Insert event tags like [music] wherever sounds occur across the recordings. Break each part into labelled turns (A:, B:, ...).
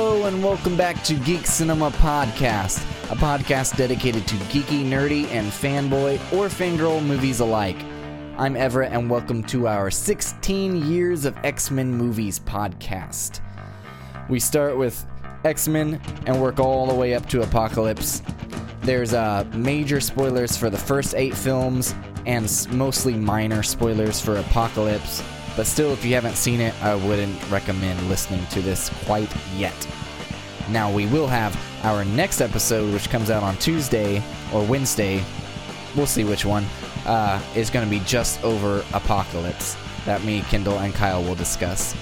A: welcome back to Geek Cinema Podcast, a podcast dedicated to geeky, nerdy, and fanboy or fangirl movies alike. I'm Everett, and welcome to our 16 Years of X Men Movies podcast. We start with X Men and work all the way up to Apocalypse. There's uh, major spoilers for the first eight films and s- mostly minor spoilers for Apocalypse. But still, if you haven't seen it, I wouldn't recommend listening to this quite yet. Now, we will have our next episode, which comes out on Tuesday or Wednesday. We'll see which one. Uh, is going to be just over Apocalypse that me, Kendall, and Kyle will discuss.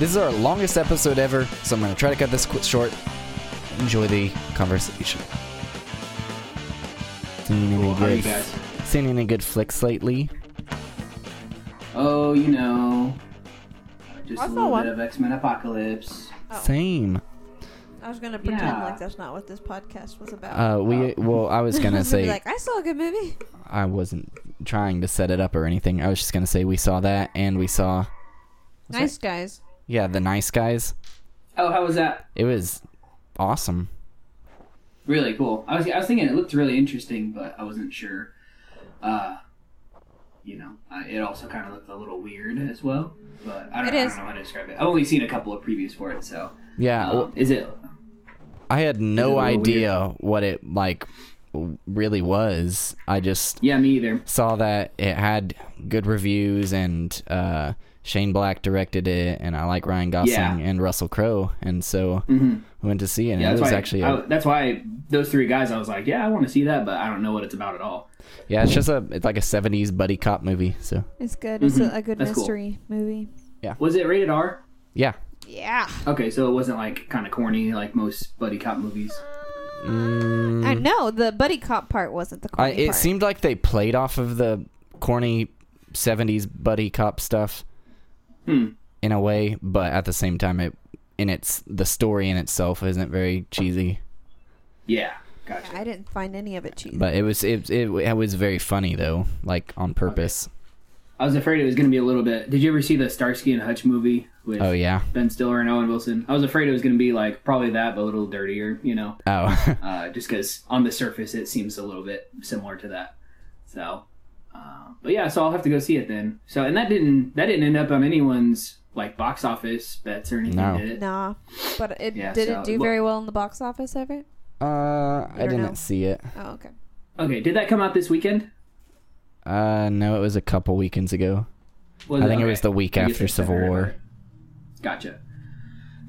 A: This is our longest episode ever, so I'm going to try to cut this qu- short. Enjoy the conversation. Seen any,
B: Cool, how are you
A: good,
B: guys?
A: seen any good flicks lately?
B: Oh, you know, just
C: I
B: a
C: saw
B: little
C: one.
B: bit of X Men Apocalypse.
C: Oh.
A: Same.
C: I was gonna pretend
B: Yeah.
C: like that's not what this podcast was about.
A: Uh, we well, I was
C: I
A: gonna
C: was Oh. [laughs] be
A: say
C: like I saw a good movie.
A: I wasn't trying to set it up or anything. I was just gonna say we saw that and we saw that-
C: Nice guys.
A: yeah the nice guys.
B: Oh, how was that?
A: It was awesome.
B: Really cool. I was, I was thinking it looked really interesting, but I wasn't sure. Uh, you know, I, it also kind of looked a little weird as well. But I don't,
C: It
B: I
C: is.
B: don't know how to describe it. I've only seen a couple of previews for it, so
A: Yeah,
B: um, is it?
A: I had
B: Is it
A: no
B: a little
A: idea what it like w- really was. I just
B: Yeah, me either.
A: saw that it had good reviews and uh, Shane Black directed it, and I like Ryan Gosling
B: Yeah.
A: and Russell Crowe, and so
B: hmm
A: I went to see it. And
B: Yeah,
A: it
B: that's
A: was
B: why.
A: actually
B: I,
A: a,
B: that's why those three guys. I was like, yeah, I want to see that, but I don't know what it's about at all.
A: yeah, it's just a it's like a '70s buddy cop movie. So
C: It's good.
B: It's
C: It's
A: Mm-hmm.
B: a- Mhm.
C: a,
B: a good
C: good
B: That's cool.
C: mystery movie.
B: Was it rated R?
A: yeah,
C: Yeah.
B: Okay, so it wasn't like kind of corny like most buddy cop movies.
A: Mm,
C: I know the buddy cop part wasn't the
A: I,
C: corny
A: it
C: part.
A: seemed like they played off of the corny '70s buddy cop stuff
B: Hmm.
A: in a way, but at the same time, it in its the story in itself isn't very cheesy.
B: Yeah, gotcha.
C: I didn't find any of it cheesy.
A: But it was it, it it was very funny though, like on purpose.
B: I was afraid it was going to be a little bit. Did you ever see the Starsky and Hutch movie with
A: Oh yeah.
B: Ben Stiller and Owen Wilson? I was afraid it was going to be like probably that, but a little dirtier, you know,
A: Oh. [laughs]
B: uh, just because on the surface it seems a little bit similar to that. So, uh, but yeah, so I'll have to go see it then. So, and that didn't that didn't end up on anyone's like box office bets or anything,
A: No.
B: did it?
C: nah. But it
B: Yeah,
C: did
B: so-
C: it do
B: well-
C: very well in the box office ever?
A: uh, I
C: don't
A: didn't
C: know.
A: see it.
C: Oh okay.
B: Okay, did that come out this weekend?
A: Uh, no, it was a couple weekends ago.
B: Was
A: I think it
B: okay.
A: was the week
B: I guess
A: after
B: it's
A: Civil
B: better.
A: War.
B: Gotcha.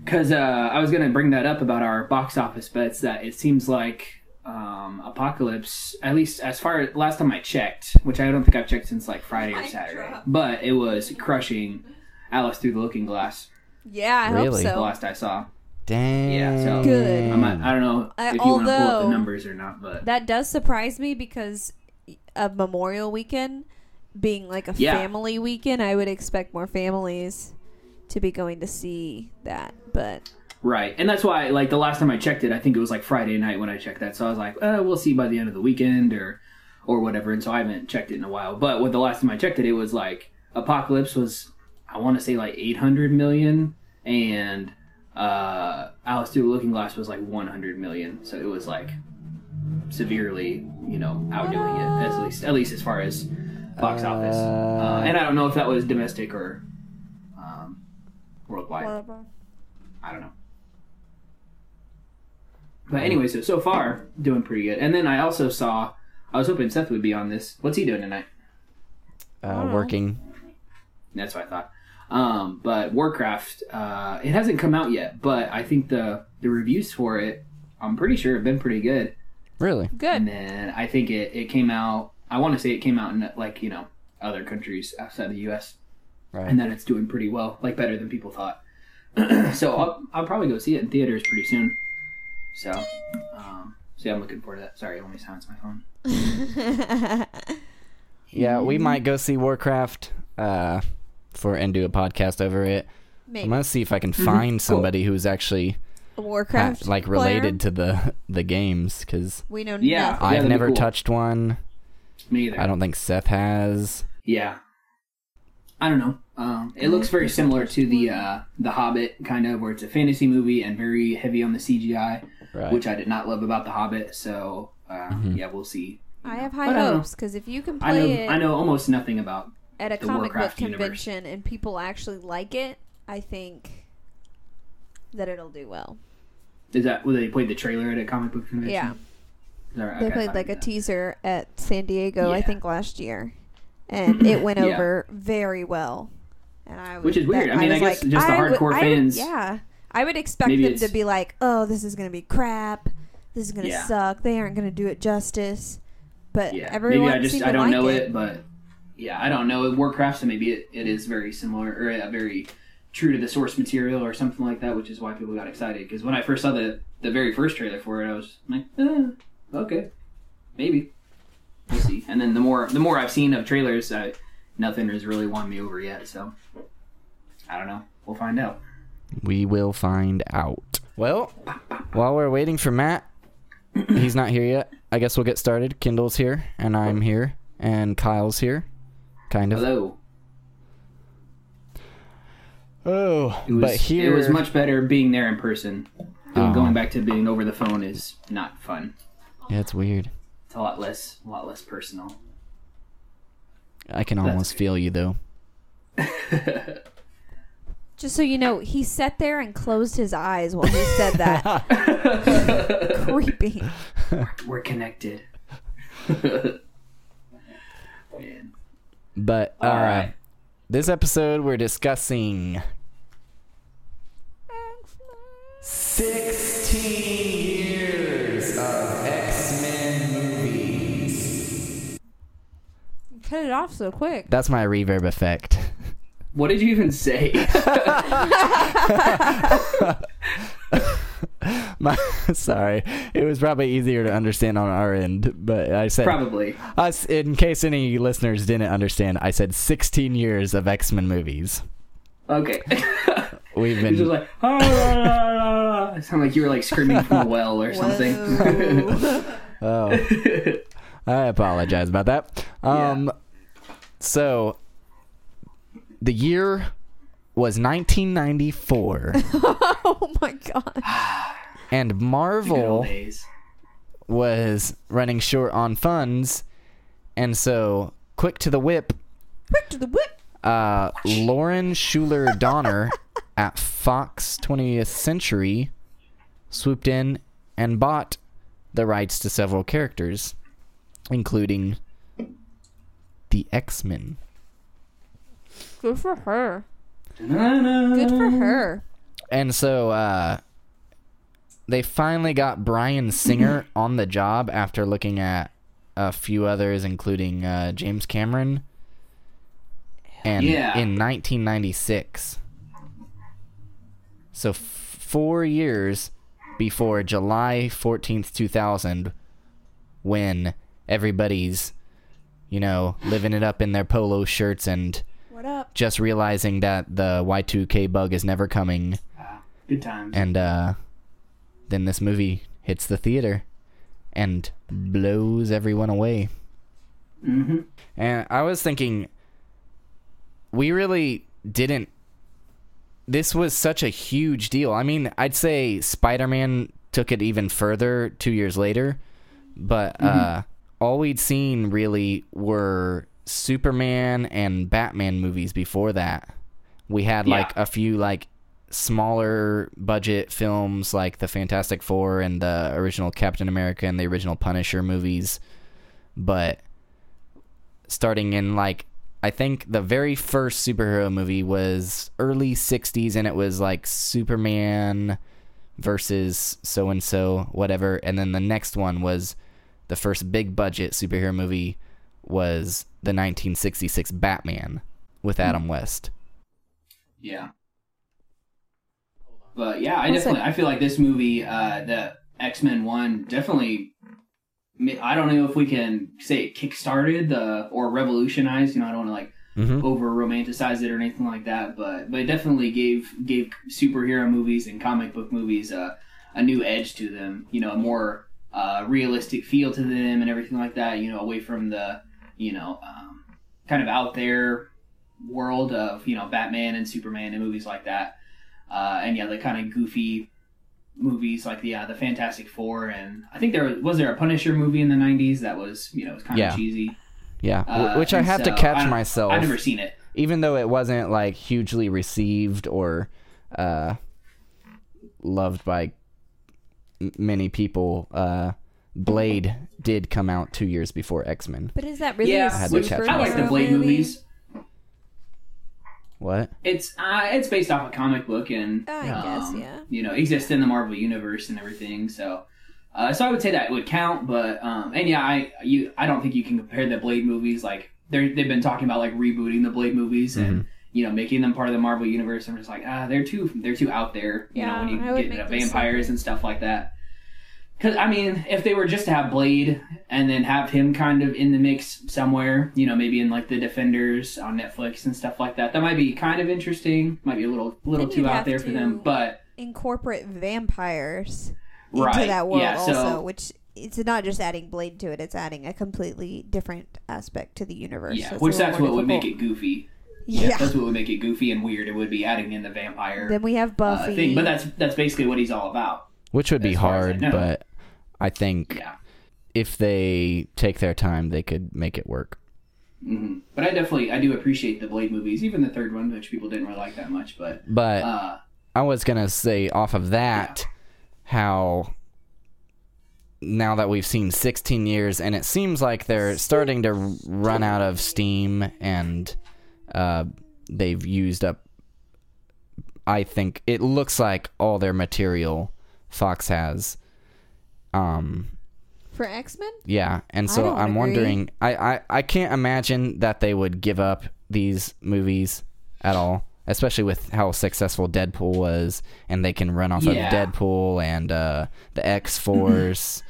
B: Because uh, I was going to bring that up about our box office bets that it seems like um, Apocalypse, at least as far as last time I checked, which I don't think I've checked since like Friday or
C: Mic
B: Saturday,
C: drop.
B: but it was crushing Alice Through the Looking Glass,
C: Yeah, I
A: Really?
B: the
C: hope so.
B: last I saw.
A: Dang.
B: Yeah, so
C: Oh. Good.
B: I, might, I don't know
C: I-
B: if you want to pull up the
C: although-
B: numbers or not, but
C: That does surprise me because of Memorial Weekend being like a
B: Yeah.
C: family weekend, I would expect more families to be going to see that. But
B: right. And that's why, like, the last time I checked it, I think it was like Friday night when I checked that. So I was like, uh, we'll see by the end of the weekend or or whatever. And so I haven't checked it in a while. But with the last time I checked it, it was like Apocalypse was I want to say like 800 million, and uh, Alice Through the Looking Glass was like 100 million. So it was like severely, you know, outdoing it at least at least as far as box office. Uh, and I don't know if that was domestic or um, worldwide. I don't know. But anyway, so so far doing pretty good. And then I also saw. I was hoping Seth would be on this. What's he doing tonight?
A: Uh, working.
B: That's what I thought. Um, but Warcraft, uh, it hasn't come out yet, but I think the the reviews for it, I'm pretty sure have been pretty good.
A: Really?
B: And
C: [laughs] good.
B: then I think it it came out. I want to say it came out in like you know other countries outside the U.S.
A: Right.
B: and that it's doing pretty well, like better than people thought. [clears throat] so I'll, I'll probably go see it in theaters pretty soon. So, um, so yeah, I'm looking forward to that. Sorry, I only silenced my phone.
A: yeah, we
C: Mm-hmm.
A: might go see Warcraft. Uh, for and do a podcast over it. I'm
C: Maybe
A: gonna see if I can find
B: Cool.
A: somebody who's actually
C: Warcraft,
A: at- like
C: player?
A: related to the the games because
C: We know
B: Yeah.
C: nothing.
A: I've
B: that'd be
A: never
B: cool.
A: touched one.
B: Me either.
A: I don't think Seth has.
B: Yeah. I don't know. Um, it looks very similar to the uh, the Hobbit kind of, where it's a fantasy movie and very heavy on the CGI,
A: Right. Mm-hmm.
B: which I did not love about the Hobbit. So uh, yeah, we'll see.
C: I have
B: I
C: high
B: don't know.
C: hopes because if you can
B: Oh, I
C: play
B: know
C: it
B: I know almost nothing about.
C: at a
B: the
C: comic
B: Warcraft
C: book
B: universe.
C: convention and people actually like it, I think that it'll do well.
B: Is that well, they played the trailer at a comic book convention?
C: Yeah.
B: Is that right?
C: They
B: Okay, I
C: played like a
B: didn't know.
C: teaser at San Diego, I
B: Yeah.
C: think, last year, and it went
B: Yeah.
C: over very well. And I
B: Which is
C: would-
B: weird. I mean, I
C: was
B: guess just the
C: I would-
B: hardcore
C: I would-
B: fans-
C: yeah, I would expect
B: Maybe
C: them to
B: it's-
C: be like, "Oh, this is gonna be crap. This is gonna
B: Yeah.
C: suck. They aren't gonna do it justice." But
B: Yeah,
C: everyone
B: maybe I just
C: seemed
B: I
C: to
B: don't
C: like
B: know
C: it.
B: it. but yeah, I don't know Warcraft, so maybe it, it is very similar or uh, very true to the source material or something like that, which is why people got excited. Because when I first saw the the very first trailer for it, I was like, eh, okay, maybe we'll see. And then the more the more I've seen of trailers, I, nothing has really won me over yet. So I don't know. We'll find out.
A: We will find out. Well, while we're waiting for Matt, he's not here yet. I guess we'll get started. Kendall's here, and I'm here, and Kyle's here. Kind of.
B: Hello.
A: Oh,
B: It was,
A: but here.
B: it was much better being there in person.
A: Oh.
B: Going back to being over the phone is not fun.
A: Yeah, it's weird.
B: It's a lot less, a lot less personal.
A: I can almost feel you,
B: [laughs]
A: though.
C: Just so you know, he sat there and closed his eyes while he said
B: [laughs]
C: that. [laughs] Creepy.
B: We're connected. Man.
A: But, uh,
B: All right.
A: this episode, we're discussing 16 years of X Men movies.
C: Cut it off so quick.
A: That's my reverb effect.
B: What did you even say?
A: My, [laughs] sorry, it was probably easier to understand on our end, but I said
B: Probably.
A: us in case any listeners didn't understand. I said 16 years of X Men movies.
B: Okay.
A: We've
B: It was just
A: been
B: like, "Ah, la, la, la, la." It sounded like you were like screaming from a well or something.
C: [laughs] Whoa.
A: oh, I apologize about that. Um, so the year was
B: [laughs]
A: 1994,
C: oh my god.
A: and
B: [laughs] Good old
A: Marvel.
B: days.
A: was running short on funds, and so quick to the whip,
C: Quick to the whip.
A: uh, Lauren Schuler Donner at Fox 20th Century swooped in and bought the rights to several characters, including the X Men.
C: Good for her.
B: Na-na.
C: Good for her.
A: And so uh, they finally got Brian Singer on the job after looking at a few others, including uh, James Cameron. And
B: Yeah.
A: in 1996. So f- four years before July 14th, 2000, when everybody's, you know, living it up in their polo shirts and
C: What up?
A: just realizing that the Y2K bug is never coming
B: Good times.
A: and uh, then this movie hits the theater and blows everyone away.
B: Mm-hmm.
A: And I was thinking, we really didn't. This was such a huge deal. I mean, I'd say Spider Man took it even further two years later, but uh, all we'd seen really were Superman and Batman movies before that. We had
B: Yeah.
A: like a few like smaller budget films like the Fantastic Four and the original Captain America and the original Punisher movies, but starting in like I think the very first superhero movie was early 60s and it was like Superman versus so and so whatever and then the next one was the first big budget superhero movie was the 1966 Batman with
B: Hmm.
A: Adam West.
B: Yeah. But yeah, I
C: One
B: definitely I feel like this movie, uh, the X Men one, definitely. I I don't know if we can say it kickstarted the or revolutionized. You know, I don't want to like
A: Mhm.
B: over romanticize it or anything like that, but but it definitely gave gave superhero movies and comic book movies a a new edge to them. You know, a more uh, realistic feel to them and everything like that. You know, away from the you know um, kind of out there world of you know Batman and Superman and movies like that. Uh, and yeah, the kind of goofy movies like the uh, the Fantastic Four, and I think there was, was there a Punisher movie in the '90s that was you know was kind of
A: Yeah.
B: cheesy.
A: Yeah,
B: Uh,
A: wh- which I
B: and
A: have to
B: so
A: catch
B: I don't-
A: myself,
B: I've never seen it.
A: even though it wasn't like hugely received or uh, loved by m- many people. Uh, Blade did come out two years before X Men.
C: But is that really
B: yeah,
C: a
A: Had to
B: which-
A: catch
B: I like the
C: superhero
B: Blade
C: movie?
B: movies.
A: What?
B: It's uh, it's based off a comic book and
C: I guess,
B: um,
C: yeah.
B: you know exists in the Marvel universe and everything. So. Uh, so I would say that would count, but um, and yeah, I you I don't think you can compare the Blade movies. Like they they've been talking about like rebooting the Blade movies
A: Mm-hmm.
B: and you know making them part of the Marvel universe. I'm just like ah, they're too they're too out there. You
C: Yeah,
B: know when
C: I
B: you
C: would
B: get
C: make
B: into
C: those
B: vampires and stuff like that. Because I mean, if they were just to have Blade and then have him kind of in the mix somewhere, you know, maybe in like the Defenders on Netflix and stuff like that, that might be kind of interesting. Might be a little little
C: Then
B: too
C: you'd
B: out
C: have
B: there for them,
C: to-
B: but
C: Incorporate vampires into
B: Right,
C: that world
B: yeah, so-
C: also, which it's not just adding Blade to it; it's adding a completely different aspect to the universe.
B: yeah,
C: It's
B: which
C: a
B: that's what would make
C: wonderful-
B: it goofy.
C: Yeah.
B: That's what would make it goofy and weird. It would be adding in the vampire
C: Then we have
B: uh,
C: Buffy.
B: thing, but that's that's basically what he's all about.
A: Which would be
B: As far as I
A: hard,
B: know.
A: but I think
B: Yeah,
A: if they take their time, they could make it work.
B: hmm but I definitely I do appreciate the Blade movies, even the third one, which people didn't really like that much. But
A: But
B: uh,
A: I was gonna say off of that how now that we've seen 16 years and it seems like they're starting to run out of steam and uh, they've used up I think it looks like all their material Fox has um
C: for X Men.
A: yeah, and
C: I
A: so
C: don't
A: I'm
C: agree.
A: wondering. I, I I can't imagine that they would give up these movies at all, especially with how successful Deadpool was, and they can run off
B: Yeah.
A: of Deadpool and uh, the X Force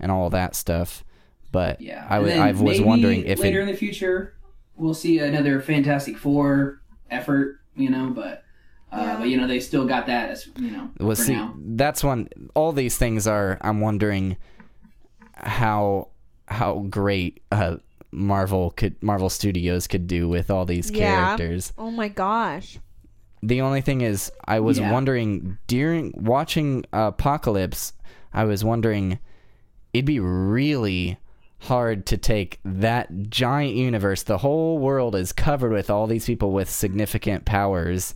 A: and all that stuff. But
B: yeah,
A: I
B: And
A: was
B: then
A: I was
B: maybe
A: wondering if
B: later
A: it,
B: in the future we'll see another Fantastic Four effort, you know, but. Uh,
C: Yeah.
B: But you know they still got that as you know
A: Well,
B: for
A: see,
B: now.
A: that's one. All these things are. I'm wondering how how great uh, Marvel could Marvel Studios could do with all these
C: Yeah.
A: characters.
C: Oh my gosh!
A: The only thing is, I was
B: Yeah.
A: wondering during watching Apocalypse, I was wondering it'd be really hard to take that giant universe. The whole world is covered with all these people with significant powers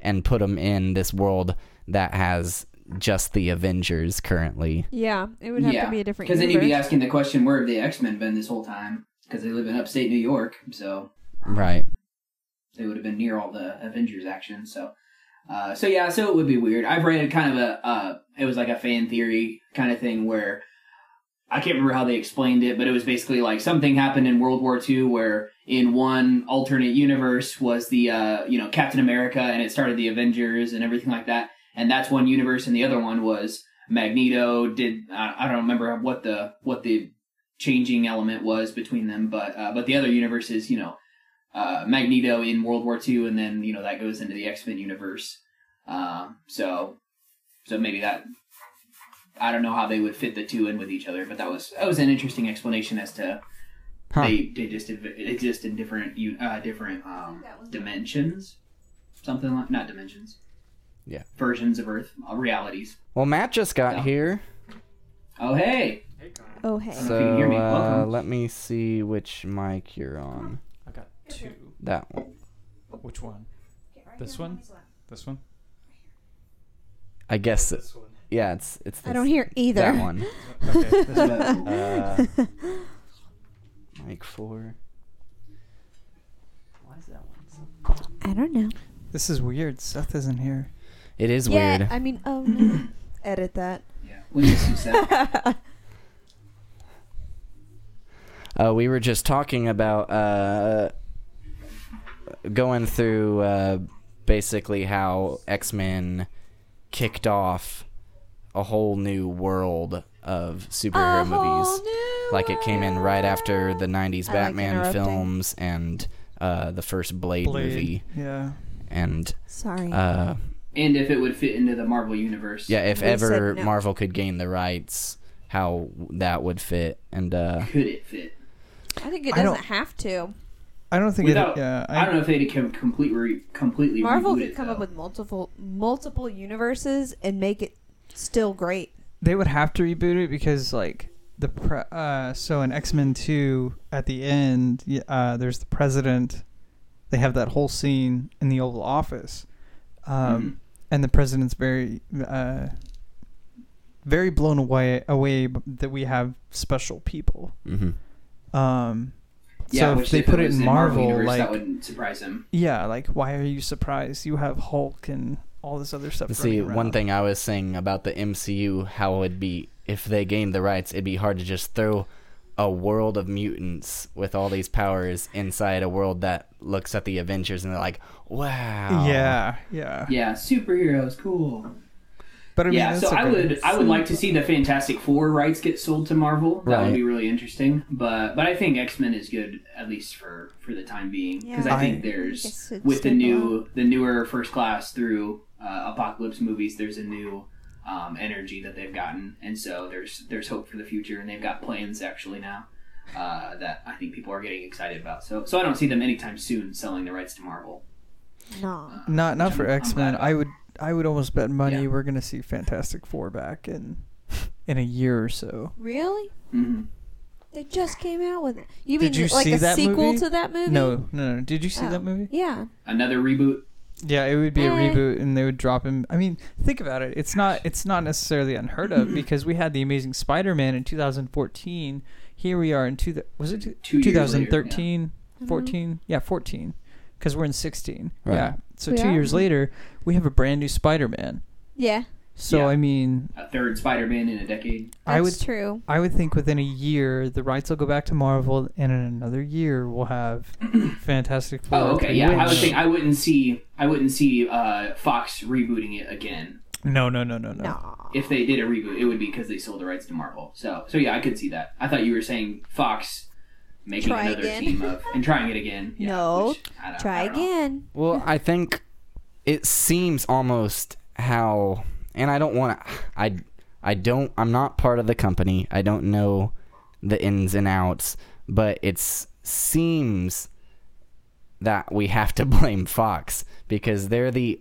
A: and put them in this world that has just the Avengers currently.
C: Yeah, it would have
B: yeah,
C: to be a different.
B: Because then you'd be
C: universe.
B: asking the question, where have the X Men been this whole time? Because they live in upstate New York, so
A: Right.
B: they would have been near all the Avengers action. So, uh, so yeah, so it would be weird. I've read kind of a, uh, it was like a fan theory kind of thing where I can't remember how they explained it, but it was basically like something happened in World War II where in one alternate universe was the uh, you know Captain America and it started the Avengers and everything like that, and that's one universe, and the other one was Magneto did I, I don't remember what the what the changing element was between them, but uh, but the other universe is you know uh, Magneto in World War II, and then you know that goes into the X Men universe. Um, so, so maybe that I don't know how they would fit the two in with each other, but that was that was an interesting explanation as to
A: Huh.
B: they they just ev- exist in different u- uh, different um, dimensions, something like not dimensions,
A: Yeah.
B: versions of Earth uh, realities.
A: Well, Matt just got
B: Yeah.
A: here,
B: Oh hey,
C: Oh hey.
B: don't know if you can hear
A: so
B: me.
A: uh,
B: Welcome.
A: let me see which mic you're on.
D: I got two.
A: That one.
D: Which one? This one? This one?
A: I guess. It,
D: one.
A: yeah, it's it's.
C: I
A: this-
C: don't hear either.
A: That one.
D: Okay.
B: [laughs]
D: This one.
A: Uh, [laughs] Mike four. Why is that one? So-
C: I don't know.
D: This is weird. Seth isn't here.
A: it is
C: yeah,
A: weird.
C: I mean, oh no. Edit that.
B: yeah, we miss you, Seth.
C: [laughs]
A: Uh, we were just talking about uh, going through uh, basically how X Men kicked off a whole new world of superhero movies. Like it came in right after the '90s
C: I like
A: Batman
C: interrupting.
A: films and uh, the first Blade, movie,
D: Yeah.
A: and
C: Sorry.
A: uh,
B: and if it would fit into the Marvel universe,
A: Yeah, if
C: We said
A: ever
C: no.
A: Marvel could gain the rights, how that would fit. And uh
B: could it fit?
C: I think it
D: I
C: doesn't
D: don't-
C: have to.
E: I don't think
B: Without,
E: it. Yeah,
B: I, don't know if they'd come completely re, completely.
C: Marvel
B: reboot
C: could
B: it,
C: come up
B: though.
C: with multiple multiple universes and make it still great.
E: they would have to reboot it because like the pre- uh so in X-Men 2 at the end y- uh there's the president they have that whole scene in the Oval Office um
B: Mm-hmm.
E: and the president's very uh very blown away away b- that we have special people
A: Mm-hmm.
E: um
B: Yeah,
E: so if
B: which
E: they put it
B: was
E: in Marvel,
B: universe,
E: like
B: that wouldn't surprise him.
E: yeah like why are you surprised you have Hulk and all this other stuff
A: See,
E: running
A: one
E: around.
A: thing I was saying about the MCU, how it'd be if they gained the rights, it'd be hard to just throw a world of mutants with all these powers inside a world that looks at the Avengers and they're like, wow.
E: yeah
A: Oh.
E: yeah
B: Yeah, superheroes, cool.
E: but I mean
B: yeah,
E: that's
B: so I
E: okay.
B: would I would like to see the Fantastic Four rights get sold to Marvel. That
A: Right.
B: would be really interesting. But but I think X Men is good at least for for the time being because
C: Yeah.
B: I think
E: I-
B: there's
C: Guess it's
B: with the
C: been
B: new the newer First Class through uh, Apocalypse movies, there's a new um, energy that they've gotten, and so there's there's hope for the future, and they've got plans actually now. Uh, that I think people are getting excited about. So, so I don't see them anytime soon selling the rights to Marvel. Uh,
C: No.
E: Not not
B: which
E: for
B: I'm- I'm
E: X Men.
B: glad
E: I would I would almost bet money
B: Yeah.
E: we're gonna see Fantastic Four back in in a year or so.
C: Really?
B: Mm-hmm.
C: They just came out with it. You mean
E: Did you
C: like
E: see
C: a
E: that
C: sequel
E: movie?
C: to that movie?
E: No, no, no. Did you see
C: Oh,
E: that movie?
C: Yeah.
B: Another reboot.
E: Yeah, it would be a
C: Eh.
E: reboot, and they would drop him. I mean, think about it. It's not it's not necessarily
B: [laughs]
E: unheard of because we had the Amazing Spider Man in 2014. Here we are in two thou- was it two-
B: Two years later,
E: 2013,
C: Mm-hmm.
E: 14? Yeah, 14. Because we're in 16.
A: Right.
E: Yeah. So
C: We
E: two
C: are.
E: years later, we have a brand new Spider Man.
C: Yeah.
E: So
B: Yeah.
E: I mean,
B: A third Spider-Man in a decade.
E: I
C: That's
E: would-
C: true.
E: I would think within a year the rights will go back to Marvel, and in another year we'll have
B: [clears throat]
E: Fantastic Four.
B: Oh, okay, yeah. I
E: which-
B: would think I wouldn't see I wouldn't see uh, Fox rebooting it again.
E: no, no, no,
A: Oh.
E: no, no.
C: No.
B: If they did a reboot, it would be because they sold the rights to Marvel. So, so yeah, I could see that. I thought you were saying Fox making
C: Try
B: another
C: again.
B: team of and trying it again. Yeah,
C: No,
B: which, I don't-
C: Try
B: I don't know.
C: again.
A: Well, I think it seems almost how, and I don't want to. I I don't. I'm not part of the company. I don't know the ins and outs, but it seems that we have to [laughs] blame Fox because they're the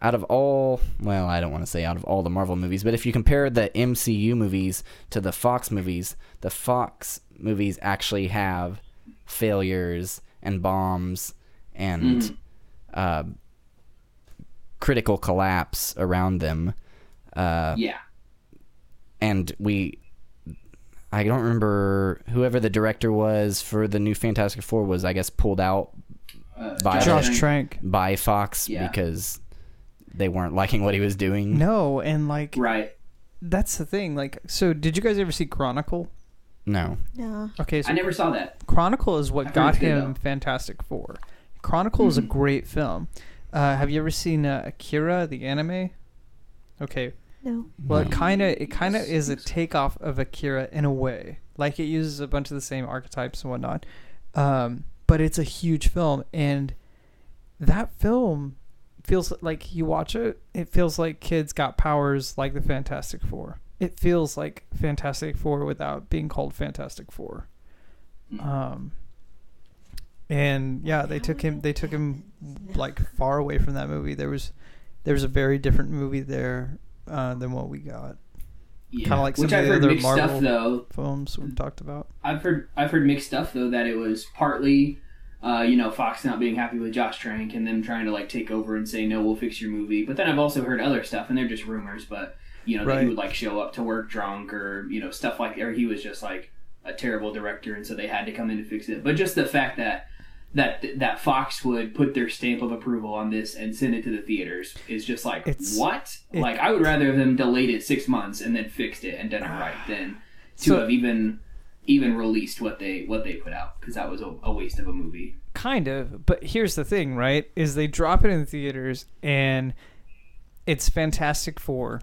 A: out of all well i don't want to say out of all the marvel movies but if you compare the mcu movies to the fox movies the fox movies actually have failures and bombs and
B: Mm. Mm-hmm.
A: uh, critical collapse around them uh,
B: Yeah,
A: and we i don't remember whoever the director was for the new fantastic four was i guess pulled out
B: uh,
A: By
E: Josh
B: Trank.
E: Trank.
A: by fox
B: Yeah.
A: because they weren't liking what he was doing
E: No, and like
B: Right.
E: that's the thing. Like, so did you guys ever see Chronicle?
A: no
C: No.
E: Okay, so
B: I never saw that.
E: Chronicle is what
B: I've heard
E: got
B: it's good,
E: him
B: though. Mm.
E: Fantastic Four. Chronicle is a great film. Uh, have you ever seen uh, Akira the anime? Okay,
C: No.
E: Well,
A: No.
E: it kind of it kind of is a takeoff of Akira in a way. Like it uses a bunch of the same archetypes and whatnot, um, but it's a huge film, and that film feels like you watch it. It feels like kids got powers like the Fantastic Four. It feels like Fantastic Four without being called Fantastic Four. Um, and yeah, they took him. They took him like far away from that movie. There was there was a very different movie there uh, than what we got.
B: Yeah.
E: Kinda like some
B: Which
E: of
B: I've
E: the
B: heard
E: other
B: mixed
E: Marvel-
B: stuff though.
E: films we talked about.
B: I've heard I've heard mixed stuff though that it was partly, uh, you know, Fox not being happy with Josh Trank and them trying to like take over and say no, we'll fix your movie. But then I've also heard other stuff, and they're just rumors. But you know, that
E: Right.
B: he would like show up to work drunk or you know stuff like, or he was just like a terrible director, and so they had to come in to fix it. But just the fact that. That, that Fox would put their stamp of approval on this and send it to the theaters is just like
E: It's-
B: what?
E: it-
B: like I would rather them delayed it six months and then fixed it and done it right than to
E: Ah. So-
B: have even even released what they what they put out because that was a, a waste of a movie.
E: Kind of, but here's the thing, right? Is they drop it in theaters and it's Fantastic Four,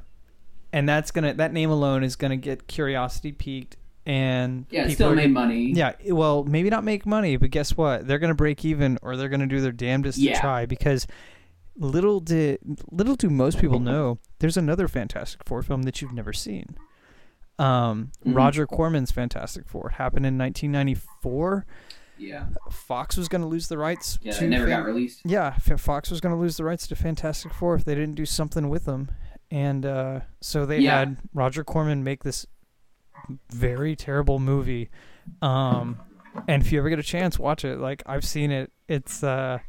E: and that's gonna that name alone is gonna get curiosity peaked and
B: Yeah, it
E: people
B: still
E: are-
B: made money.
E: Yeah, it- well, maybe not make money, but guess what? They're gonna break even, or they're gonna do their damnedest to
B: Yeah.
E: try because little did little do most people know there's another Fantastic Four film that you've never seen. Um,
B: Mhm.
E: Roger Corman's Fantastic Four it happened in 1994.
B: Yeah.
E: Fox was going to lose the rights
B: Yeah,
E: to
B: they never
E: Fan-
B: got released.
E: yeah, F- Fox was going to lose the rights to Fantastic Four if they didn't do something with them, and uh, so they
B: Yeah.
E: had Roger Corman make this very terrible movie. Um, and if you ever get a chance, watch it. Like I've seen it. It's uh,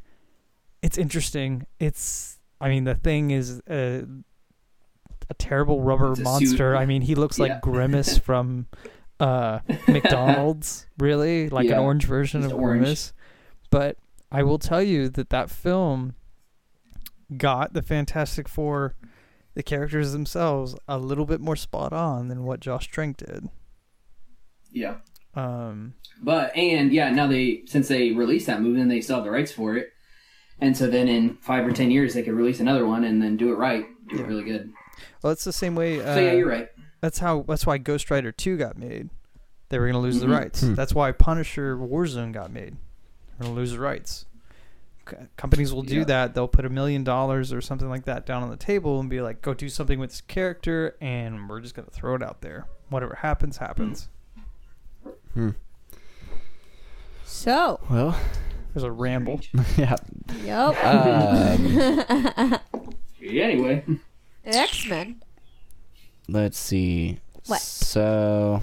E: it's interesting. It's I mean the thing is a, a terrible rubber
B: It's a suit.
E: monster. I mean he looks
B: Yeah. [laughs]
E: like Grimace from uh, McDonald's, really, like
B: Yeah.
E: an orange version
B: Just
E: of
B: orange.
E: Grimace. But I will tell you that that film got the Fantastic Four, the characters themselves, a little bit more spot on than what Josh Trank did.
B: Yeah.
E: Um,
B: But and yeah, now they since they released that movie, then they still have the rights for it, and so then in five or ten years they could release another one and then do it right, do
E: Yeah.
B: it really good.
E: well, it's the same way. Uh,
B: so yeah, you're right.
E: That's how. That's why Ghost Rider Two got made. They were gonna lose
B: Mhm.
E: the rights.
A: Hmm.
E: That's why Punisher Warzone got made. They're gonna lose the rights. C- Companies will do
B: Yeah.
E: that. They'll put a million dollars or something like that down on the table and be like, "Go do something with this character," and we're just gonna throw it out there. Whatever happens, happens.
C: So,
A: Well, [laughs]
E: There's a ramble.
A: yeah.
C: yep.
E: Uh,
A: [laughs] Um,
B: Yeah, anyway,
C: X Men.
A: let's see.
C: What?
A: So,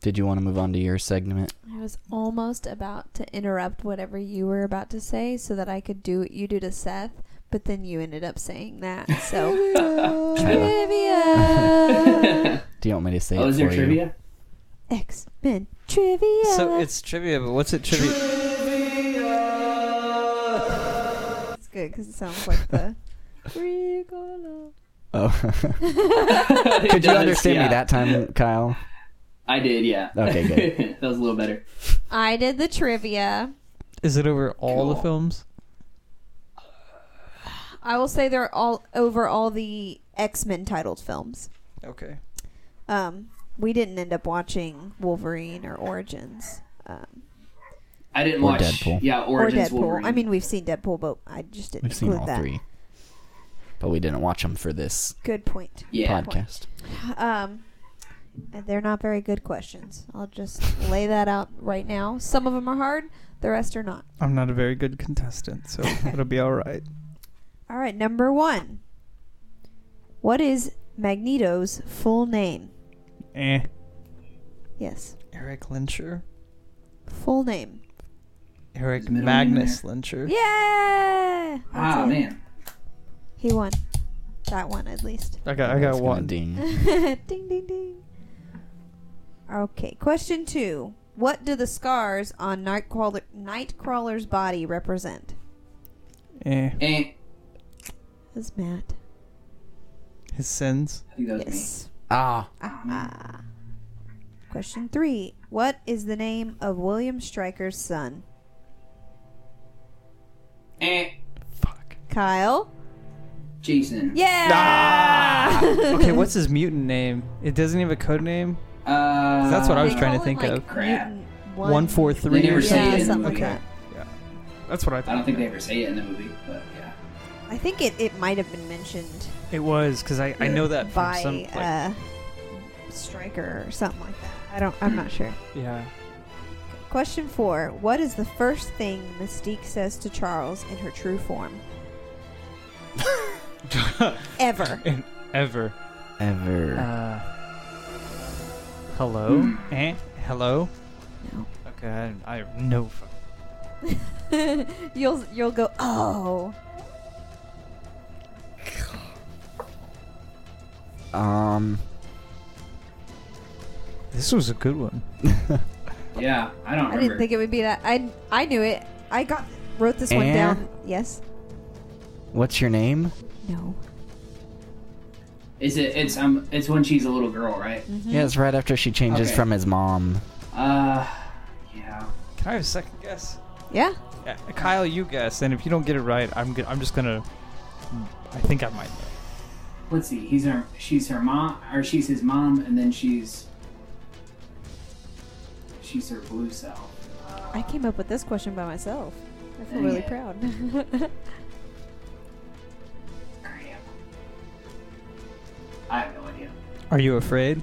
A: did you want to move on to your segment?
C: I was almost about to interrupt whatever you were about to say so that I could do what you do to Seth, but then you ended up saying that. So,
E: [laughs]
A: Uh,
C: trivia.
A: do you want me to say
B: oh,
A: it
B: is there
A: for you?
C: [laughs]
B: trivia?
C: X Men trivia.
E: So it's trivia, but what's it trivia?
C: It's good because it sounds like
E: [laughs]
C: the. Ricola.
A: Oh. [laughs]
B: It [laughs]
A: Could you
B: does,
A: understand
B: yeah.
A: me that time, Kyle?
B: I did, yeah.
A: Okay, good.
B: [laughs] that was a little better.
C: I did the trivia.
E: Is it over all the
B: Cool.
E: films?
C: I will say they're all over all the X Men titled films.
E: Okay.
C: Um, we didn't end up watching Wolverine or Origins. Um,
B: I didn't
A: Or
B: watch.
A: Deadpool.
B: Yeah,
C: or
B: Origins
C: Deadpool.
B: Wolverine.
C: I mean, we've seen Deadpool, but I just didn't
A: We've
C: include
A: seen all
C: that.
A: three, but we didn't watch them for this
C: Good point.
B: yeah,
A: podcast.
C: Um, they're not very good questions. I'll just [laughs] lay that out right now. Some of them are hard. The rest are not.
E: I'm not a very good contestant, [laughs] so it'll be all right.
C: All right, number one. What is Magneto's full name?
E: Eh.
C: Yes,
E: Eric Lyncher.
C: full name.
E: Eric
B: His middle
E: Magnus Lyncher.
C: Yeah.
B: Ah man,
C: He won. That one at least.
E: I got. I got
A: That's gonna
E: one.
A: Ding.
C: [laughs]
B: [laughs]
C: ding ding ding. Okay, question two. What do the scars on Nightcrawler, Nightcrawler's body represent?
E: Eh.
B: and
C: That's Matt.
E: His sins.
B: I think that was
C: Yes.
A: Ah,
C: Ah. Question three. What is the name of William Stryker's son?
B: me. And
E: Fuck.
C: Kyle.
B: Jason.
C: Yeah.
E: [laughs]
C: [laughs]
E: okay, what's his mutant name? It doesn't have a code name.
B: Uh,
E: That's what I was
C: They
E: trying to
C: call
E: think
C: him, like,
E: of.
B: Crap.
C: mutant
E: One four three
B: They
E: or
B: never say it in
C: Yeah,
E: something.
B: the
C: something like
B: movie.
C: that.
E: That's what I
B: I
E: thought.
B: don't think they ever say it in the movie, but yeah.
C: I think it, it might have been mentioned
E: It was because I, I know that from
C: by
E: some. Like,
C: uh, striker or something like that. I don't. I'm not sure.
E: yeah.
C: Question four: What is the first thing Mystique says to Charles in her true
E: [laughs]
C: form? Ever. [laughs]
E: Ever.
A: ever.
E: Uh, hello.
B: Hmm.
E: Eh. Hello.
C: No.
E: Okay. I, I have no. Fuck.
C: you'll you'll go. Oh,
B: Uh,
A: um,
E: This was a good one.
B: Yeah, I don't
C: I
B: remember.
C: didn't think it would be that. I I knew it. I got wrote this one
A: Eh?
C: down. Yes.
A: what's your name?
C: No.
B: Is it? It's um. It's when she's a little girl, right?
C: Mm-hmm.
A: Yeah, it's right after she changes
B: Mm-hmm. Okay.
A: from his mom.
B: Uh, yeah.
E: Can I have a second guess?
C: Yeah.
E: Yeah, Uh, Kyle, you guess, and if you don't get it right, I'm go- I'm just gonna. I think I might. know.
B: Let's see. He's her. She's her mom, or she's his mom, and then she's. She's her blue self.
C: I came up with this question by myself. I feel really proud. [laughs]
B: Crap. I have no idea.
E: Are you afraid?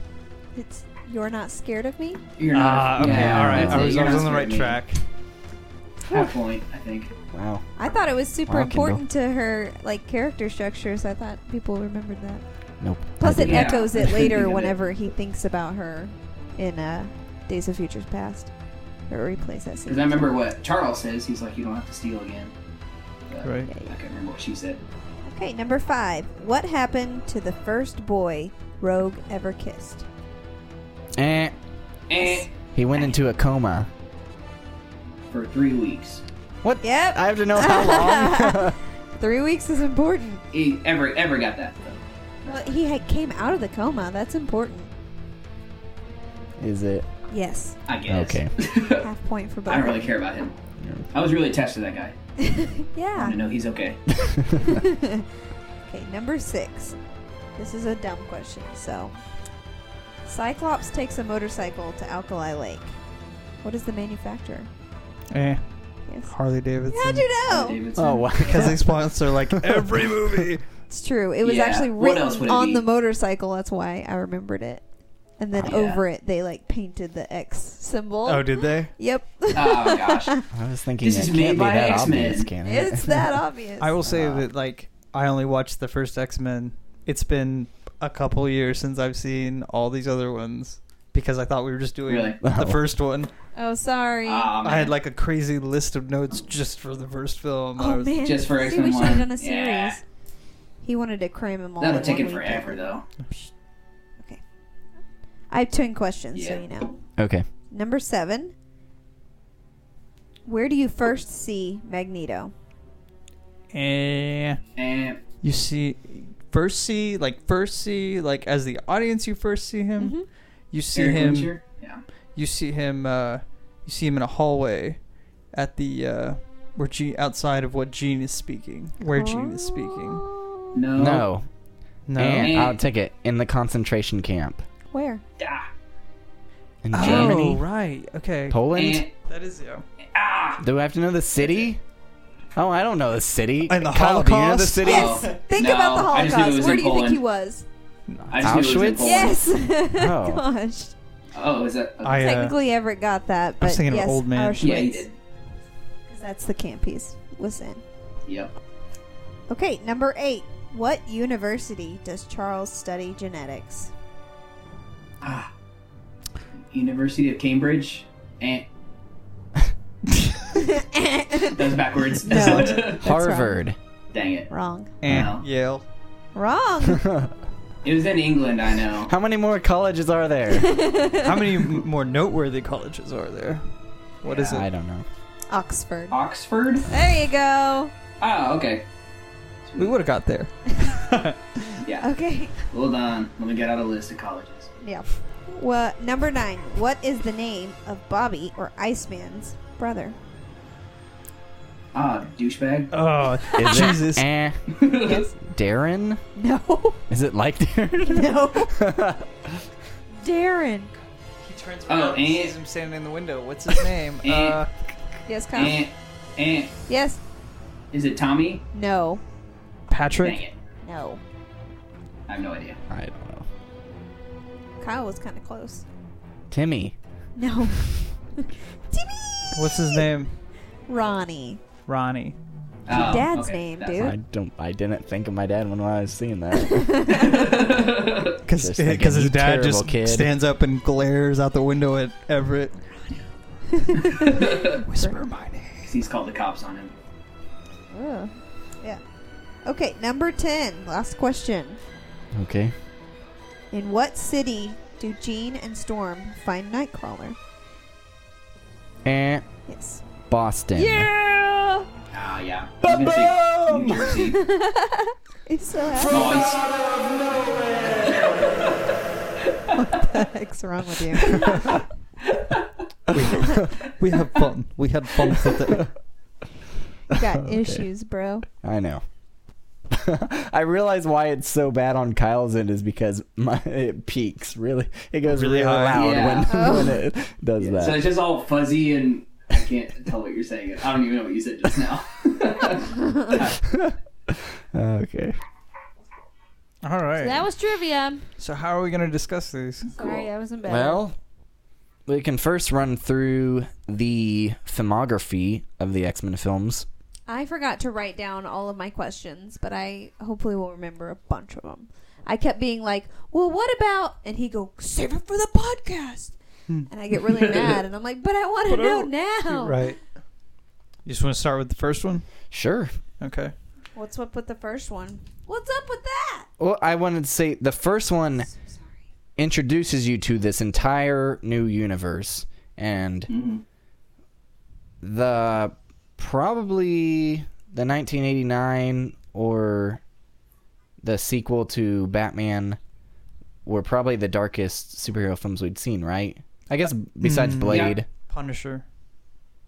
C: it's you're not scared of me.
B: You're
E: Ah, okay,
A: yeah,
E: Uh, all right.
B: that's
E: I
B: it,
E: was,
B: you're
E: I was
B: not
E: on the
B: scared
E: right
B: of me.
E: track.
B: half point, I think.
A: Wow.
C: I thought it was super
A: Wow, Kendall.
C: important to her like character structures. I thought people remembered that.
A: Nope.
C: Plus,
A: I
C: it
A: didn't.
B: Yeah.
C: echoes
B: I
C: it
B: didn't think
C: later
B: of it.
C: whenever he thinks about her in uh, Days of Futures Past. Or replays that
B: Because
C: scene.
B: I remember what Charles says. He's like, you don't have to steal again. But
E: Right.
B: I can't remember what she said.
C: Okay, number five. What happened to the first boy Rogue ever kissed?
A: Eh.
B: Eh,
A: He went into a coma.
B: for three weeks.
A: What?
C: Yep.
A: I have to know how
C: [laughs]
A: long. [laughs]
C: Three weeks is important.
B: He ever ever got that though.
C: Well, he had came out of the coma. That's important.
A: Is it? [laughs]
C: Yes.
B: I guess.
A: Okay.
C: Half point for
B: [laughs]
C: both.
B: Uh, I don't really care about him.
A: Yeah.
B: I was really attached to that guy. I want
C: yeah.
B: to know he's okay.
C: [laughs] okay, number six. This is a dumb question, so. Cyclops takes a motorcycle to Alkali Lake. What is the manufacturer?
E: Eh,
C: Yes.
E: Harley Davidson.
C: How'd you know?
B: Davidson.
A: Oh
B: [laughs]
A: wow.
E: Because they sponsor like every movie.
C: [laughs] It's true. It was
B: Yeah.
C: actually
B: What else
C: written
B: would it
C: on
B: be?
C: the motorcycle. That's why I remembered it. And then
B: Yeah.
C: over it, they like painted the X symbol.
E: Oh, did they?
B: [laughs]
C: Yep.
B: Oh, gosh.
A: I was thinking
B: This
A: it
B: is
A: can't
B: made
A: be
B: by
A: that
B: X-Men.
A: obvious, can it?
C: [laughs] it's
A: [laughs]
C: that obvious.
E: I will say
A: Uh,
E: that like I only watched the first X Men. It's been a couple years since I've seen all these other ones because I thought we were just doing
B: Really?
E: the
A: Oh.
E: first one.
C: Oh, sorry.
B: Aw,
E: I
B: man.
E: had like a crazy list of notes just for the first film. I
C: oh
E: was,
C: man.
B: Just for
C: See,
B: X-Men
C: we should have
B: 1.
C: done a series.
B: Yeah.
C: He wanted to cram them all.
B: That'll
C: in
B: take it
C: one week.
B: forever though.
C: I have ten questions, so
B: Yeah.
C: you know.
A: Okay.
C: Number seven. Where do you first see Magneto?
E: Eh.
B: And
E: You see, first see like first see like as the audience, you first see him.
C: Mhm.
E: You see him.
B: Yeah.
E: you see him uh you see him in a hallway at the uh where Jean outside of what Gene is speaking. Where Gene is speaking.
C: Oh.
B: No.
A: No.
E: No.
A: And
B: Eh.
A: I'll take it in the concentration camp
C: Where?
B: Ah.
A: in
E: oh,
A: Germany,
E: right. Okay.
A: Poland.
B: Eh.
E: That is yeah.
B: Ah.
A: Do I have to know the city? Oh, I don't know the city.
E: And the
A: Kyle, do you know the
E: Holocaust?
A: city?
B: Oh,
C: Yes. Think
B: no,
C: about the
B: I just knew it
C: Holocaust.
B: was
C: Where
B: in
C: do you think he
B: Poland.
C: was?
B: I just knew it was in
A: Auschwitz?
B: Poland.
C: Yes. [laughs] Gosh.
B: Oh, is that?
E: I, uh,
C: Technically, Everett got that, but
E: thinking of
C: yes,
E: Old Man.
C: Auschwitz.
B: yeah, he did.
C: 'cause That's the camp he's was in.
B: Yep.
C: Okay, number eight. What university does Charles study genetics? [laughs]
B: Ah. University of Cambridge. And that was backwards.
C: [laughs] No.
A: Harvard.
B: [laughs] Dang it.
C: Wrong.
E: And
B: Wow.
E: Yale. [laughs]
C: Wrong.
B: It was in England, I know.
A: How many more colleges are there?
E: How many m- [laughs] more noteworthy colleges are there? What is
A: I
E: it?
A: don't
E: [laughs]
A: know.
C: Oxford.
B: Oxford?
C: There you go.
B: Oh, okay.
E: We would have got there.
B: Yeah.
C: Okay.
B: Hold on. Let me get out a list of colleges.
C: Yeah. Well, number nine. What is the name of Bobby or Iceman's brother? [laughs]
B: Ah, douchebag.
E: Oh,
A: Is it-
E: Jesus.
A: eh,
B: [laughs]
A: Darren?
C: No.
A: Is it like
E: [laughs]
A: Darren?
C: No. Darren.
E: He turns
B: around and sees
E: him standing in the window. What's his name?
B: Uh,
C: Yes, Kyle.
B: and, and
C: Yes.
B: Eh, is it Tommy?
C: No.
B: Dang
E: Patrick.
B: it.
C: No.
B: I have no idea.
A: I don't know.
C: Kyle was kind of close.
A: Timmy.
C: [laughs] No. Timmy.
E: What's his name?
C: Ronnie.
E: Ronnie.
B: Oh,
C: dad's
B: okay.
C: name,
B: That's
C: dude.
B: fine.
A: I don't. I didn't think of my dad when I was seeing
E: [laughs]
A: that.
E: Because
A: Just thinking, "You
E: his dad
A: terrible
E: just
A: kid."
E: stands up and glares out the window at Everett.
C: [laughs]
B: [laughs]
E: Whisper my name.
B: 'Cause He's called the cops on him.
C: Ugh. Yeah. Okay, number 10. Last question.
A: okay.
C: In what city do Jean and Storm find Nightcrawler?
A: Eh,
C: Yes.
A: Boston.
C: Yeah!
B: Oh, yeah. I was gonna say New
E: [laughs]
B: Jersey.
C: It's so [laughs] happy.
B: Oh,
C: What the heck's wrong with [laughs] you?
E: We had fun. We had fun today.
C: You got issues, bro.
A: [laughs] I know. [laughs] I realize why it's so bad on Kyle's end is because my, it peaks really. It goes really,
E: Really high.
A: loud
B: Yeah.
A: when,
C: Oh.
A: [laughs] when it does
B: it's, so
A: that.
B: it's just all fuzzy and I can't tell what you're saying. I don't even know what you said just
C: [laughs]
B: now.
A: Okay.
E: All right.
F: was trivia.
E: So how are we going to discuss these?
F: Sorry, I wasn't bad.
A: Well, we can first run through the filmography of the X Men films.
C: I forgot to write down all of my questions, but I hopefully will remember a bunch of them. I kept being like, "Well, what about?" And he go, "Save it for the podcast." And I get
E: [laughs]
C: really mad, and I'm like, "But I want to
E: Hmm. But I
C: know
E: don't-
C: now."
E: Right. You just want to start with the first one?
A: Sure.
E: Okay.
C: What's up with the first one? What's up with that?
A: Well, I wanted to say the first one
C: So sorry.
A: introduces you to this entire new universe and
B: Mm-hmm.
C: Oh,
A: the probably the 1989 or the sequel to Batman were probably the darkest superhero films we'd seen, right? I guess besides
E: Mm.
A: Blade.
E: Punisher.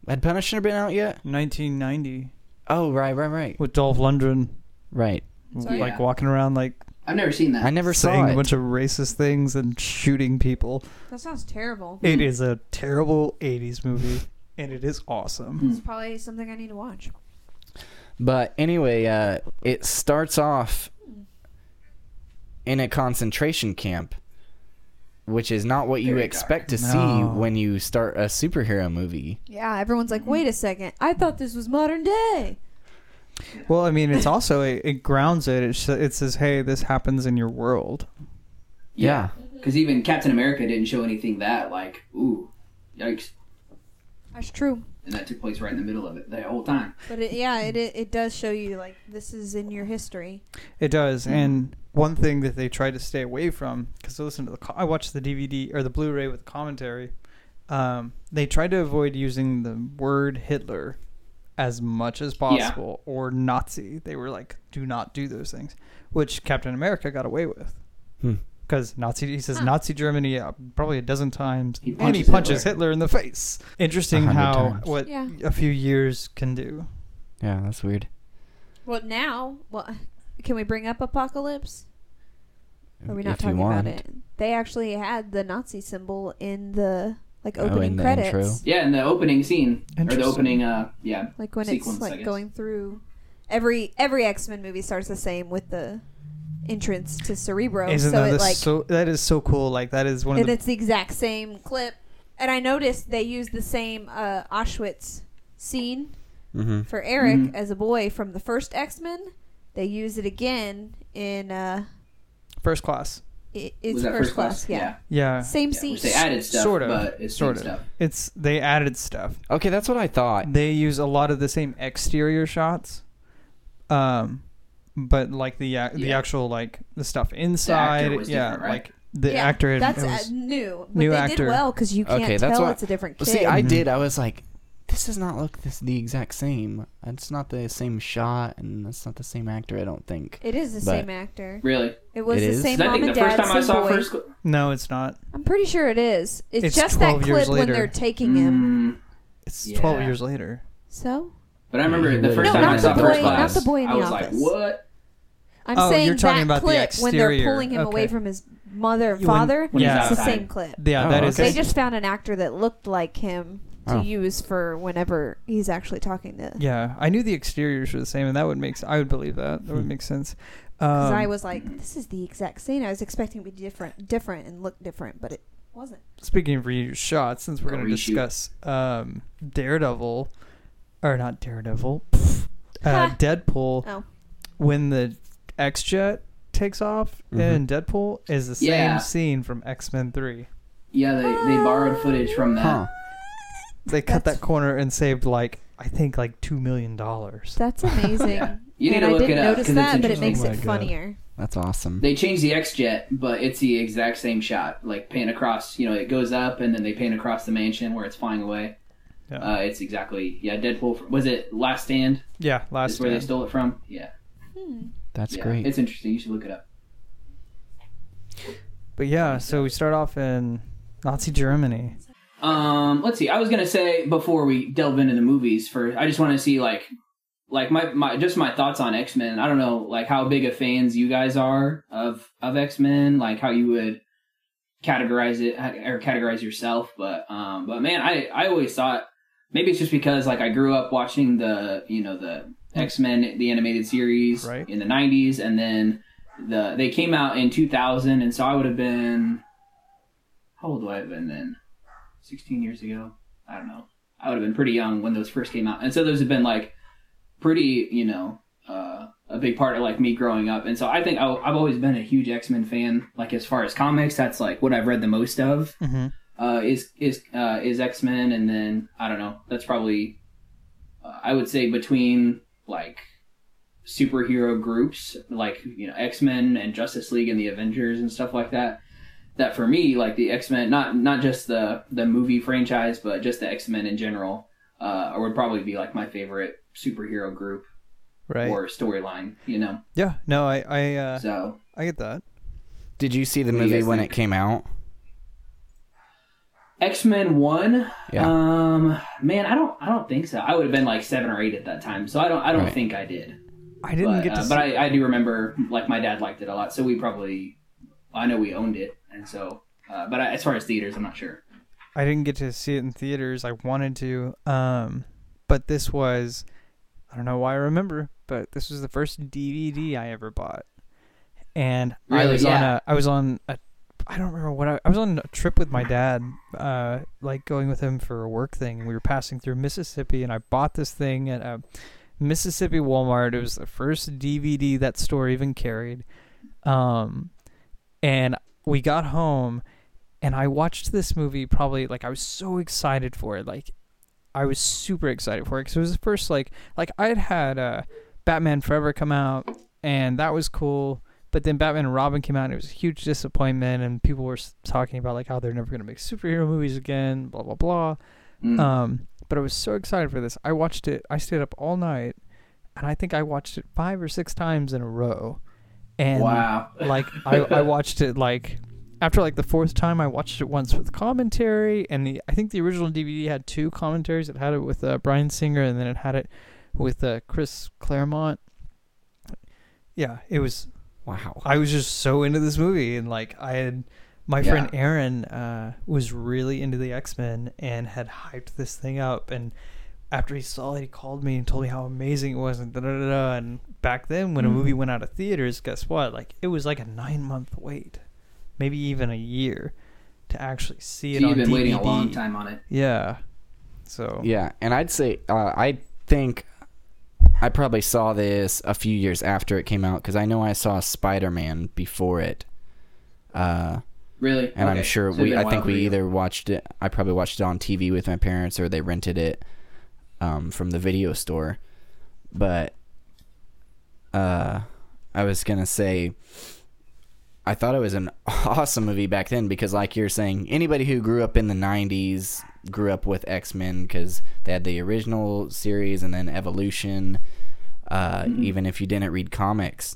A: Had Punisher been out yet?
E: 1990
A: Oh, right, right, right.
E: with Dolph Lundgren
A: Right.
B: Sorry?
E: like
B: Yeah.
E: walking around like
B: I've never seen that.
A: I never
E: saying
A: saw
E: a
A: it.
E: bunch of racist things and shooting people.
C: That sounds terrible.
E: It
A: Mm.
E: is a terrible 80s movie and it is awesome.
C: It's probably something I need to watch.
A: But anyway, uh, it starts off in a concentration camp, which is not what you
B: Very
A: expect to
E: No.
A: see when you start a superhero movie.
C: Yeah, everyone's like, "Wait a second! I thought this was modern day."
E: Well, I mean, it's also it, it grounds it. it. sh- It says, "Hey, this happens in your world."
A: Yeah.
B: Because even Captain America didn't show anything that like, ooh, yikes,
C: That's true.
B: and that took place right in the middle of it the whole time.
C: But it, yeah, it, it it does show you like this is in your history.
E: It does.
C: Hmm.
E: And one thing that they try to stay away from, because I listened to the, co- I watched the DVD or the Blu-ray with commentary. Um, they try to avoid using the word Hitler as much as possible or Nazi. They were like, do not do those things, which Captain America got away with.
A: Hmm.
E: Because Nazi, he says Nazi Germany uh, probably a dozen times,
B: He
E: and he
B: punches
E: punches Hitler.
B: Hitler.
E: in the face. Interesting
A: A hundred
E: how
A: times.
E: what
C: Yeah.
E: a few years can do.
A: Yeah, that's weird.
C: Well, now, well, [laughs] can we bring up Apocalypse? Are we not
A: If you
C: talking about
A: want.
C: it? They actually had the Nazi symbol in the like
A: Oh, in
C: opening
A: the
C: credits,
A: intro.
B: Yeah, in the opening scene or the
E: Interesting.
B: opening, uh, yeah,
C: like when
B: Sequence,
C: it's
B: I
C: like
B: guess.
C: going through. Every every X Men movie starts the same with the entrance to Cerebro,
E: Isn't
C: so
E: that
C: it
E: this
C: like
E: so? That is so cool. Like that is one of
C: and
E: the
C: it's the exact same clip. And I noticed they used the same uh, Auschwitz scene
A: Mm-hmm.
C: for Eric
B: Mhm.
C: as a boy from the first X Men. They use it again in uh,
E: first class.
C: i- it's first, class, yeah.
E: Yeah,
C: Same
B: yeah.
C: scene.
B: Which they added stuff,
E: Sort of.
B: but it's
E: Sort
B: sort
E: of.
B: stuff.
E: it's they added stuff.
A: Okay, that's what I thought.
E: They use a lot of the same exterior shots, um, but like the ac- the
B: Yeah.
E: actual like the stuff inside.
B: was
E: yeah,
B: different, right?
E: like the
C: Yeah,
E: actor. Had,
C: That's
E: it
C: uh,
E: was,
C: new. But
E: new
C: they
E: actor.
C: did well because you can't
A: Okay,
C: tell
A: that's why-
C: it's a different kid.
A: Well, See, I
E: Mhm.
A: did. I was like, this does not look this the exact same. It's not the same shot, and it's not the same actor. I don't think.
C: it is the
A: but-
C: same actor.
B: Really?
C: It was
A: It
C: the
A: is?
C: same
B: 'Cause I
C: mom
B: think the
C: and
B: first
C: dad,
B: time I
C: same
B: saw
C: boy.
B: first. Cl-
E: no, it's not.
C: I'm pretty sure it is. It's,
E: It's
C: just
E: 12
C: that
E: years
C: clip when
E: later.
C: they're taking him.
B: Mm,
E: It's twelve
B: Yeah.
E: years later.
C: So
B: but I remember the first
A: No,
B: time
A: not
B: I saw
A: the boy-
B: first
A: not
B: class.
A: the
C: boy in
B: I
C: the
B: was
C: office.
B: like, what?
C: I'm
E: Oh,
C: saying
E: you're talking
C: that
E: about the
C: clip when they're
E: exterior.
C: pulling him away
E: Okay.
C: from his mother and
E: You- when-
C: father.
E: when he's
C: it's the
B: outside.
C: same clip.
E: Yeah,
A: Oh,
E: that is.
A: okay.
C: They just found an actor that looked like him to
A: Oh.
C: use for whenever he's actually talking to.
E: yeah, I knew the exteriors were the same, and that would make. s- I would believe that.
B: Hmm.
E: That would make sense.
C: Because
E: Um,
C: I was like, this is the exact same. I was expecting it to be different, different and look different, but it wasn't.
E: speaking of reused shots, since we're
B: Or
E: going to
B: reshoot.
E: discuss um, Daredevil, or
C: [laughs]
E: not Daredevil, pff, uh,
C: Ha.
E: Deadpool,
C: Oh.
E: when the X Jet takes off
A: Mhm.
E: and Deadpool is the
B: Yeah.
E: same scene from X Men 3.
B: Yeah, they, they borrowed footage from that.
A: Huh.
E: They cut
C: That's-
E: that corner and saved, like, I think, like $2 million.
A: [laughs]
C: That's amazing.
B: Yeah. You need
C: and
B: to
C: I
B: look
C: didn't
B: it up
C: notice
B: 'cause it's
C: that, but it
B: interesting.
C: makes
E: Oh my
C: it
E: God.
C: funnier.
A: That's awesome.
B: They changed the X jet, but it's the exact same shot. Like pan across, you know, it goes up and then they pan across the mansion where it's flying away.
E: Yeah.
B: Uh, it's exactly yeah. Deadpool fr- was it Last Stand?
E: yeah, last
B: is where
E: year.
B: they stole it from. Yeah,
A: That's
B: yeah.
A: great.
B: It's interesting. You should look it up.
E: But yeah, so we start off in Nazi Germany.
B: Um, let's see. I was gonna say before we delve into the movies, for I just want to see like, like my, my just my thoughts on X Men. I don't know like how big of fans you guys are of of X Men, like how you would categorize it or categorize yourself. But um, but man, I I always thought maybe it's just because like I grew up watching the you know the X Men the animated series
E: Right.
B: in the '90s, and then the they came out in 2000, and so I would have been how old would I have been then? 16 years ago. I don't know. I would have been pretty young when those first came out. And so those have been like pretty, you know, uh, a big part of like me growing up. And so I think I, I've always been a huge X Men fan. Like as far as comics, that's like what I've read the most of
E: Mm-hmm.
B: uh, is is uh, is X Men, and then I don't know. That's probably uh, I would say between like superhero groups like you know X Men and Justice League and the Avengers and stuff like that. That for me, like the X Men, not not just the the movie franchise, but just the X Men in general, uh, would probably be like my favorite superhero group
E: Right.
B: or storyline. You know,
E: Yeah. No, I I uh,
B: so
E: I get that.
A: Did you see the
B: What do you
A: movie
B: guys
A: when
B: think?
A: it came out?
B: X Men One.
A: Yeah.
B: Um, man, I don't, I don't think so. I would have been like seven or eight at that time, so I don't, I don't
A: Right.
B: think I did.
E: I didn't
B: but
E: get to
B: uh,
E: see.
B: but I, I do remember, like my dad liked it a lot, so we probably, I know we owned it, and so, uh, but I, as far as theaters, I'm not sure.
E: I didn't get to see it in theaters. I wanted to, um, but this was, I don't know why I remember, but this was the first DVD I ever bought, and I
B: Really?
E: was on
B: Yeah.
E: a, I was on a, I don't remember what I, I was on a trip with my dad, uh, like going with him for a work thing, and we were passing through Mississippi, and I bought this thing at a Mississippi Walmart. It was the first DVD that store even carried, um, and we got home and I watched this movie probably like I was so excited for it. Like I was super excited for it because it was the first like like I had had uh, Batman Forever come out and that was cool. But then Batman and Robin came out and it was a huge disappointment and people were s- talking about like how they're never gonna make superhero movies again, blah blah blah.
B: Mm.
E: Um, but I was so excited for this. I watched it. I stayed up all night, and I think I watched it five or six times in a row. And
B: wow.
E: [laughs] like I, I watched it like after like the fourth time I watched it once with commentary and the I think the original DVD had two commentaries. It had it with uh, Brian Singer and then it had it with uh, Chris Claremont. Yeah, it was
A: Wow.
E: I was just so into this movie and like I had my
B: Yeah.
E: friend Aaron uh, was really into the X Men and had hyped this thing up and after he saw it he called me and told me how amazing it was and da da da da and back then when a
B: Mhm.
E: movie went out of theaters guess what like it was like a nine month wait maybe even a year to actually see
B: So
E: it
B: you've
E: on
B: been
E: DVD.
B: waiting a long time on it.
E: yeah so
A: Yeah, and I'd say uh, I think I probably saw this a few years after it came out because I know I saw Spider Man before it. Uh,
B: Really?
A: and I'm
B: Okay.
A: sure
B: So it's
A: we.
B: been a
A: I think
B: while for
A: we
B: you.
A: either watched it. I probably watched it on TV with my parents, or they rented it um, from the video store. But uh, I was gonna say, I thought it was an [laughs] awesome movie back then because, like you're saying, anybody who grew up in the '90s grew up with X Men because they had the original series and then Evolution. Uh,
B: Mm-hmm.
A: Even if you didn't read comics,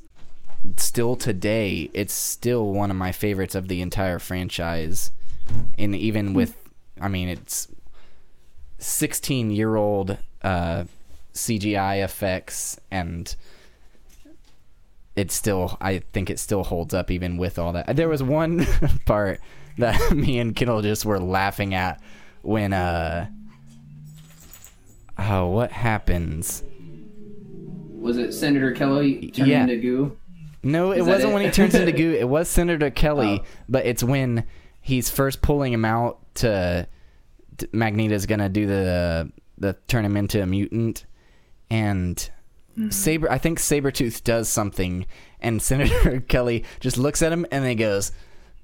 A: still today, it's still one of my favorites of the entire franchise. And even with, I mean, it's 16 year old uh, CGI effects, and it still, I think it still holds up even with all that. There was one [laughs] part that [laughs] me and Kendall just were laughing at when, uh, oh, what happens?
B: Was it Senator Kelly turned
A: Yeah.
B: into
C: [laughs]
B: goo? [laughs]
A: No, it
B: that
A: wasn't
B: it?
A: when he turns [laughs] into goo. It was Senator Kelly,
B: Oh.
A: but it's when he's first pulling him out to t- Magneto's gonna do the the turn him into a mutant, and Saber. I think Sabretooth does something, and [laughs] Senator Kelly just looks at him and then he goes,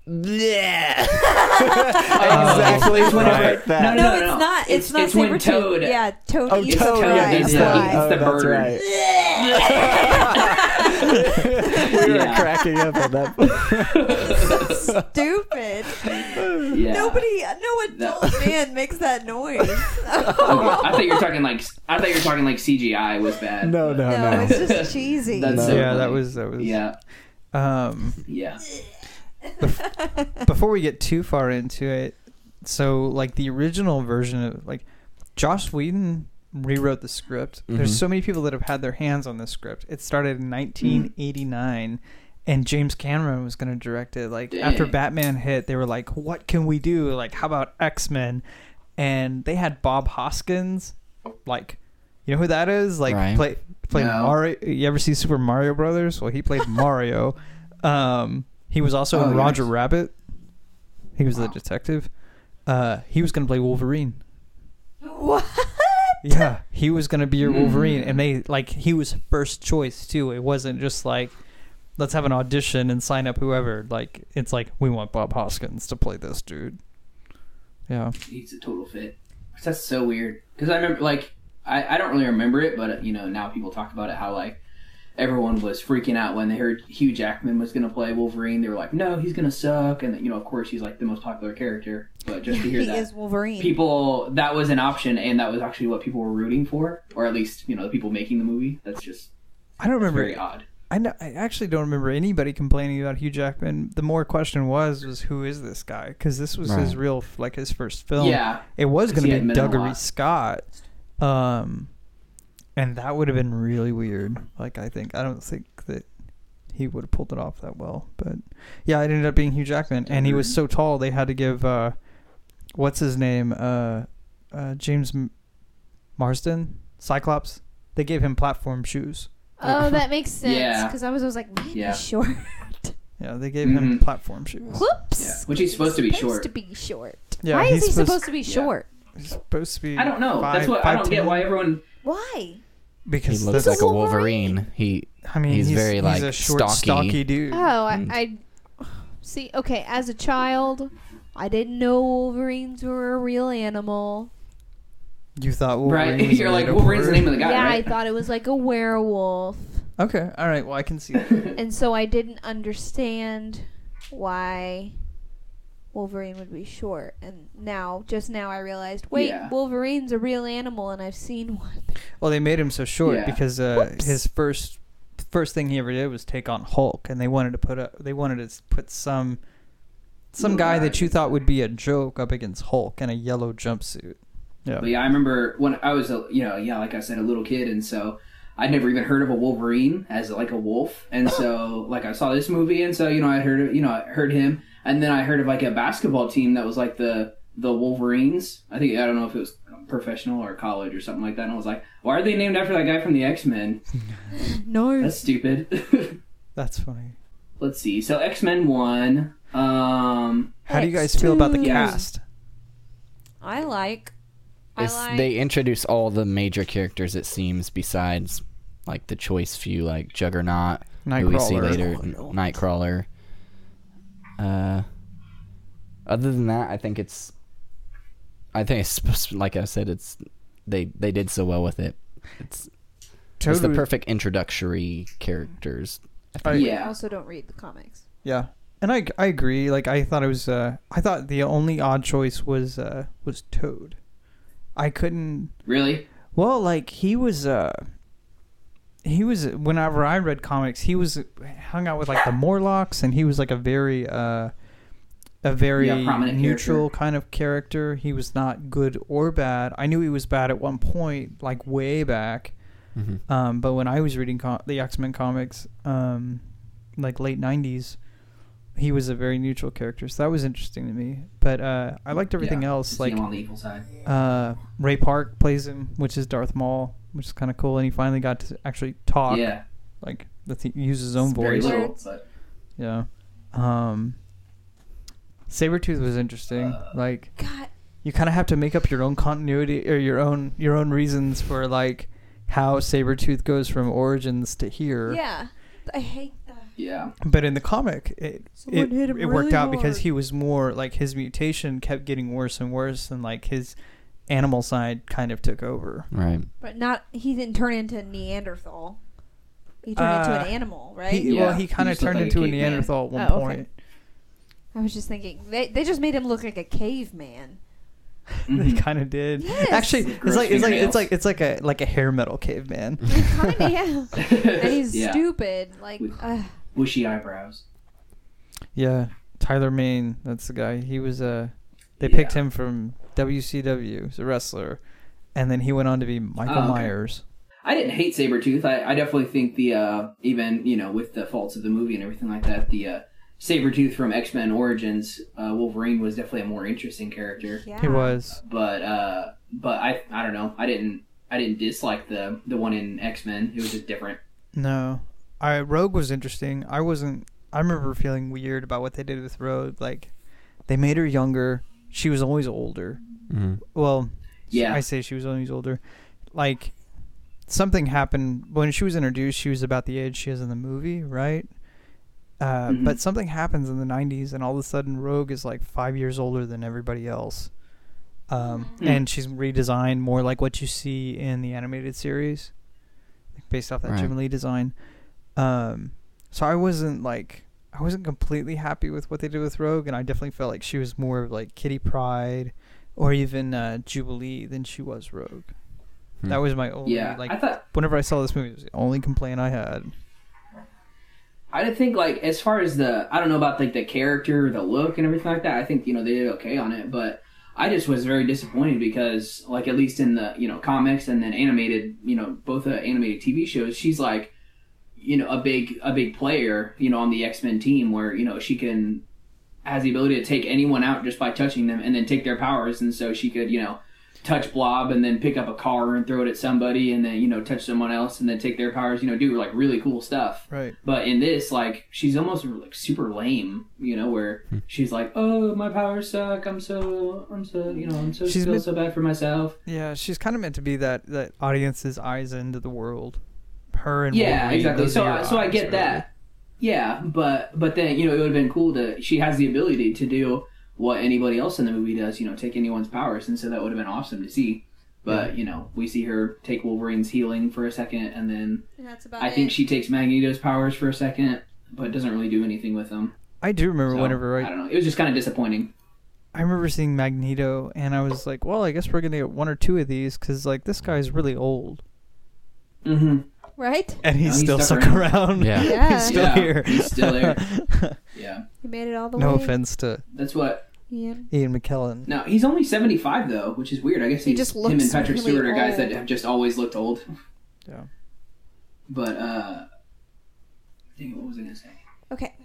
A: "Yeah." exactly
B: it's whenever-
A: like that.
B: Oh. No,
C: No,
B: no,
C: it's
B: no.
C: not. It's,
B: It's-
C: not
B: it's when
C: Sabretooth.
B: Toad-
C: Yeah, Toad
A: [laughs] Oh,
C: eats
A: Toad,
C: the
A: yeah,
C: fly.
A: that's right.
C: That's why. [laughs]
B: It's the
A: Oh, that's
B: bird.
A: right.
B: [laughs]
A: Oh, [laughs] We were
B: Yeah.
A: cracking up at that. point.
C: Stupid.
B: Yeah.
C: Nobody, no adult man makes that noise.
B: Okay, I thought you were talking like I thought you were talking like CGI was bad.
A: No, no,
C: no,
A: no.
C: it's
B: [laughs]
C: just cheesy.
B: That's so
E: yeah that
B: funny.
E: was that was
B: Yeah.
E: um
B: Yeah.
E: before we get too far into it, so like the original version of like Josh Whedon rewrote the script.
A: Mhm.
B: Mm-hmm.
E: There's so many people that have had their hands on this script. It started in 1989 and James Cameron was going to direct it. Like after
B: Dang.
E: Batman hit, they were like, "What can we do? Like how about X-Men?" And they had Bob Hoskins like you know who that is? Like
A: Right.
E: play played
B: No.
E: Mario. You ever see Super Mario Brothers? Well,
B: [laughs]
E: he played Mario. Um, he was also
B: Oh,
E: in Roger
B: nice.
E: Rabbit. He was the detective. uh, he was going to play Wolverine.
C: [laughs] What?
E: Yeah, [laughs] he was going to be your Wolverine, and they like he was first choice too. It wasn't just like let's have an audition and sign up whoever. Like it's like we want Bob Hoskins to play this dude. Yeah,
B: He's a total fit. That's so weird. Because I remember, like, I, I don't really remember it, but, you know, now people talk about it how, like, everyone was freaking out when they heard Hugh Jackman was going to play Wolverine. They were like, no, he's going to suck. And, you know, of course, he's, like, the most popular character. But just to hear
C: [laughs] he
B: that,
C: is Wolverine.
B: people, that was an option, and that was actually what people were rooting for, or at least, you know, the people making the movie. That's just
E: I don't remember.
B: very odd.
E: I know, I actually don't remember anybody complaining about Hugh Jackman. The more question was was who is this guy? Because this was his
A: Right.
E: real like his first film.
B: Yeah.
E: it was
B: 'Cause
E: going
B: he
E: to
B: had
E: be
B: been in a
E: Duggery
B: lot.
E: Scott, um, and that would have been really weird. Like I think I don't think that he would have pulled it off that well. But yeah, it ended up being Hugh Jackman, and he
B: Mm-hmm.
E: was so tall they had to give uh, what's his name uh, uh James M- Marsden Cyclops. They gave him platform shoes.
C: oh, that makes sense.
B: Yeah.
C: Because I was always like, man,
B: Yeah.
C: he's short.
E: Yeah, they gave him
B: Mhm.
E: platform shoes.
C: Whoops.
B: Yeah. Which he's supposed to be short.
C: to be short.
E: Yeah,
C: Why
E: he's
C: is he supposed,
E: supposed-
C: to be
B: Yeah.
C: short?
E: He's supposed to be.
B: I don't know. That's
E: five-
B: what I don't get
E: 5'10".
B: why everyone.
C: Why?
A: He
E: Because
A: looks
E: that's-
A: like
C: He's a
A: a Wolverine. He
E: I mean,
A: he's
E: he's,
A: very,
E: he's
A: like,
E: a short,
A: stocky.
E: dude.
C: Oh, I, I see. Okay, as a child, I didn't know Wolverines were a real animal.
E: You thought Wolverine?
B: Right? [laughs]
E: was
B: You're
E: made
B: like,
E: of
B: Wolverine's the
E: wood?
B: name of the guy,
C: yeah,
B: right? [laughs]
C: I thought it was like a werewolf,
E: Okay, all right. Well, I can see. That.
C: and so I didn't understand why Wolverine would be short. And now, just now, I realized. Wait,
B: Yeah.
C: Wolverine's a real animal, and I've seen [laughs] one.
E: well, they made him so short
B: Yeah.
E: because uh,
C: Whoops.
E: his first first thing he ever did was take on Hulk, and they wanted to put a they wanted to s- put some some
B: Little
E: guy
B: guy.
E: that you thought would be a joke up against Hulk in a yellow jumpsuit.
B: But yeah, I remember when I was a you know yeah, like I said, a little kid, and so I'd never even heard of a Wolverine as like a wolf, and so like I saw this movie, and so you know I heard of, you know I heard him, and then I heard of like a basketball team that was like the the Wolverines. I think I don't know if it was professional or college or something like that, and I was like, why are they named after that guy from the X Men?
C: No. [laughs]
B: That's stupid. [laughs]
E: That's funny.
B: Let's see. So X Men one. Um,
E: How do you guys feel about the
C: X2.
E: cast?
C: I like. I
A: it's,
C: like.
A: they introduce all the major characters it seems besides like the choice few like Juggernaut, who we see
E: Nightcrawler. Oh,
A: later, N- Nightcrawler. Uh, other than that, I think it's. I think it's supposed to, like I said, it's they they did so well with it. It's it's the
E: Toad-
A: perfect introductory characters.
E: I-
C: I
B: yeah.
C: also don't read the comics.
E: Yeah, and I I agree. Like I thought it was. Uh, I thought the only odd choice was uh was Toad. I couldn't.
B: Really?
E: Well, like he was. Uh, he was whenever I read comics, he was hung out with like the Morlocks, and he was like a very uh, a very
B: Yeah, prominent
E: neutral kind of character. He was not good or bad. I knew he was bad at one point, like way back. Um, but when I was reading com- the X Men comics, um, like late '90s, he was a very neutral character, so that was interesting to me. But uh, I liked everything
B: Yeah,
E: else.
B: See him
E: Like
B: on the evil side.
E: uh, Ray Park plays him, which is Darth Maul, which is kind of cool, and he finally got to actually talk.
B: Yeah.
E: like that's he uses his own
B: Very
E: voice.
B: little,
C: Words.
B: but
E: Yeah. Um, Sabretooth was interesting.
B: Uh.
E: like
C: God,
E: you kind of have to make up your own continuity or your own your own reasons for like how Sabretooth goes from origins to here.
C: yeah, I hate. that.
B: yeah.
E: But in the comic, it
C: Someone
E: it,
C: hit him
E: it worked
C: really
E: out because
C: hard.
E: he was more like his mutation kept getting worse and worse, and like his animal side kind of took over.
A: Right.
C: But not he didn't turn into a Neanderthal. He turned into
E: Uh,
C: an animal, right?
E: He,
B: Yeah,
E: well, he
B: he
E: kind of
B: just looked
E: turned
B: like a
E: into a
B: caveman.
E: Neanderthal at one
C: Oh, okay.
E: point. [laughs]
C: I was just thinking they they just made him look like a
E: [laughs]
C: caveman.
E: They kind of did.
C: Yes.
E: Actually,
B: With
E: it's
B: gross
E: like it's like it's
B: fingernails.
E: like it's like a like a hair metal caveman.
C: kind of, yeah.
B: [laughs]
C: And he's
B: Yeah.
C: stupid. Like,
B: We-
C: uh,
B: Bushy eyebrows.
E: yeah, Tyler Main, that's the guy. He was Uh, they
B: Yeah.
E: picked him from WCW. He's a wrestler, and then he went on to be Michael
B: Oh, okay.
E: Myers.
B: I didn't hate Sabretooth. I, I definitely think the, uh, even, you know, with the faults of the movie and everything like that, the uh, Sabretooth from X Men Origins, uh, Wolverine was definitely a more interesting character.
C: yeah.
E: He was.
B: But, uh, but I, I don't know. I didn't, I didn't dislike the, the one in X Men. It was just different.
E: No, I Rogue was interesting. I wasn't. I remember feeling weird about what they did with Rogue. Like, they made her younger. she was always older.
A: Mm-hmm.
E: Well,
B: Yeah.
E: I say she was always older. Like something happened when she was introduced. She was about the age she is in the movie, right? Uh,
B: Mhm.
E: But something happens in the '90s, and all of a sudden, Rogue is like five years older than everybody else, um,
B: Mm.
E: and she's redesigned more like what you see in the animated series, like, based off that
A: Right.
E: Jim Lee design. Um, so I wasn't like I wasn't completely happy with what they did with Rogue, and I definitely felt like she was more of like Kitty Pride or even uh, Jubilee than she was Rogue.
A: Hmm.
E: That was my only
B: yeah.
E: like.
B: I thought
E: whenever I saw this movie, it was the only complaint I had.
B: I did think like as far as the I don't know about like the character, the look, and everything like that. I think you know they did okay on it, but I just was very disappointed because like at least in the you know comics and then animated you know both the animated TV shows, she's like you know a big a big player you know on the X Men team where you know she can has the ability to take anyone out just by touching them and then take their powers, and so she could you know touch blob and then pick up a car and throw it at somebody and then you know touch someone else and then take their powers you know do like really cool stuff
E: Right.
B: but in this, like, she's almost like super lame, you know, where
E: Hmm.
B: she's like, "Oh, my powers suck. I'm so, I'm so, you know, I'm so
E: She's
B: feel
E: been-
B: so bad for myself."
E: Yeah, she's kind of meant to be that that audience's eyes into the world. Her and
B: yeah,
E: Wolverine,
B: exactly.
E: those
B: So,
E: are your
B: I, so I
E: eyes,
B: get
E: really.
B: that. Yeah, but but then you know it would have been cool to. She has the ability to do what anybody else in the movie does, you know, take anyone's powers, and so that would have been awesome to see. But you know, we see her take Wolverine's healing for a second, and then
C: And that's about
B: I
C: it.
B: think she takes Magneto's powers for a second, but doesn't really do anything with them.
E: I do remember
B: So,
E: whenever I,
B: I don't know, it was just kind of disappointing.
E: I remember seeing Magneto, and I was like, well, I guess we're gonna get one or two of these because like this guy's really old,
B: Mm-hmm.
C: right?
E: and he's,
B: No, he
E: still
B: stuck
E: stuck
B: around.
E: around.
A: Yeah.
C: Yeah.
E: [laughs] he's still
B: Yeah,
E: here.
B: he's still
E: [laughs]
B: there. Yeah,
C: You made it all the
E: no
C: way.
E: offense to
B: that's what.
C: Ian.
E: Ian McKellen.
B: No, he's only seventy five though, which is weird. I guess
C: He
B: he's-
C: just
B: him and
C: looks
B: Patrick
C: really
B: Stewart are guys that
C: old.
B: have just always looked old.
E: Yeah.
B: But uh, dang, it, what was I gonna say?
C: Okay.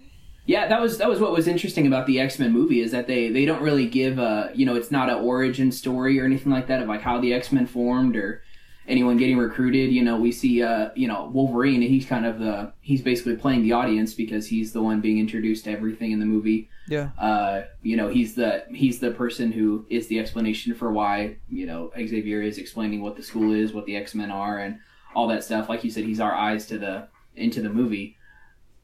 B: Yeah, that was that was what was interesting about the X Men movie is that they they don't really give a you know it's not an origin story or anything like that of like how the X Men formed or anyone getting recruited. You know, we see uh you know Wolverine and he's kind of the he's basically playing the audience because he's the one being introduced to everything in the movie.
E: Yeah.
B: uh, you know he's the he's the person who is the explanation for why you know Xavier is explaining what the school is, what the X Men are, and all that stuff. Like you said, he's our eyes to the into the movie.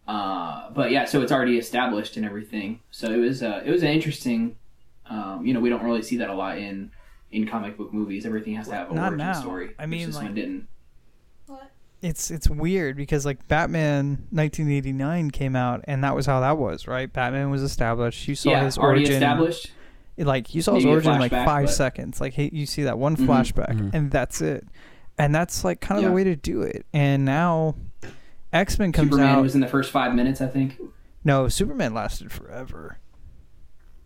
B: Uh, but yeah, so it's already established and everything. So it was uh, it was an interesting. Um, you know, we don't really see that a lot in in comic book movies. Everything has to have a
E: Not
B: origin
E: now.
B: story.
E: I
B: which
E: mean,
B: this
E: like-
B: one didn't.
E: it's it's weird because like Batman 1989 came out and that was how that was right. Batman was established. You saw
B: yeah,
E: his
B: already
E: origin,
B: established.
E: it, like you saw his
B: Maybe a
E: origin in like
B: flashback,
E: five
B: but-
E: seconds. Like he, you see that one
B: Mhm.
E: flashback
A: Mhm.
E: and that's it. And that's like kind of
B: Yeah.
E: the way to do it. And now X Men comes
B: Superman
E: out.
B: was in the first five minutes, I think.
E: no, Superman lasted forever.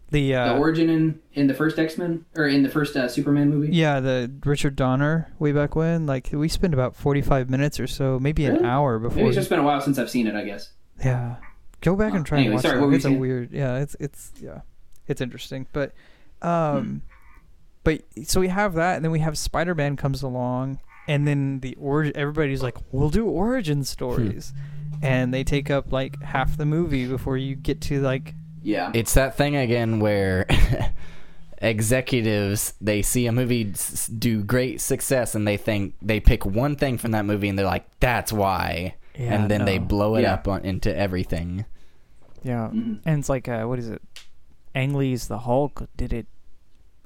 E: The uh,
B: the origin in in the first X Men or in the first uh, Superman movie.
E: yeah, the Richard Donner way back when. Like we spent about 45 minutes or so, maybe an
B: Really?
E: hour
B: Maybe
E: before.
B: it's just been a while since I've seen it, I guess.
E: Yeah. Go back
B: Uh,
E: and try
B: anyway,
E: and watch
B: sorry,
E: that.
B: what were you
E: it's a
B: saying?
E: weird yeah, it's it's yeah. It's interesting. But
B: Hmm.
E: um but so we have that and then we have Spider Man comes along and then the origin everybody's like, We'll do
B: Hmm.
E: origin stories and they take up like half the movie before you get to like
B: Yeah.
A: It's that thing again where [laughs] executives they see a movie s- do great success and they think they pick one thing from that movie and they're like, "That's why,"
E: Yeah,
A: and then they
E: no.
A: blow it
B: Yeah.
A: up on, into everything.
F: Yeah.
B: Mhm.
F: And it's like, uh, what is it? Ang Lee's The Hulk did it.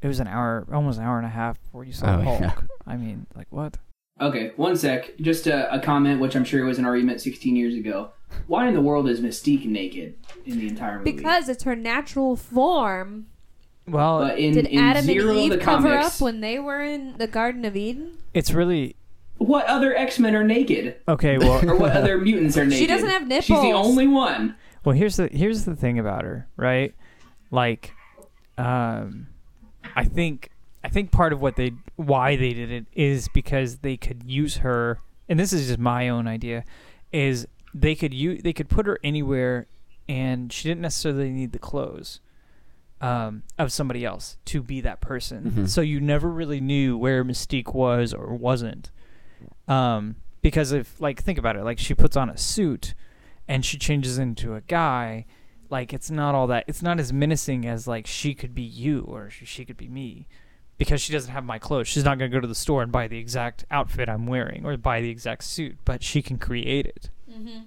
F: It was an hour, almost an hour and a half before you saw
A: Oh,
F: the Hulk.
A: yeah.
F: I mean, like, what?
B: Okay, one sec. Just a, a comment, which I'm sure was an argument 16 years ago. Why in the world is Mystique naked in the entire movie?
C: Because it's her natural form.
F: Well,
B: but in,
C: Did
B: in
C: Adam and
B: zero of
C: Eve
B: the
C: cover
B: comics,
C: up when they were in the Garden of Eden?
F: it's really
B: what other X Men are naked?
F: okay. Well,
B: [laughs] Or what other mutants are naked?
C: She doesn't have
B: She's the
C: nipples.
B: only one.
F: well, here's the here's the thing about her, right? Like, um, I think I think part of what they why they did it is because they could use her, and this is just my own idea, is they could use they could put her anywhere, and she didn't necessarily need the clothes. Um, of somebody else to be that person,
A: Mhm.
F: so you never really knew where Mystique was or wasn't. Um, because if like think about it, like she puts on a suit, and she changes into a guy, like it's not all that it's not as menacing as like she could be you or sh- she could be me because she doesn't have my clothes she's not going to go to the store and buy the exact outfit i'm wearing or buy the exact suit but she can create it
C: Mm-hmm.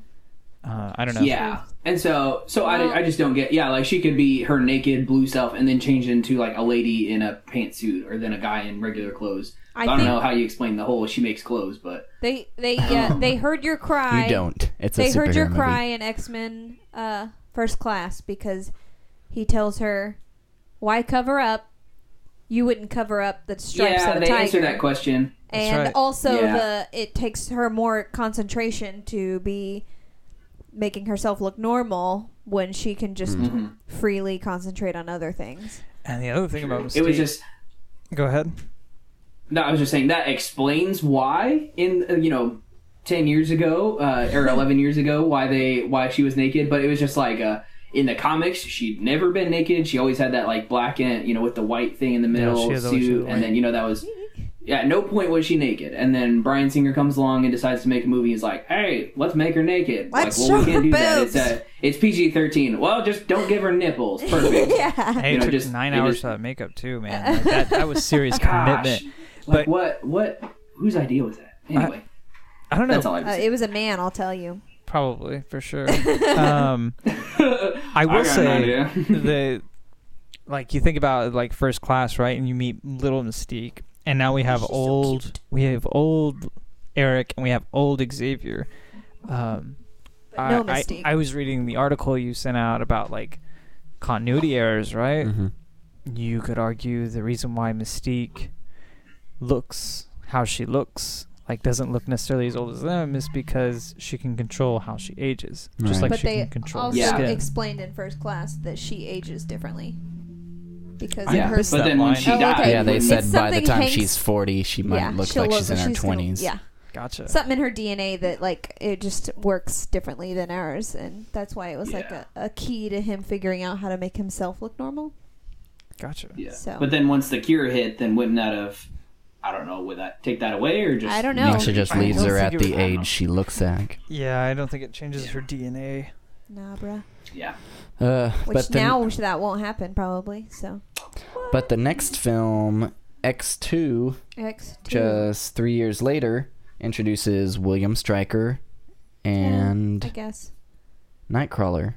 F: uh, i don't know
B: Yeah, and so so I, I just don't get yeah like she could be her naked blue self and then change into like a lady in a pantsuit or then a guy in regular clothes.
C: I
B: I, don't
C: think-
B: know how you explain the whole she makes clothes, but
C: They they
B: [laughs]
C: yeah they heard your cry.
A: you don't. It's
C: they
A: a
C: heard
A: superhero
C: your
A: movie.
C: cry in X Men uh, First Class because he tells her, "Why cover up? You wouldn't cover up the stripes
B: yeah,
C: of a
B: they
C: tiger."
B: answer that question.
C: and
E: right.
C: also
B: Yeah.
C: the it takes her more concentration to be making herself look normal when she can just
B: Mm-hmm.
C: freely concentrate on
B: [laughs]
C: other things. [laughs]
F: and the other thing about
B: It
F: Mystique-
B: was just
F: go ahead
B: No, I was just saying that explains why in uh, you know ten years ago uh,
C: [laughs]
B: or eleven years ago why they why she was naked, but it was just like uh, in the comics she'd never been naked. She always had that like black and you know with the white thing in the middle
F: she has always- she
B: suit,
F: was
B: and then you know that was yeah. At no point was she naked, and then Brian Singer comes along and decides to make a movie. He's like, hey, let's make her naked.
C: Let's
B: like,
C: show
B: we can't
C: her
B: do that.
C: boobs.
B: It's uh, it's PG thirteen. Well, just don't give her nipples.
C: [laughs]
B: Perfect.
C: yeah.
F: hey
B: You
F: it
B: know,
F: took
B: just-
F: nine
B: it
F: hours
B: just-
F: for that makeup too man
B: [laughs]
F: Like, that, that was serious
B: Gosh.
F: commitment
B: Like
F: But-
B: what what whose idea was that? Anyway,
F: i don't know
B: that's all I was
C: Uh, it was a man, I'll tell you.
F: probably
B: [laughs]
F: for sure um i
C: Uh,
F: will
B: got an
F: say
B: idea.
F: the like you think about like first class right and you meet little mystique and now we have
C: She's so
F: old we have old eric and we have old xavier um
C: But no
F: I,
C: Mystique.
F: I, I was reading the article you sent out about like continuity errors right
A: Mhm.
F: you could argue the reason why mystique looks how she looks like doesn't look necessarily as old as them is because she can control how she ages just
A: Right.
F: like
C: but
F: she
C: they
F: can control
C: also
F: her
B: Yeah.
F: skin.
C: explained in first class that she ages differently because
F: I
B: [laughs]
C: of
B: yeah,
C: her.
F: missed
B: but
F: that
B: then when
F: line.
B: she
C: Oh,
B: died,
C: okay.
A: Uh, Yeah, they
B: when-
C: It's
A: said by the
C: something
A: time
C: Hank's-
A: she's 40, she might
C: yeah,
A: look
C: she'll
A: like
C: look-
A: she's in her
C: gonna-
A: 20s.
C: yeah,
F: gotcha
C: something in her DNA that like it just works differently than ours, and that's why it was like
B: Yeah.
C: a, a key to him figuring out how to make himself look normal.
F: gotcha
B: yeah.
C: So.
B: But then once the cure hit, then wouldn't that have? I don't know. Would that take that away or just?
C: I don't
A: I
C: know.
A: think she just
F: I
A: leaves
F: don't
A: her
F: think
A: at
F: it
A: the
F: was-
A: age she looks at.
F: yeah i don't think it changes her dna
C: Nah, bruh.
B: Yeah.
A: Uh,
C: Which
A: but the,
C: now that won't happen probably. So
A: but the next film, X2,
C: X two.
A: just three years later, introduces William Stryker and
C: I guess.
A: Nightcrawler.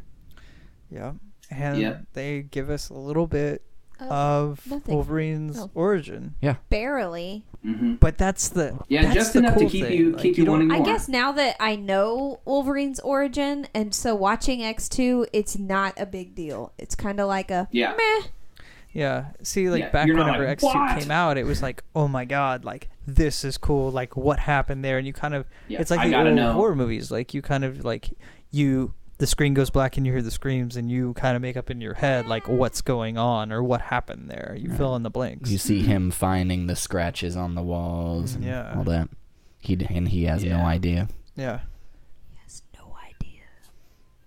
E: Yeah. And
B: Yeah.
E: they give us a little bit
C: Oh,
E: of
C: nothing.
E: Wolverine's
C: Oh.
E: origin.
C: Barely.
B: hmm
E: But that's the
B: Yeah,
E: that's
B: just
E: the
B: enough
E: cool
B: to keep
E: thing.
B: you
E: Like,
B: keep you,
E: don't-
B: wanting more.
C: I guess now that I know Wolverine's origin, and so watching X two, it's not a big deal. It's kind of like a
B: Yeah.
C: meh.
E: Yeah. See, like
B: Yeah,
E: back
B: you're not
E: whenever
B: like,
E: X2
B: "What?"
E: came out, it was like, oh my god, like this is cool. Like what happened there? And you kind of,
B: Yeah,
E: it's like
B: I
E: the
B: gotta
E: old
B: know.
E: horror movies. Like you kind of like you, the screen goes black and you hear the screams and you kind of make up in your head like what's going on or what happened there. You fill in the blanks.
A: You see him finding the scratches on the walls and
E: Yeah.
A: all that. He d- and he has no
B: Yeah.
A: idea.
E: yeah.
C: Has no idea.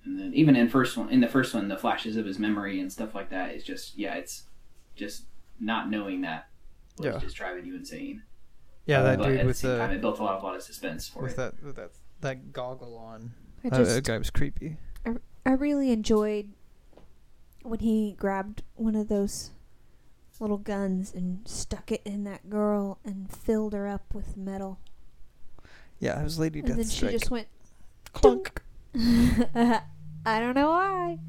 B: And then even in first one, in the first one, the flashes of his memory and stuff like that is just yeah, it's just not knowing that was
E: Yeah.
B: just driving you insane.
E: Yeah, that
B: but
E: dude
B: at the
E: with
B: same time,
E: the
B: it built a lot, a lot of suspense for
E: with
B: it.
E: that with that that goggle on. Oh,
C: I
E: That-
C: just
E: that guy was creepy.
C: I really enjoyed when he grabbed one of those little guns and stuck it in that girl and filled her up with metal.
E: Yeah, it was Lady
C: and then she
E: Deathstrike.
C: just went,
E: Clunk.
C: [laughs] I don't know why. [laughs]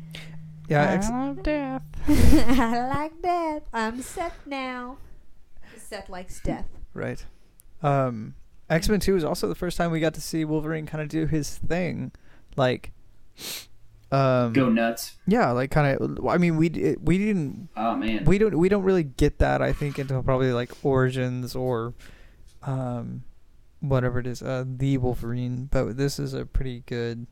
E: Yeah, X-
F: love death
C: I like death. I'm Seth now. Seth likes death.
E: right. Um, X Men Two is also the first time we got to see Wolverine kind of do his thing, like, um,
B: Go nuts!
E: yeah, like kind of. I mean, we d- we didn't
B: Oh man,
E: we don't we don't really get that I think until probably like Origins or, um, whatever it is, uh, the Wolverine. But this is a pretty good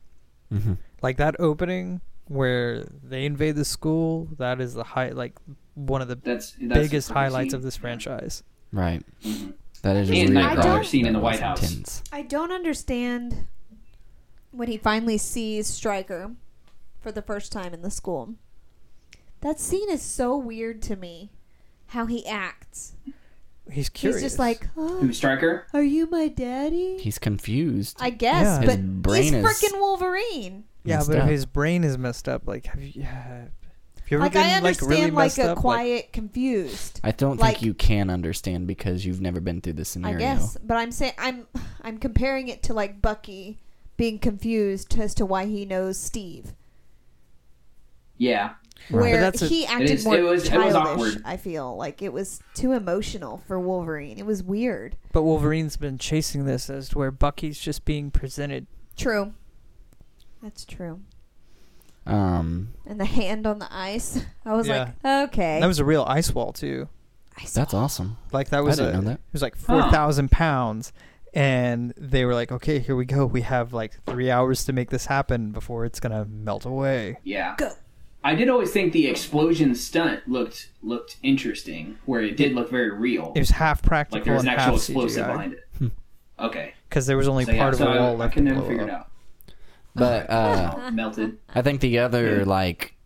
A: Mm-hmm.
E: like that opening where they invade the school. That is the high like one of the
B: that's, that's
E: biggest
B: the fucking
E: highlights
B: scene.
E: of this franchise.
A: Right.
B: Mhm.
A: That is just
B: And
A: really
C: Nightcrawler
A: dark.
B: scene in
A: That
B: the White
A: was
B: House.
A: intense.
C: I don't understand when he finally sees Stryker for the first time in the school. That scene is so weird to me. How he acts.
E: He's curious.
C: He's just like, oh,
B: Who Striker?
C: are you my daddy?
A: He's confused.
C: I guess,
E: Yeah.
A: His
C: but
A: brain
C: he's
A: is-
C: freaking Wolverine.
E: Yeah,
A: messed
E: but
A: up.
E: if his brain is messed up, like have you, yeah, have you ever
C: Like
E: been
C: I
E: like
C: understand, like,
E: really messed
C: a
E: up?
C: quiet, confused.
A: I don't
C: like-
A: think you can understand because you've never been through the
C: I
A: scenario.
C: guess, but I'm saying I'm I'm comparing it to like Bucky being confused as to why he knows Steve,
B: Yeah.
A: Right.
E: But
C: where
E: that's a-
C: he acted
B: is-
C: more
B: it was- it was
C: childish.
B: awkward.
C: I feel like it was too emotional for Wolverine. It was weird.
E: Like, but Wolverine's been chasing this as to where Bucky's just being presented.
C: True. That's true.
A: Um,
C: And the hand on the ice. [laughs] I was
E: Yeah.
C: like, okay.
E: That was a real ice wall too.
C: Ice
A: that's awesome.
E: Like that was
A: I didn't
E: a-
A: know that.
E: It was like
B: Huh.
E: four thousand pounds, and they were like, "Okay, here we go. We have like three hours to make this happen before it's gonna melt away."
B: Yeah.
C: Go.
B: I did always think the explosion stunt looked looked interesting, where it did look very real.
E: It was half practical
B: like there was an
E: and
B: actual
E: half
B: explosive
E: CGI
B: behind it. Okay.
E: because there was only
B: So,
E: Hmm. part
B: yeah,
E: of
B: so
E: a wall
B: I, I
E: left.
B: can
E: to
B: never
E: blow
B: figure it
E: up.
B: out.
A: But
C: [laughs]
A: uh,
B: Oh, melted.
A: I think the
B: Hmm.
A: other like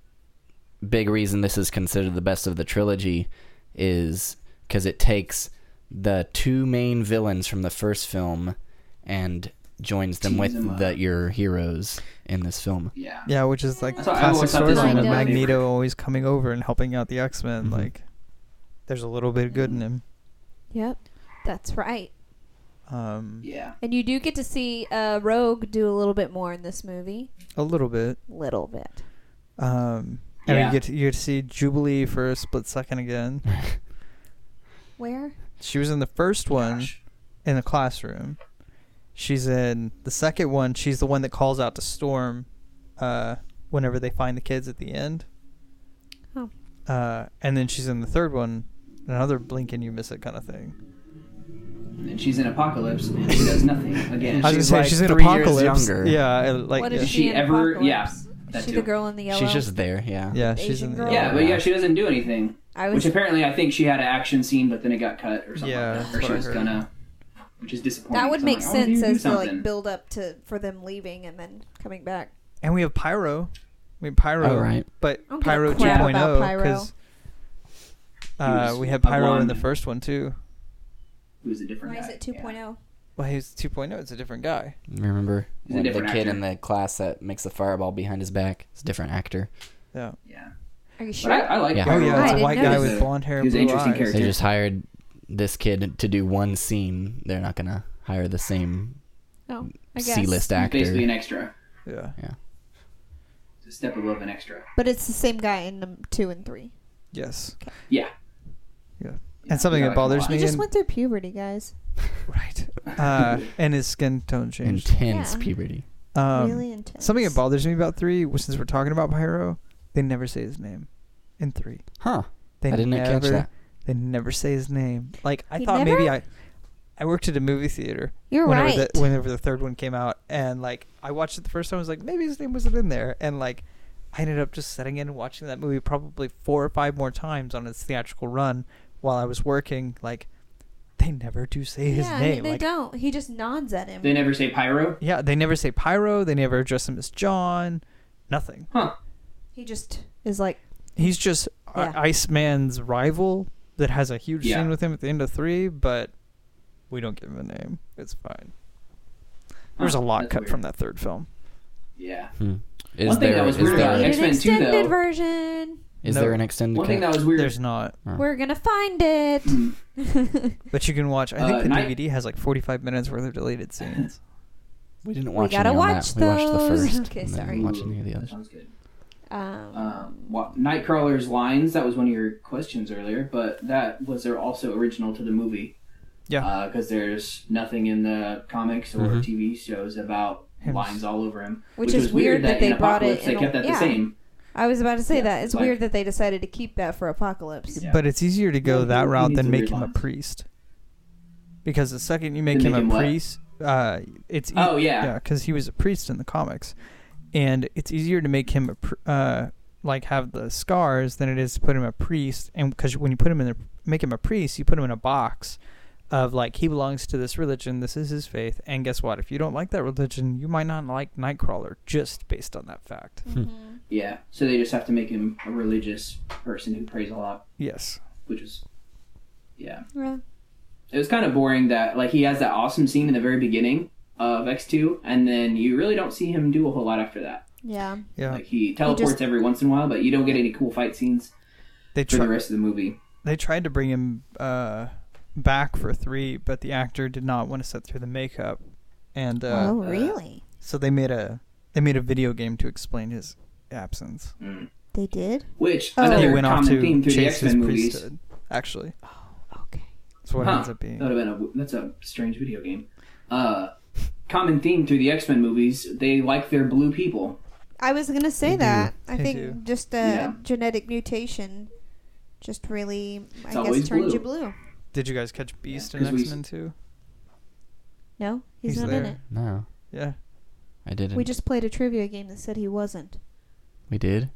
A: big reason this is considered the best of the trilogy is because it takes the two main villains from the first film and joins them
B: Teams
A: with
B: them up.
A: the, your heroes in this film.
B: Yeah.
E: Yeah, which is like
B: That's why I
E: classic
B: always thought this
E: storyline
C: was
E: of
C: my
E: Magneto
B: favorite.
E: always coming over and helping out the X Men.
A: Mhm.
E: Like, there's a little bit of good in him.
C: Yep. That's right.
E: Um,
B: Yeah.
C: And you do get to see uh, Rogue do a little bit more in this movie.
E: a little bit.
C: Little bit.
E: Um, and
B: Yeah.
E: you get to, you get to see Jubilee for a split second again.
C: Where?
E: She was in the first one
B: Gosh.
E: in the classroom. She's in the second one. She's the one that calls out to Storm uh, whenever they find the kids at the end.
C: Oh.
E: Uh, and then she's in the third one, another blink and you miss it kind of thing.
B: And then she's in Apocalypse and she does nothing again.
E: I
A: She's
E: was gonna say
A: like
E: she's in
A: three years
E: Apocalypse.
A: younger.
E: Yeah, uh, like
C: what
E: yeah.
C: is
B: She
C: she, in
B: ever-
C: Apocalypse?
B: yeah, that
C: Is she
B: too.
C: the girl in the yellow?
A: She's just there, yeah.
E: Yeah,
C: Asian
E: she's in the
C: girl?
B: yeah, but yeah, she doesn't do anything.
C: I
B: Which
C: was.
B: apparently I think she had an action scene, but then it got cut or something.
E: Yeah,
B: like
E: that's
B: that. or
E: what
B: she
E: I
B: was
E: heard.
B: gonna, which is disappointing.
C: That would
B: So I'm
C: make
B: like, why wouldn't
C: sense
B: you do
C: as to like
B: something?
C: build up to for them leaving and then coming back.
E: And we have Pyro. We have Pyro,
A: Oh, right.
E: but
C: I don't give a
E: Pyro
C: crap
E: 2.0
C: about Pyro.
E: because
B: He
E: uh,
B: was
E: we had
B: a
E: Pyro in
B: blonde.
E: the first one too.
B: It was a different.
C: Why is
B: guy,
C: it oh? 2.0?
B: yeah.
E: Well, he's 2.0. It's a different guy.
A: Remember
B: He's a
A: when the
B: different
A: kid
B: actor.
A: in the class that makes the fireball behind his back? It's a different actor.
E: Yeah.
B: Yeah.
C: Are you sure?
B: But I, I like.
A: Yeah.
E: Oh
B: Pyro.
C: I
E: yeah, it's a
C: didn't
E: white guy
C: notice
E: with
B: that.
E: blonde hair and
B: He's
E: blue
B: an interesting
E: eyes.
B: character.
A: They just hired this kid to do one scene. They're not gonna hire the same
C: oh, I guess.
A: C-list
B: He's basically
A: actor.
B: an extra,
E: Yeah.
B: It's a step above an extra.
C: But it's the same guy in num- two and three.
E: Yes.
B: Yeah.
E: Yeah.
B: Yeah,
E: And something
B: yeah,
E: that bothers
B: come
E: me.
C: He just
E: and-
C: went through puberty, guys.
E: right. Uh, and his skin tone changed.
A: [laughs] Intense
C: Yeah.
A: puberty.
E: Um,
C: really intense.
E: Something that bothers me about three, was since we're talking about Pyro, they never say his name in three.
A: Huh.
E: They
A: I didn't
E: never,
A: catch that.
E: They never say his name. Like I
C: They
E: thought
C: never?
E: maybe I, I worked at a movie theater
C: You're
E: whenever
C: right.
E: the whenever the third one came out, and like I watched it the first time, I was like maybe his name wasn't in there, and like I ended up just sitting in and watching that movie probably four or five more times on its theatrical run while I was working. Like they never do say his
C: yeah,
E: name.
C: they
E: like,
C: don't. He just nods at him.
B: [laughs] They never say Pyro.
E: yeah, they never say Pyro. They never address him as John. Nothing.
B: Huh.
C: He just is like,
E: He's just I
C: Yeah.
E: Iceman's rival that has a huge
B: Yeah.
E: scene with him at the end of three, but we don't give him a name. It's fine. There's a
B: Huh,
E: lot
B: that's
E: cut
B: weird.
E: from that third film.
B: Yeah.
A: Hmm. Is
B: One thing
A: there-
B: that was
A: is
B: weird
A: there-
B: about
C: "They need an
B: X-Men 2, though-
C: extended version.
A: Is
E: No.
A: there an extended
B: One thing
A: cut?
B: that was weird.
E: There's not,
A: Huh.
C: We're gonna find it.
B: Mm.
E: but you can watch. I think
B: Uh,
E: the
B: night-
E: DVD has like 45 minutes worth of deleted scenes.
A: we didn't
C: We
A: watch.
C: gotta
A: any on
C: watch
A: that. We watched the
B: [laughs]
C: those.
A: first.
C: Okay,
A: and then
C: sorry.
A: we didn't watch any of the
B: That
A: others.
B: sounds good.
C: um,
B: Um, wa- Nightcrawler's lines. That was one of your questions earlier, but that was there also original to the movie.
E: Yeah. Mm-hmm.
B: Because there's nothing in the comics or
A: Mhm.
B: TV shows about
E: Him.
B: lines all over him,
C: Which is
B: was
C: weird that they
B: in
C: brought it
B: Apocalypse
C: in
B: They
C: a-
B: kept that
C: yeah.
B: the same.
C: I was about to say
B: Yeah,
C: that. It's
B: like-
C: weird that they decided to keep that for Apocalypse.
B: Yeah.
E: But it's easier to go
B: Yeah,
E: that
B: he- he
E: route than
B: needs a
E: make
B: weird
E: him a
B: line.
E: priest, because the second you make
B: Then
E: him
B: make him
E: a
B: what?
E: priest, uh, it's e-
B: Oh yeah.
E: yeah, because he was a priest in the comics, and it's easier to make him a pr- uh, like have the scars than it is to put him a priest. And because when you put him in, the, make him a priest, you put him in a box of like he belongs to this religion, this is his faith. And guess what? If you don't like that religion, you might not like Nightcrawler just based on that fact.
C: Mhm.
B: Yeah. So they just have to make him a religious person who prays a lot,
E: Yes,
B: which is, yeah.
C: Yeah.
B: it was kind of boring that like he has that awesome scene in the very beginning of X2 and then you really don't see him do a whole lot after that.
C: Yeah.
E: Yeah,
B: Like he teleports
C: just-
B: every once in a while, but you don't get any cool fight scenes
E: they
B: for the
E: tried.
B: rest of the movie.
E: They tried to bring him uh, back for three, but the actor did not want to sit through the makeup, and uh,
C: oh, really?
E: so they made a they made a video game to explain his absence.
C: They did?
B: Which
C: Oh.
E: He
B: another
E: went off
B: common theme
E: to
B: through the
E: chase
B: X
E: his
B: Men movies.
E: priesthood. Actually,
C: Okay.
E: that's what it
B: Huh.
E: ends up being.
B: That would have been a that's a strange video game. Uh, common theme through the X Men movies. They like their blue people.
C: I was going to say
E: They do.
C: that. I
E: They
C: think
E: do.
C: just a
B: Yeah.
C: genetic mutation just really,
B: It's
C: I guess,
B: always
C: turns
B: blue.
C: you blue.
E: Did you guys catch Beast in
B: 'cause we-
E: X Men Two?
C: No, he's,
E: He's
C: not in
E: there.
C: it.
A: No,
E: Yeah,
A: I didn't.
C: We just played a trivia game that said he wasn't.
A: we did.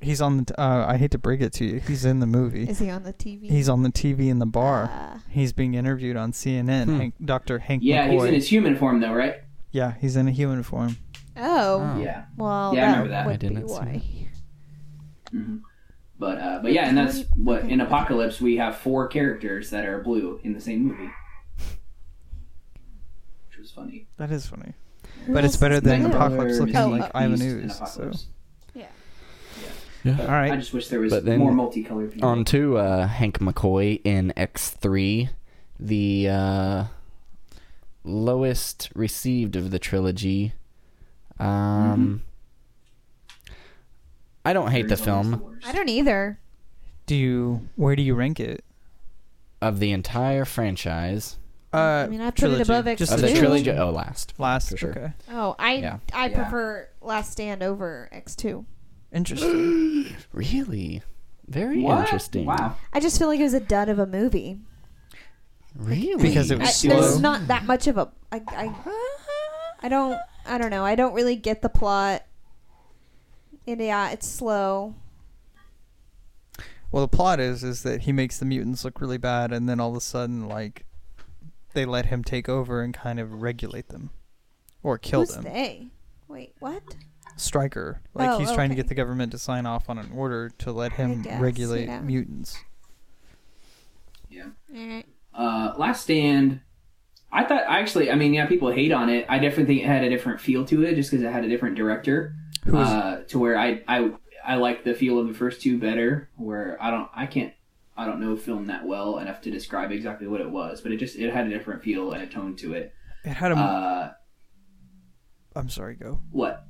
E: he's on the. T- uh, I hate to break it to you, he's in the movie.
C: Is he on the TV?
E: He's on the TV in the bar.
C: Uh,
E: He's being interviewed on CNN.
A: Hmm.
E: Hank, Dr. Hank
B: Yeah,
E: McCoy.
B: he's in his human form though, right?
E: yeah, he's in a human form.
C: oh.
A: Oh.
B: Yeah.
C: Well,
B: Yeah, I
C: that
B: remember that.
C: would
A: I
C: be
A: didn't see
C: why.
B: hmm But uh, but yeah, and that's what in Apocalypse we have four characters that are blue in the same movie, which was funny.
E: That is funny.
C: [laughs] Who
E: But it's
C: else
E: better
C: is
E: than
C: blue?
B: Nightcrawler,
E: Apocalypse looking
B: Mystique,
E: like
B: Beast,
E: Ivan
B: and
E: Ooze,
B: Apocalypse.
C: Yeah.
A: Yeah.
B: But
E: All right.
B: I just wish there was
A: But then-
B: more multicolored people.
A: On to uh, Hank McCoy in X3, the uh, lowest received of the trilogy. Um, I don't hate the
B: Mm-hmm. There's always
A: film.
B: worst.
C: I don't either.
E: Do you? Where do you rank it?
A: Of the entire franchise.
E: Uh,
C: I mean, I put it above X
E: Just
A: Of
C: the
A: the
C: two.
A: trilogy. Oh, last.
E: Last.
A: for sure.
E: Okay.
C: Oh, I
A: Yeah.
C: I
B: Yeah.
C: prefer Last Stand over X2.
E: Interesting.
A: Really? Very
B: What?
A: interesting.
B: Wow.
C: I just feel like it was a dud of a movie.
A: Really?
E: Because it
C: I,
E: was
C: there's
E: slow.
C: not that much of a I, I I don't I don't know. I don't really get the plot. And yeah, it's slow.
E: Well, the plot is is that he makes the mutants look really bad, and then all of a sudden, like, they let him take over and kind of regulate them, or kill
C: Who's
E: them.
C: they? Wait, what?
E: Striker, like
C: Oh,
E: he's trying to
C: okay.
E: get the government to sign off on an order to let him
C: guess,
E: regulate
C: yeah.
E: mutants.
C: Alright.
B: Uh, Last Stand. I thought actually, I mean, yeah, people hate on it. I definitely think it had a different feel to it, just because it had a different director.
E: Who was-
B: uh, to where I I I like the feel of the first two better. Where I don't I can't I don't know film that well enough to describe exactly what it was, but it just it had a different feel and a tone to it.
E: It had a.
B: Uh,
E: am sorry, go.
B: what?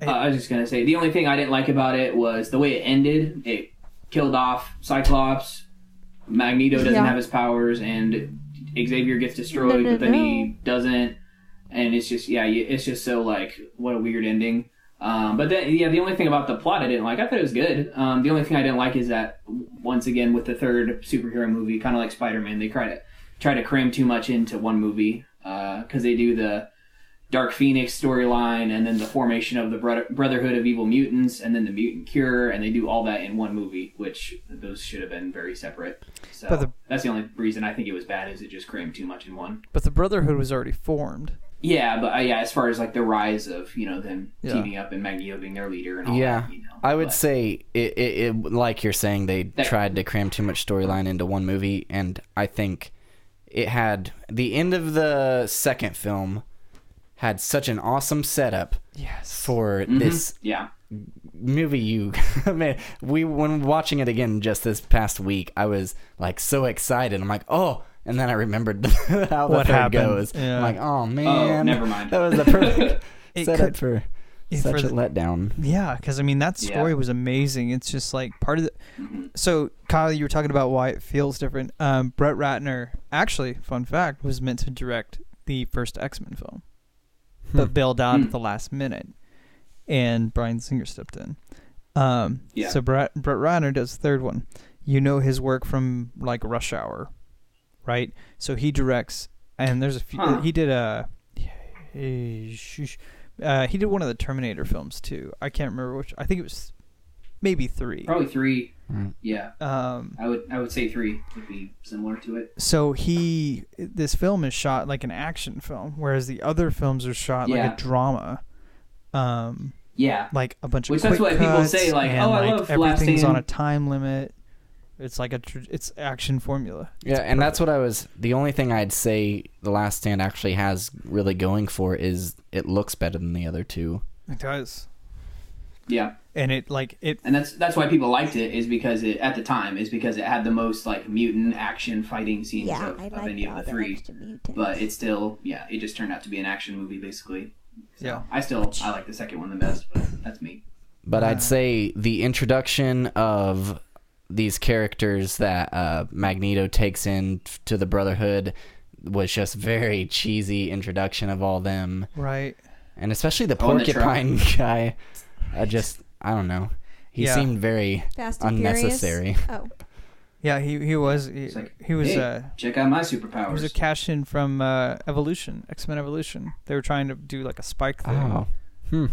E: I-
B: Uh, I was just gonna say the only thing I didn't like about it was the way it ended. It killed off Cyclops. Magneto doesn't
C: Yeah.
B: have his powers, and Xavier gets destroyed,
C: No, no,
B: but then
C: no.
B: he doesn't. And it's just yeah, you- it's just so like what a weird ending. Um, but then yeah, the only thing about the plot I didn't like, I thought it was good. Um, the only thing I didn't like is that once again with the third superhero movie, kind of like Spider Man, they try to try to cram too much into one movie because they do the Dark Phoenix storyline and then the formation of the Brother- Brotherhood of Evil Mutants and then the Mutant Cure, and they do all that in one movie, which those should have been very separate. So
E: But the-
B: that's the only reason I think it was bad is it just crammed too much in one.
E: But the Brotherhood was already formed.
B: Yeah, but uh, yeah, as far as like the rise of you know them
E: Yeah.
B: teaming up and Magneto being their leader and all
A: Yeah.
B: that, you know,
A: I would
B: but-
A: say it, it, it like you're saying they
B: There.
A: tried to cram too much storyline into one movie and I think it had the end of the second film had such an awesome setup
E: Yes.
A: for
B: Mhm.
A: this
B: yeah,
A: movie you [laughs] man we when watching it again just this past week I was like so excited I'm like oh and then I remembered [laughs] how the
E: What
A: third
E: happened?
A: goes
E: Yeah.
A: I'm like oh man
B: never mind.
A: that was the
B: [laughs]
A: perfect
E: It
A: setup
E: could-
A: for
E: it-
A: such
E: for
A: a
E: the-
A: letdown
E: Yeah, because I mean that
B: Yeah.
E: story was amazing. It's just like part of the.
B: Mhm.
E: So Kyle, you were talking about why it feels different. Um, Brett Ratner, actually, fun fact, was meant to direct the first X Men film, but bailed out
B: Hmm.
E: at the last minute, and Brian Singer stepped in. Um,
B: Yeah.
E: So Brett Brett Ratner does the third one. You know his work from like Rush Hour, right? So he directs, and there's a few.
B: Huh.
E: He did a. eh, shush. Uh, he did one of the Terminator films too. I can't remember which. I think it was maybe three.
B: probably three.
A: Right.
B: Yeah,
E: Um,
B: I would I would say three would be similar to it.
E: so he, this film is shot like an action film, whereas the other films are shot
B: Yeah.
E: like a drama. Um,
B: Yeah,
E: like a bunch of
B: Which that's
E: quick
B: what people
E: cuts
B: say, like,
E: and,
B: "Oh, I
E: like,
B: love Last
E: everything's on
B: Stand."
E: a time limit. It's like a tr- it's action formula.
A: Yeah, and that's what I was. The only thing I'd say The Last Stand actually has really going for is it looks better than the other two.
E: It does.
B: Yeah,
E: And it like it
B: and that's that's why people liked it is because it at the time is because it had the most like mutant action fighting scenes
C: yeah,
B: of,
C: I
B: of
C: like
B: any of
C: all
B: the
C: the
B: three.
C: extra mutants.
B: But it still, yeah, it just turned out to be an action movie basically.
E: yeah.
B: I still I like the second one the best, but that's me.
A: But I'd say the introduction of these characters that uh, Magneto takes in f- to the Brotherhood was just very cheesy introduction of all them,
E: Right.
A: and especially the
B: Oh, and the truck.
A: porcupine [laughs] guy. I just I don't know. He
E: Yeah.
A: seemed very
C: Fast and
A: unnecessary.
C: Furious. Oh,
E: Yeah, he he was he,
B: It's like,
E: he was
B: hey,
E: uh
B: check out my
E: he was a
B: superpowers.
E: cash in from uh, Evolution, X Men Evolution. They were trying to do like a spike thing.
A: Oh, hmm.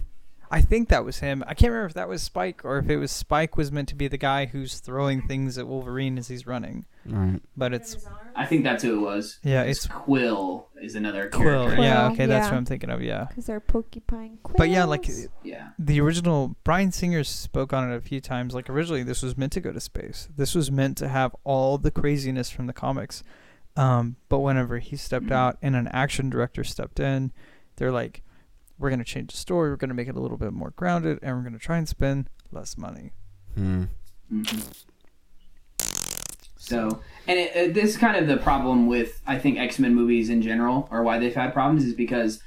E: I think that was him. I can't remember if that was Spike or if it was Spike was meant to be the guy who's throwing things at Wolverine as he's running.
A: All right.
E: But it's
B: I think that's who it was.
E: yeah,
B: It's
E: it's
B: Quill is another
E: Quill.
B: character.
E: Yeah,
C: Quill,
E: okay, that's
C: yeah.
E: what I'm thinking of. Yeah,
C: because they're porcupine quills.
E: but yeah, like
B: Yeah.
E: the original Brian Singer spoke on it a few times. Like originally, this was meant to go to space. This was meant to have all the craziness from the comics. Um, but whenever he stepped
B: Mhm.
E: out and an action director stepped in, they're like, "We're gonna change the story. We're gonna make it a little bit more grounded, and we're gonna try and spend less money."
A: Hmm.
B: hmm So, and it, it, this is kind of the problem with I think X Men movies in general, or why they've had problems, is because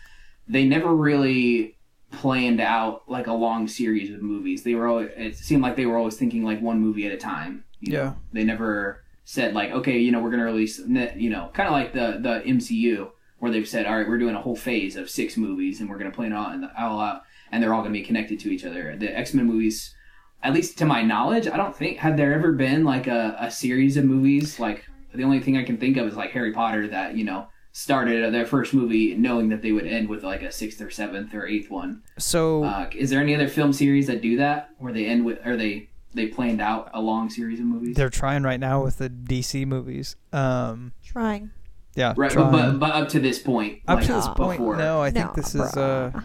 B: they never really planned out like a long series of movies. They were always, it seemed like they were always thinking like one movie at a time. you know?
E: Yeah.
B: they never said like, okay, you know, we're gonna release, ne- you know, kind of like the the MCU where they've said, all right, we're doing a whole phase of six movies and we're gonna plan it all, all out, and they're all gonna be connected to each other. The X Men movies at least to my knowledge, I don't think had there ever been like a, a series of movies. Like the only thing I can think of is like Harry Potter that you know started at their first movie knowing that they would end with like a sixth or seventh or eighth one.
E: So
B: Uh, is there any other film series that do that where they end with or they they planned out a long series of movies?
E: they're trying right now with the DC movies. Um,
C: trying.
E: yeah,
B: right,
E: trying.
B: but but up to this point,
E: up
B: like, uh,
E: to this point,
B: before,
E: no. I
C: No,
E: think this is uh,
C: bruh.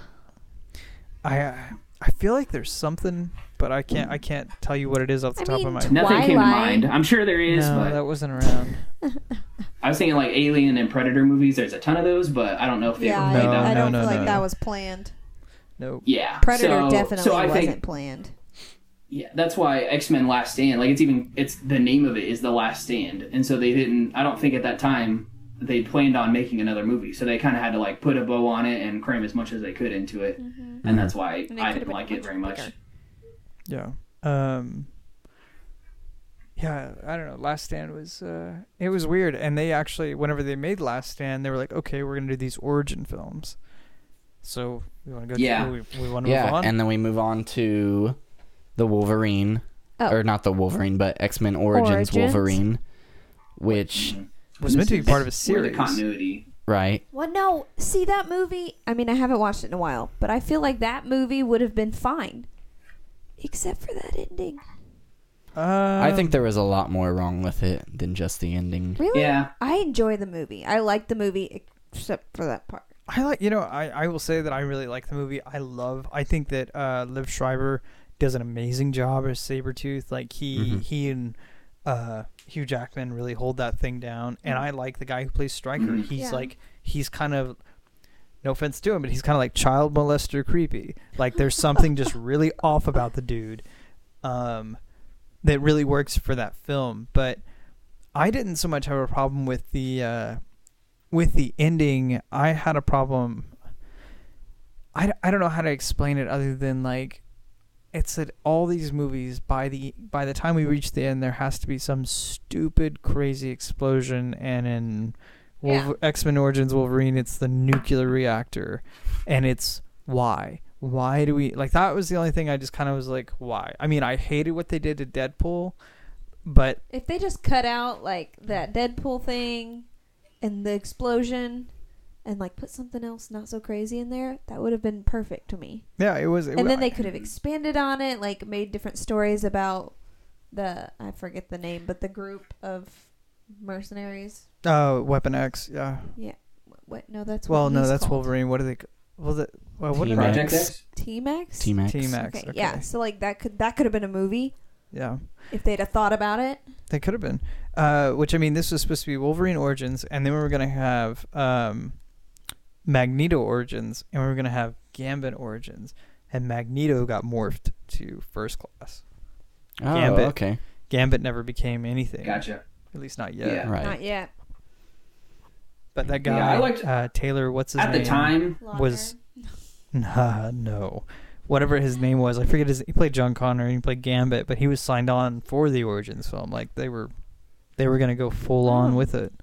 E: I uh, I feel like there's something, but I can't I can't tell you what it is off the
C: I
E: top
C: mean,
E: of my.
C: to-
B: nothing came to
C: Twilight.
B: mind. I'm sure there is,
E: no,
B: but
E: that wasn't around.
B: I was thinking like Alien and Predator movies. There's a ton of those, but I don't know if they
C: Yeah,
B: ever
C: I,
B: played
E: No,
B: that.
C: I don't
E: no,
C: feel
E: no,
C: like
E: no.
C: that was planned.
E: Nope.
B: Yeah,
C: Predator
B: so-
C: definitely
B: so I
C: wasn't
B: think,
C: planned.
B: Yeah, that's why X Men Last Stand, like it's even it's the name of it is the Last Stand, and so they didn't. I don't think at that time they planned on making another movie, so they kind of had to like put a bow on it and cram as much as they could into it, and that's why
C: Mm-hmm. And it
B: I didn't
C: could've been
B: like it
C: much
B: very much.
C: bigger.
E: Yeah. Um. Yeah, I don't know. Last Stand was uh, it was weird, and they actually, whenever they made Last Stand, they were like, okay, we're gonna do these origin films. So we want to go.
B: Yeah.
E: we, we want to move
A: Yeah,
E: on.
A: and then we move on to the Wolverine,
C: Oh.
A: or not the Wolverine, but X Men Origins,
C: Origins.
A: Wolverine, which
E: was meant to be
B: This
E: part of a
B: is Mm-hmm. where
E: series.
B: The continuity.
A: right,
C: Well, no. See that movie? I mean, I haven't watched it in a while, but I feel like that movie would have been fine, except for that ending.
E: Um,
A: I think there was a lot more wrong with it than just the ending.
C: Really?
B: Yeah.
C: I enjoy the movie. I like the movie, except for that part.
E: I like you know I, I will say that I really like the movie. I love I think that uh, Liv Schreiber does an amazing job as Sabretooth. Like he he and uh, Hugh Jackman really hold that thing down. And I like the guy who plays Stryker.
B: Mhm.
E: He's
C: Yeah.
E: like he's kind of no offense to him, but he's kind of like child molester creepy. Like there's
C: [laughs]
E: something just really off about the dude. Um, that really works for that film, but I didn't so much have a problem with the uh, with the ending. I had a problem. I, I don't know how to explain it other than like it's that all these movies by the by the time we reach the end there has to be some stupid crazy explosion and in Wolver- X-Men Origins Wolverine it's the nuclear reactor and it's why why do we like that was the only thing I just kind of was like why I mean I hated what they did to Deadpool but
C: If they just cut out like that Deadpool thing and the explosion, and like put something else not so crazy in there, that would have been perfect to me.
E: yeah it was it
C: and
E: wa-
C: then they could have expanded on it, like made different stories about the I forget the name, but the group of mercenaries.
E: oh Weapon X yeah
C: What? No, that's
E: well
C: what
E: no
C: he's
E: that's
C: called.
E: Wolverine what do they c- well the well, what did
A: Team
E: I-
B: Project
A: Max.
B: X.
C: Team X.
A: T Max.
E: Team X
C: Okay, yeah. So like that could that could have been a movie
E: yeah
C: if they'd have thought about it.
E: They could have been. Uh, which I mean, this was supposed to be Wolverine Origins, and then we were gonna have um, Magneto Origins, and we were gonna have Gambit Origins, and Magneto got morphed to First Class.
A: Oh,
E: Gambit.
A: okay.
E: Gambit never became anything,
B: Gotcha.
E: at least not yet.
B: Yeah.
A: Right.
C: Not yet.
E: But that guy,
B: Yeah, I liked-
E: uh, Taylor, what's his
B: At
E: name?
B: the time,
E: Was- [laughs] Nah, no. Whatever his name was, I forget his. He played John Connor and he played Gambit, but he was signed on for the Origins film. Like they were, they were gonna go full on
C: Oh.
E: with it.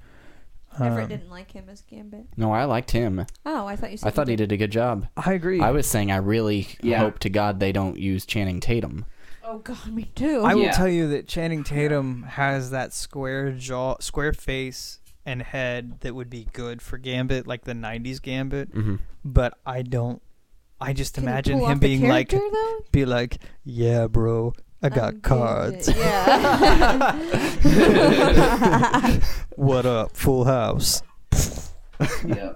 C: Everett
E: Um,
C: didn't like him as Gambit.
A: No, I liked him.
C: Oh, I thought you said.
A: I thought he did a good job.
E: I agree.
A: I was saying I really
B: Yeah.
A: hope to God they don't use Channing Tatum.
C: Oh God, me too.
E: I will
B: Yeah.
E: tell you that Channing Tatum has that square jaw, square face and head that would be good for Gambit, like the '90s Gambit.
A: Mm-hmm.
E: But I don't. I just
C: Can he
E: imagine
C: pull
E: him
C: off the
E: being like,
C: character, though?
E: be like, yeah, bro, I got
C: Um,
E: cards. [laughs]
C: Yeah. [laughs]
E: what up, Full House?
B: yeah.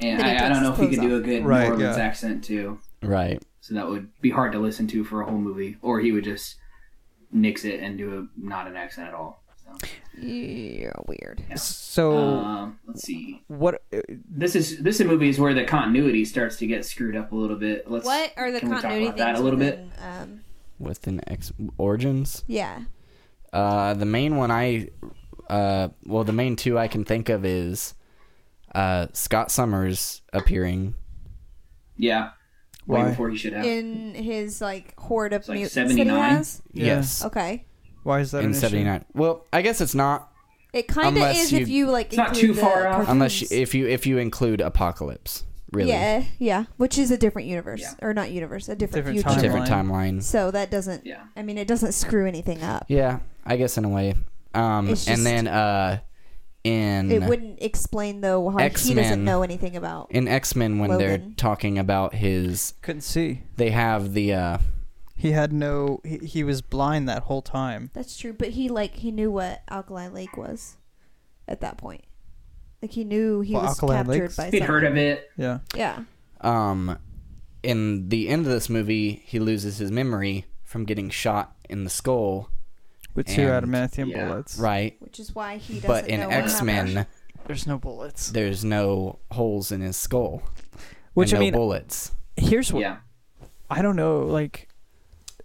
B: And
C: Then he
B: I, I don't know if he
C: takes
B: could
C: his
B: do a good
E: Right,
B: New Orleans
E: yeah.
B: accent too,
A: Right.
B: so that would be hard to listen to for a whole movie. Or he would just nix it and do a not an accent at all. So,
C: You're weird.
E: So
B: um, let's see.
E: what? uh,
B: This is this is movies where the continuity starts to get screwed up a little bit. Let's
C: What are the
B: can we talk
C: continuity
B: about that
C: things
B: a little bit?
C: within, Um,
A: With an X Origins.
C: yeah.
A: Uh, the main one I, uh, well, the main two I can think of is, uh, Scott Summers appearing.
B: Yeah.
E: Why?
B: Way before he should have.
C: In his like horde of
B: It's like
C: mutants that he
B: 79.
C: has.
E: Yeah.
A: Yes.
C: Okay.
E: Why is that
A: In
E: an issue?
A: '79. Well, I guess it's not
C: It kind of
A: Unless
C: is if
A: you-
C: you like.
B: It's not
C: include
B: too far
C: the
B: off.
A: unless you,
C: cartoons.
A: if you if you include Apocalypse, really,
C: Yeah, yeah, which is a different universe
B: Yeah.
C: or not universe, a different,
E: Different
A: a
C: future.
A: different timeline.
C: So that doesn't.
B: Yeah.
C: I mean, it doesn't screw anything up.
A: Yeah, I guess in a way. Um,
C: It's
A: and
C: just-
A: then uh, in
C: It wouldn't explain though how he
A: X-Men.
C: doesn't know anything about.
A: in X Men when they're
C: Logan.
A: talking about his,
E: Couldn't see.
A: they have the uh,
E: He had no. He, he was blind that whole time.
C: That's true, but he like he knew what Alkali Lake was at that point. Like he knew he
E: Well,
C: was
E: Alkali
C: captured
E: Lake's-
C: by.
B: He'd heard
C: something.
B: of it.
E: Yeah.
C: Yeah.
A: um, in the end of this movie, he loses his memory from getting shot in the skull,
E: With two
A: And-
E: adamantium
B: yeah.
E: bullets.
A: right?
C: Which is why he doesn't
A: But in
C: know what happened.
A: X Men,
E: There's no bullets.
A: there's no holes in his skull,
E: Which
A: and
E: I
A: no
E: mean,
A: bullets.
E: here's what
B: Yeah.
E: I don't know. Like,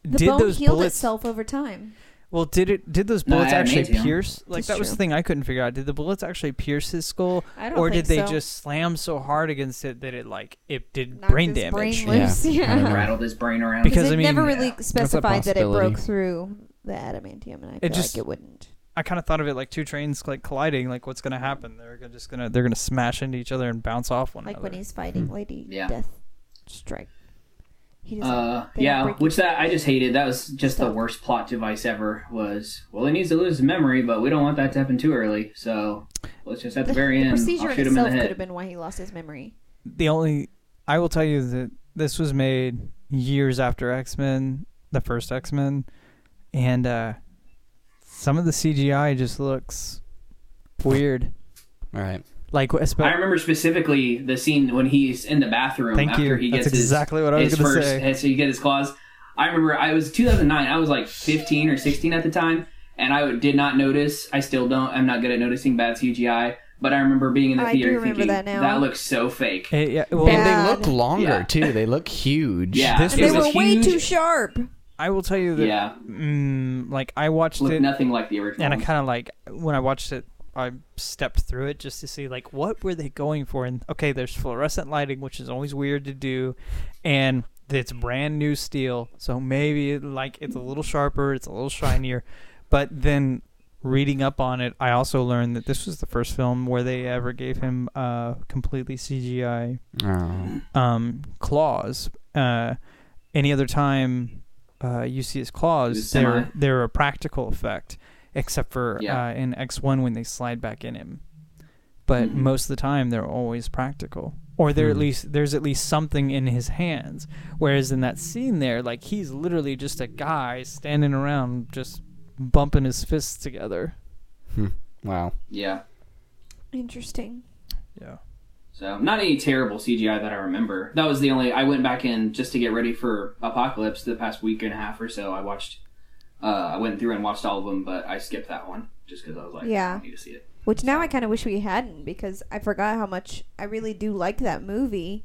C: the
E: did
C: bone
E: those
C: healed
E: bullets?
C: itself over time.
E: Well, did it? Did those
B: No,
E: bullets actually
B: adamantium.
E: pierce? Like
C: That's
E: that was the
C: true.
E: thing I couldn't figure out. Did the bullets actually pierce his skull,
C: I don't
E: or
C: think
E: did they
C: so.
E: just slam so hard against it that it like it did
C: Knocked
E: brain
C: his
E: damage?
A: Yeah,
C: Brain
E: [laughs]
C: loose.
A: I
C: Yeah.
A: don't know.
B: Rattled his brain around.
E: Because-
C: Because
E: I
C: they
E: mean-
C: never really
B: Yeah.
C: specified that it
A: possibility.
C: broke through the adamantium, and I feel
E: just-
C: like it wouldn't.
E: I kind of thought of it like two trains like colliding. Like what's gonna happen? They're gonna- just gonna they're gonna smash into each other and bounce off one
C: Like
E: another.
C: when he's
E: Hmm.
C: fighting Lady
B: Yeah.
C: Death Strike. He doesn't.
B: uh,
C: they don't
B: yeah,
C: break
B: which
C: it.
B: that I just hated. That was just the worst plot device ever. Was well, he needs to lose his memory, but we don't want that to happen too early. So let's just at the very end,
C: procedure
B: I'll
C: in
B: shoot him in
C: itself
B: the
C: could have
B: head.
C: been why he lost his memory.
E: the only I will tell you that this was made years after X Men, the first X Men, and uh, some of the CGI just looks weird.
A: All right.
E: Like
B: I
E: especially
B: remember specifically the scene when he's in the bathroom
E: Thank
B: after
E: you.
B: he
E: That's
B: gets
E: exactly
B: his,
E: what I was
B: his
E: gonna
B: first.
E: say.
B: his- So you get his claws. I remember I was 2009. I was like 15 or 16 at the time, and I did not notice. I still don't. I'm not good at noticing bad CGI. But I remember being in the
C: I do
B: theater
C: remember
B: thinking
C: that now.
B: looks so fake.
E: it, eh, yeah, well,
A: And
C: Bad.
A: they look longer
B: Yeah.
A: too. They look huge.
B: Yeah,
E: This
B: it
C: They
E: was
C: were
B: a
C: way
B: huge-
C: too sharp.
E: I will tell you that.
B: Yeah,
E: Mm, like I watched
B: looked
E: it,
B: nothing like the original.
E: and I
B: one.
E: kind of like when I watched it, I stepped through it just to see like what were they going for. And okay, there's fluorescent lighting, which is always weird to do, and it's brand new steel, so maybe it, like it's a little sharper, it's a little shinier. But then reading up on it, I also learned that this was the first film where they ever gave him uh, completely CGI
A: Oh.
E: um, claws. Uh, any other time uh, you see his claws,
B: His
E: they're
B: semi.
E: they're a practical effect, except for
B: Yeah.
E: uh, in X one when they slide back in him. But
B: Mhm.
E: most of the time, they're always practical, or they're at
A: Hmm.
E: least there's at least something in his hands. Whereas in that scene there, like he's literally just a guy standing around, just bumping his fists together.
A: Wow.
B: yeah.
C: Interesting.
E: Yeah.
B: So not any terrible CGI that I remember. That was the only I went back in just to get ready for Apocalypse the past week and a half or so. I watched, uh, I went through and watched all of them, but I skipped that one just because I was like,
C: Yeah.
B: I don't need to see it.
C: Which now I kind of wish we hadn't because I forgot how much I really do like that movie,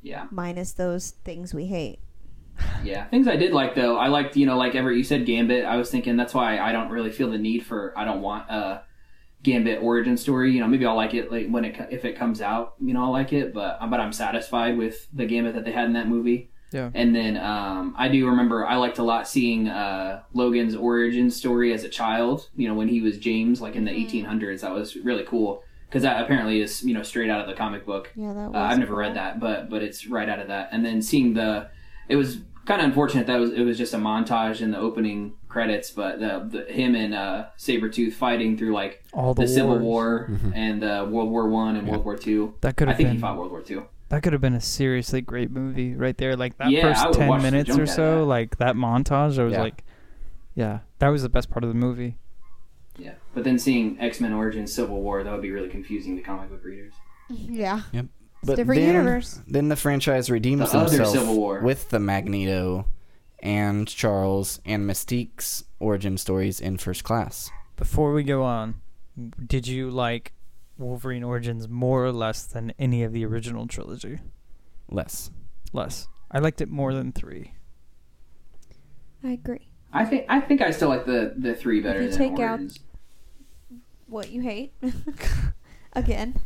B: Yeah,
C: minus those things we hate.
B: Yeah, things I did like though. I liked, you know, like Everett, you said Gambit. I was thinking that's why I don't really feel the need for. I don't want a Gambit origin story. You know, maybe I'll like it like when it co- if it comes out. You know, I'll like it, but uh, but I'm satisfied with the Gambit that they had in that movie.
E: Yeah.
B: And then um, I do remember I liked a lot seeing uh, Logan's origin story as a child. You know, when he was James, like in the 1800s, that was really cool because that apparently is you know straight out of the comic book.
C: Yeah, that was.
B: Uh, I've never read that, but but it's right out of that. And then seeing the, it was kind of unfortunate that it was it was just a montage in the opening credits, but the, the him and uh, Sabretooth fighting through like
E: All
B: the,
E: the,
B: Civil
E: wars.
B: War and uh, World War One and World War Two.
E: That could
B: I
E: have
B: think
E: been
B: he fought World War Two.
E: that could have been a seriously great movie right there. Like that
B: Yeah, I
E: first
B: would watch the
E: ten minutes
B: junk
E: or
B: out of
E: so,
B: that.
E: like that montage, I was
A: Yeah.
E: like, yeah, that was the best part of the movie.
B: Yeah, but then seeing X Men Origins Civil War that would be really confusing to comic book readers.
C: Yeah.
A: But
C: different
A: then,
C: universe.
A: Then the franchise redeems
B: The other
A: himself
B: Civil War.
A: with the Magneto and Charles and Mystique's origin stories in First Class.
F: Before we go on, did you like Wolverine Origins more or less than any of the original trilogy?
A: Less.
F: Less. I liked it more than three.
C: I agree.
B: I think I think I still like the the three better
C: you
B: than
C: take out-
B: Origins.
C: What you
A: [laughs]
C: hate? [laughs] Again,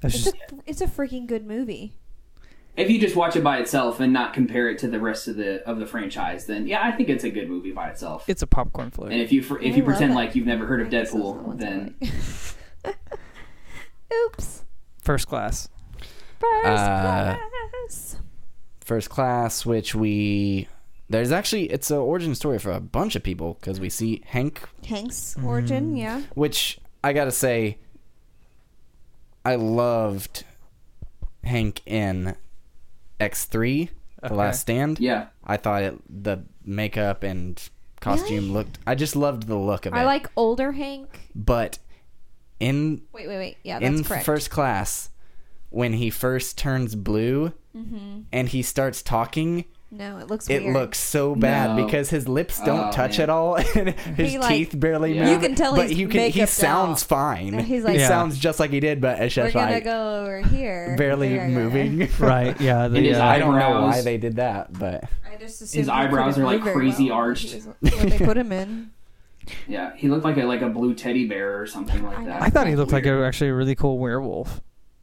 F: That's
C: it's
F: just
C: a it's a freaking good movie.
B: If you just watch it by itself and not compare it to the rest of the of the franchise, then yeah, I think it's a good movie by itself.
F: it's a popcorn flick.
B: And if you if
C: I
B: you
C: love
B: pretend
C: it.
B: like you've never heard of
C: I guess those are the
B: Deadpool,
C: ones I
B: then
C: like. [laughs] Oops.
F: First
E: [laughs]
F: class.
C: First
A: Uh,
C: class.
A: First Class, which we there's actually it's an origin story for a bunch of people because we see Hank,
C: Hank's
A: mm-hmm.
C: origin, yeah.
A: which I gotta say, I loved Hank in X three, The
F: Okay.
A: Last Stand.
B: yeah,
A: I thought it the makeup and costume
C: Really?
A: looked. I just loved the look of
C: I
A: it.
C: like older Hank.
A: but in
C: Wait, wait, wait. Yeah, that's
A: in
C: correct.
A: first class when he first turns blue and he starts talking
C: no, it looks
A: it
C: Mm-hmm. weird.
A: looks so bad
B: No.
A: because his lips don't
B: Oh,
A: touch
B: man.
A: at all [laughs] and his
C: He, like-
A: teeth barely
B: You
A: move
C: can tell
A: but
C: he's
A: you can he
C: makeuped
A: sounds
C: out.
A: fine
C: He's like-
A: he
F: Yeah.
A: sounds just like he did but it's
C: We're
A: just
C: gonna
A: like
C: go over here.
A: barely
C: Yeah, yeah, yeah.
A: moving
F: Right. Yeah.
B: It
F: The,
B: is
A: [laughs]
F: uh,
A: i don't know why
B: Eyebrows.
A: they did that but
C: I just assumed he
B: eyebrows
C: couldn't
B: are, like,
C: move very
B: crazy
C: well.
B: arched.
C: Which is What they put him
A: [laughs]
C: in.
B: yeah, he looked like a like a blue teddy bear or something like that.
F: I thought he looked like a, actually a really cool werewolf.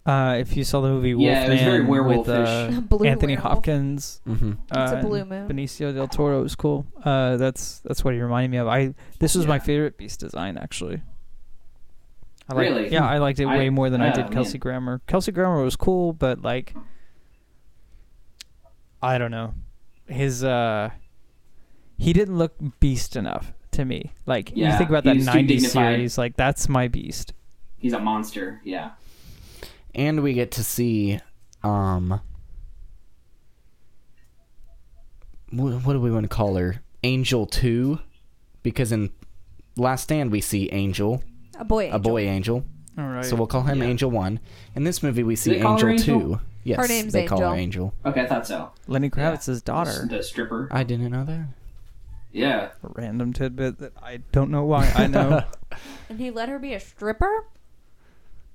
F: Uh, if you saw the movie
B: Yeah, it was very
F: Wolfman with
B: werewolfish.
F: uh,
C: Blue
F: Anthony
C: werewolf.
F: Hopkins,
B: Mm-hmm.
A: hmm
C: It's
F: uh,
C: a blue moon.
F: Benicio del Toro was cool. Uh, that's that's what he reminded me of. I this was my
B: Yeah.
F: favorite Beast design actually. I liked,
B: Really?
F: Yeah, I liked it way
B: I-
F: more than I
B: yeah,
F: did
B: man.
F: Kelsey Grammer. Kelsey Grammer was cool, but like, I don't know, his uh, he didn't look Beast enough to me. Like you
B: Yeah,
F: think about
B: he
F: that
B: was too
F: '90s
B: dignified.
F: series, like that's my Beast.
B: He's a monster. Yeah,
A: and we get to see um wh- what do we want to call her angel 2 because in last stand we see angel
C: A boy.
A: a boy angel
F: All right.
A: so we'll call him angel 1 in this movie we see
B: they call
A: angel
B: her
A: 2
B: Angel?
A: yes
C: Her name's
A: they call her angel
C: Angel.
B: okay, I thought so.
F: Lenny Kravitz's daughter.
B: the stripper.
A: i didn't know
B: [laughs]
A: that
B: Yeah,
F: A random tidbit that I don't know why
B: [laughs]
F: I know.
C: And he let her be a stripper?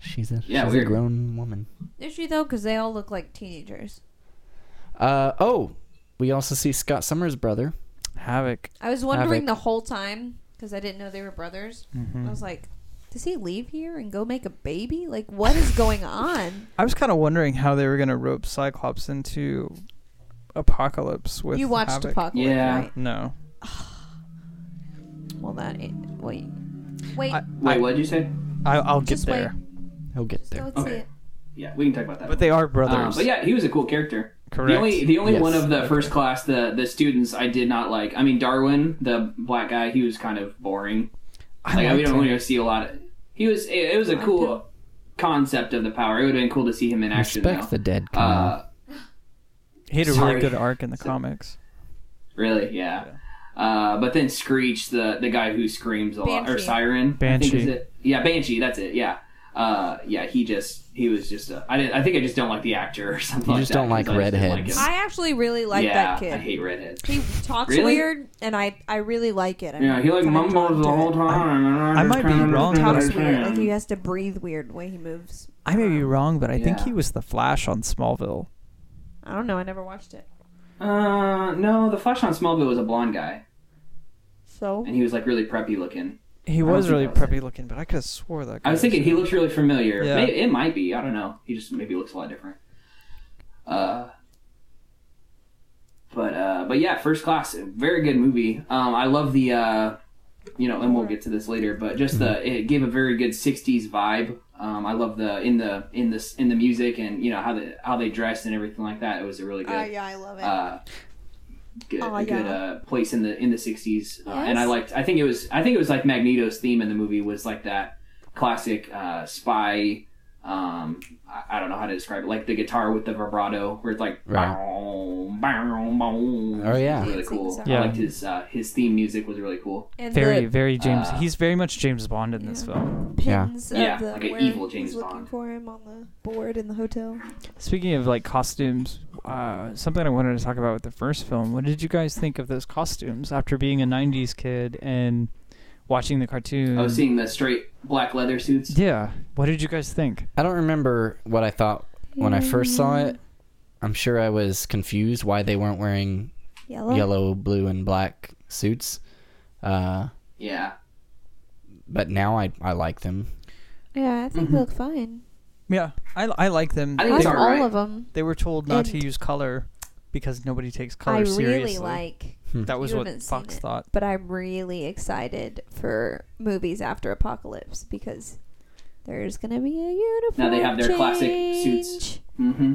A: she's a,
B: Yeah,
A: she's a
B: weird.
A: grown woman
C: Is she though? Because they all look like teenagers.
A: uh oh we also see scott summers brother
F: Havoc.
C: I was wondering
A: Havoc.
C: the whole time because I didn't know they were brothers. I was like, does he leave here and go make a baby? Like, what is going
E: [laughs]
C: on?
E: I was kind of wondering how they were gonna rope Cyclops into Apocalypse with
C: you watched
E: Havoc.
C: Apocalypse,
B: Yeah.
C: right?
E: No,
C: Well, that ain't, wait, wait,
E: I,
B: wait, what did you say?
E: I, I'll get
C: Just wait.
E: there.
A: he'll get
C: just go
A: there
C: and see
B: Okay.
C: it.
B: Yeah, we can talk about that.
E: But they are
B: Um,
E: brothers.
B: but yeah, he was a cool character.
E: Correct.
B: The only the only
A: Yes.
B: one of the first class the the students I did not like. I mean Darwin, the black guy, he was kind of boring.
E: I
B: Like I we
E: liked
B: don't
E: him.
B: really see a lot. Of, he was it, it was a cool concept of the power. It would have been cool to see him in action.
A: respect
B: though.
A: the dead Kyle.
B: uh,
F: He had a
B: Sorry.
F: really good arc in the comics.
B: really, yeah. Uh, but then Screech, the the guy who screams a lot, or
C: Banshee.
B: Siren, I think is
F: Banshee.
B: it. Yeah, Banshee. That's it. Yeah. Uh, yeah, he just he was just a, I didn't, I think I just don't like the actor or [laughs] something.
A: You
B: like
A: just
B: that,
A: don't like
B: 'cause I just didn't
A: redheads.
B: him.
C: I actually really like
B: yeah,
C: that
B: I
C: kid.
B: hate redheads.
C: He talks
B: Really?
C: weird, and I I really like it. I'm
B: Yeah, he like
C: kinda drawn
B: mumbles
C: to
B: the whole
C: it.
B: time.
F: I might be wrong,
C: He
F: but
C: talks weird, like he has to breathe weird the way he moves. Um,
F: I may be wrong, but I think
B: Yeah.
F: he was the Flash on Smallville.
C: I don't know. I never watched it.
B: Uh, no, the Flash on Smallville was a blonde guy,
C: So
B: and he was like really preppy looking.
E: He
B: I don't
E: was
B: think
E: really
B: that was
E: preppy looking, but I could have swore that.
B: I was thinking he looks really familiar.
E: Yeah.
B: May it might be. I don't know. He just maybe looks a lot different. Uh, but uh, but yeah, First Class, very good movie. Um, I love the, uh, you know, and we'll get to this later. But just the it gave a very good '60s vibe. Um, I love the in the in this in the music and you know how the how they dressed and everything like that. It was a really good
C: Ah, yeah, I love it.
B: uh, good,
C: Aw,
B: a good
C: Oh, yeah.
B: uh, place in the in the sixties. Uh, and I
C: Yes.
B: liked. I think it was. I think it was like Magneto's theme in the movie was like that classic uh, spy. Um, I, I don't know how to describe it. Like the guitar with the vibrato, where it's like.
A: Right.
B: "Bow, bow, bow."
A: Oh, yeah.
B: It was really cool.
C: Yeah.
B: I liked his uh, his theme music was really cool.
C: and the
F: Very, very James.
B: uh,
F: he's very much James Bond in this film.
A: Yeah.
C: pins
B: Yeah,
C: of the
B: like an
C: where
B: evil
C: he
B: James
C: was looking
B: Bond.
C: for him on the board in the hotel.
F: Speaking of like costumes, uh, something I wanted to talk about with the first film. What did you guys think of those costumes after being a '90s kid and watching the cartoon?
E: Oh,
B: I was seeing the straight black leather suits.
F: Yeah. What did you guys think?
A: I don't remember what I thought when I first saw it. I'm sure I was confused why they weren't wearing
C: Yellow.
A: yellow, blue, and black suits. Uh,
B: Yeah,
A: but now I, I like them.
C: Yeah, I think
B: Mhm.
C: they look fine.
E: Yeah, I, I like them.
B: I
C: I
B: think
C: like
B: it's
E: they,
C: all
B: alright.
C: of them.
E: they were told not to
C: And-
E: use color because nobody takes
F: Oh,
E: color
C: I
E: seriously.
C: really like,
E: That was
C: You
E: what
C: haven't seen
E: Fox
C: it.
E: thought.
C: but I'm really excited for movies after Apocalypse because there's gonna be a uniform.
B: Now they have their classic suits.
C: change.
B: hmm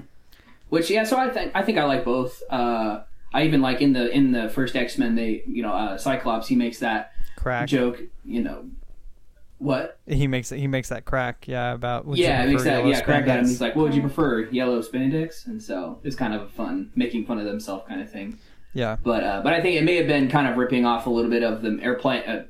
B: Which yeah, so I think I think I like both. Uh, I even like in the in the first X Men, they you know uh, Cyclops he makes that
E: Crack.
B: joke. You know what?
E: He makes it. He makes that crack. Yeah, about would you
B: yeah, it makes
E: prefer
B: that
E: yellow
B: yeah crack at him.
E: spandex?
B: He's like, what would you prefer, yellow spandex? And so it's kind of a fun making fun of themselves kind of thing.
E: Yeah,
B: But uh, but I think it may have been kind of ripping off a little bit of the airplane. Uh,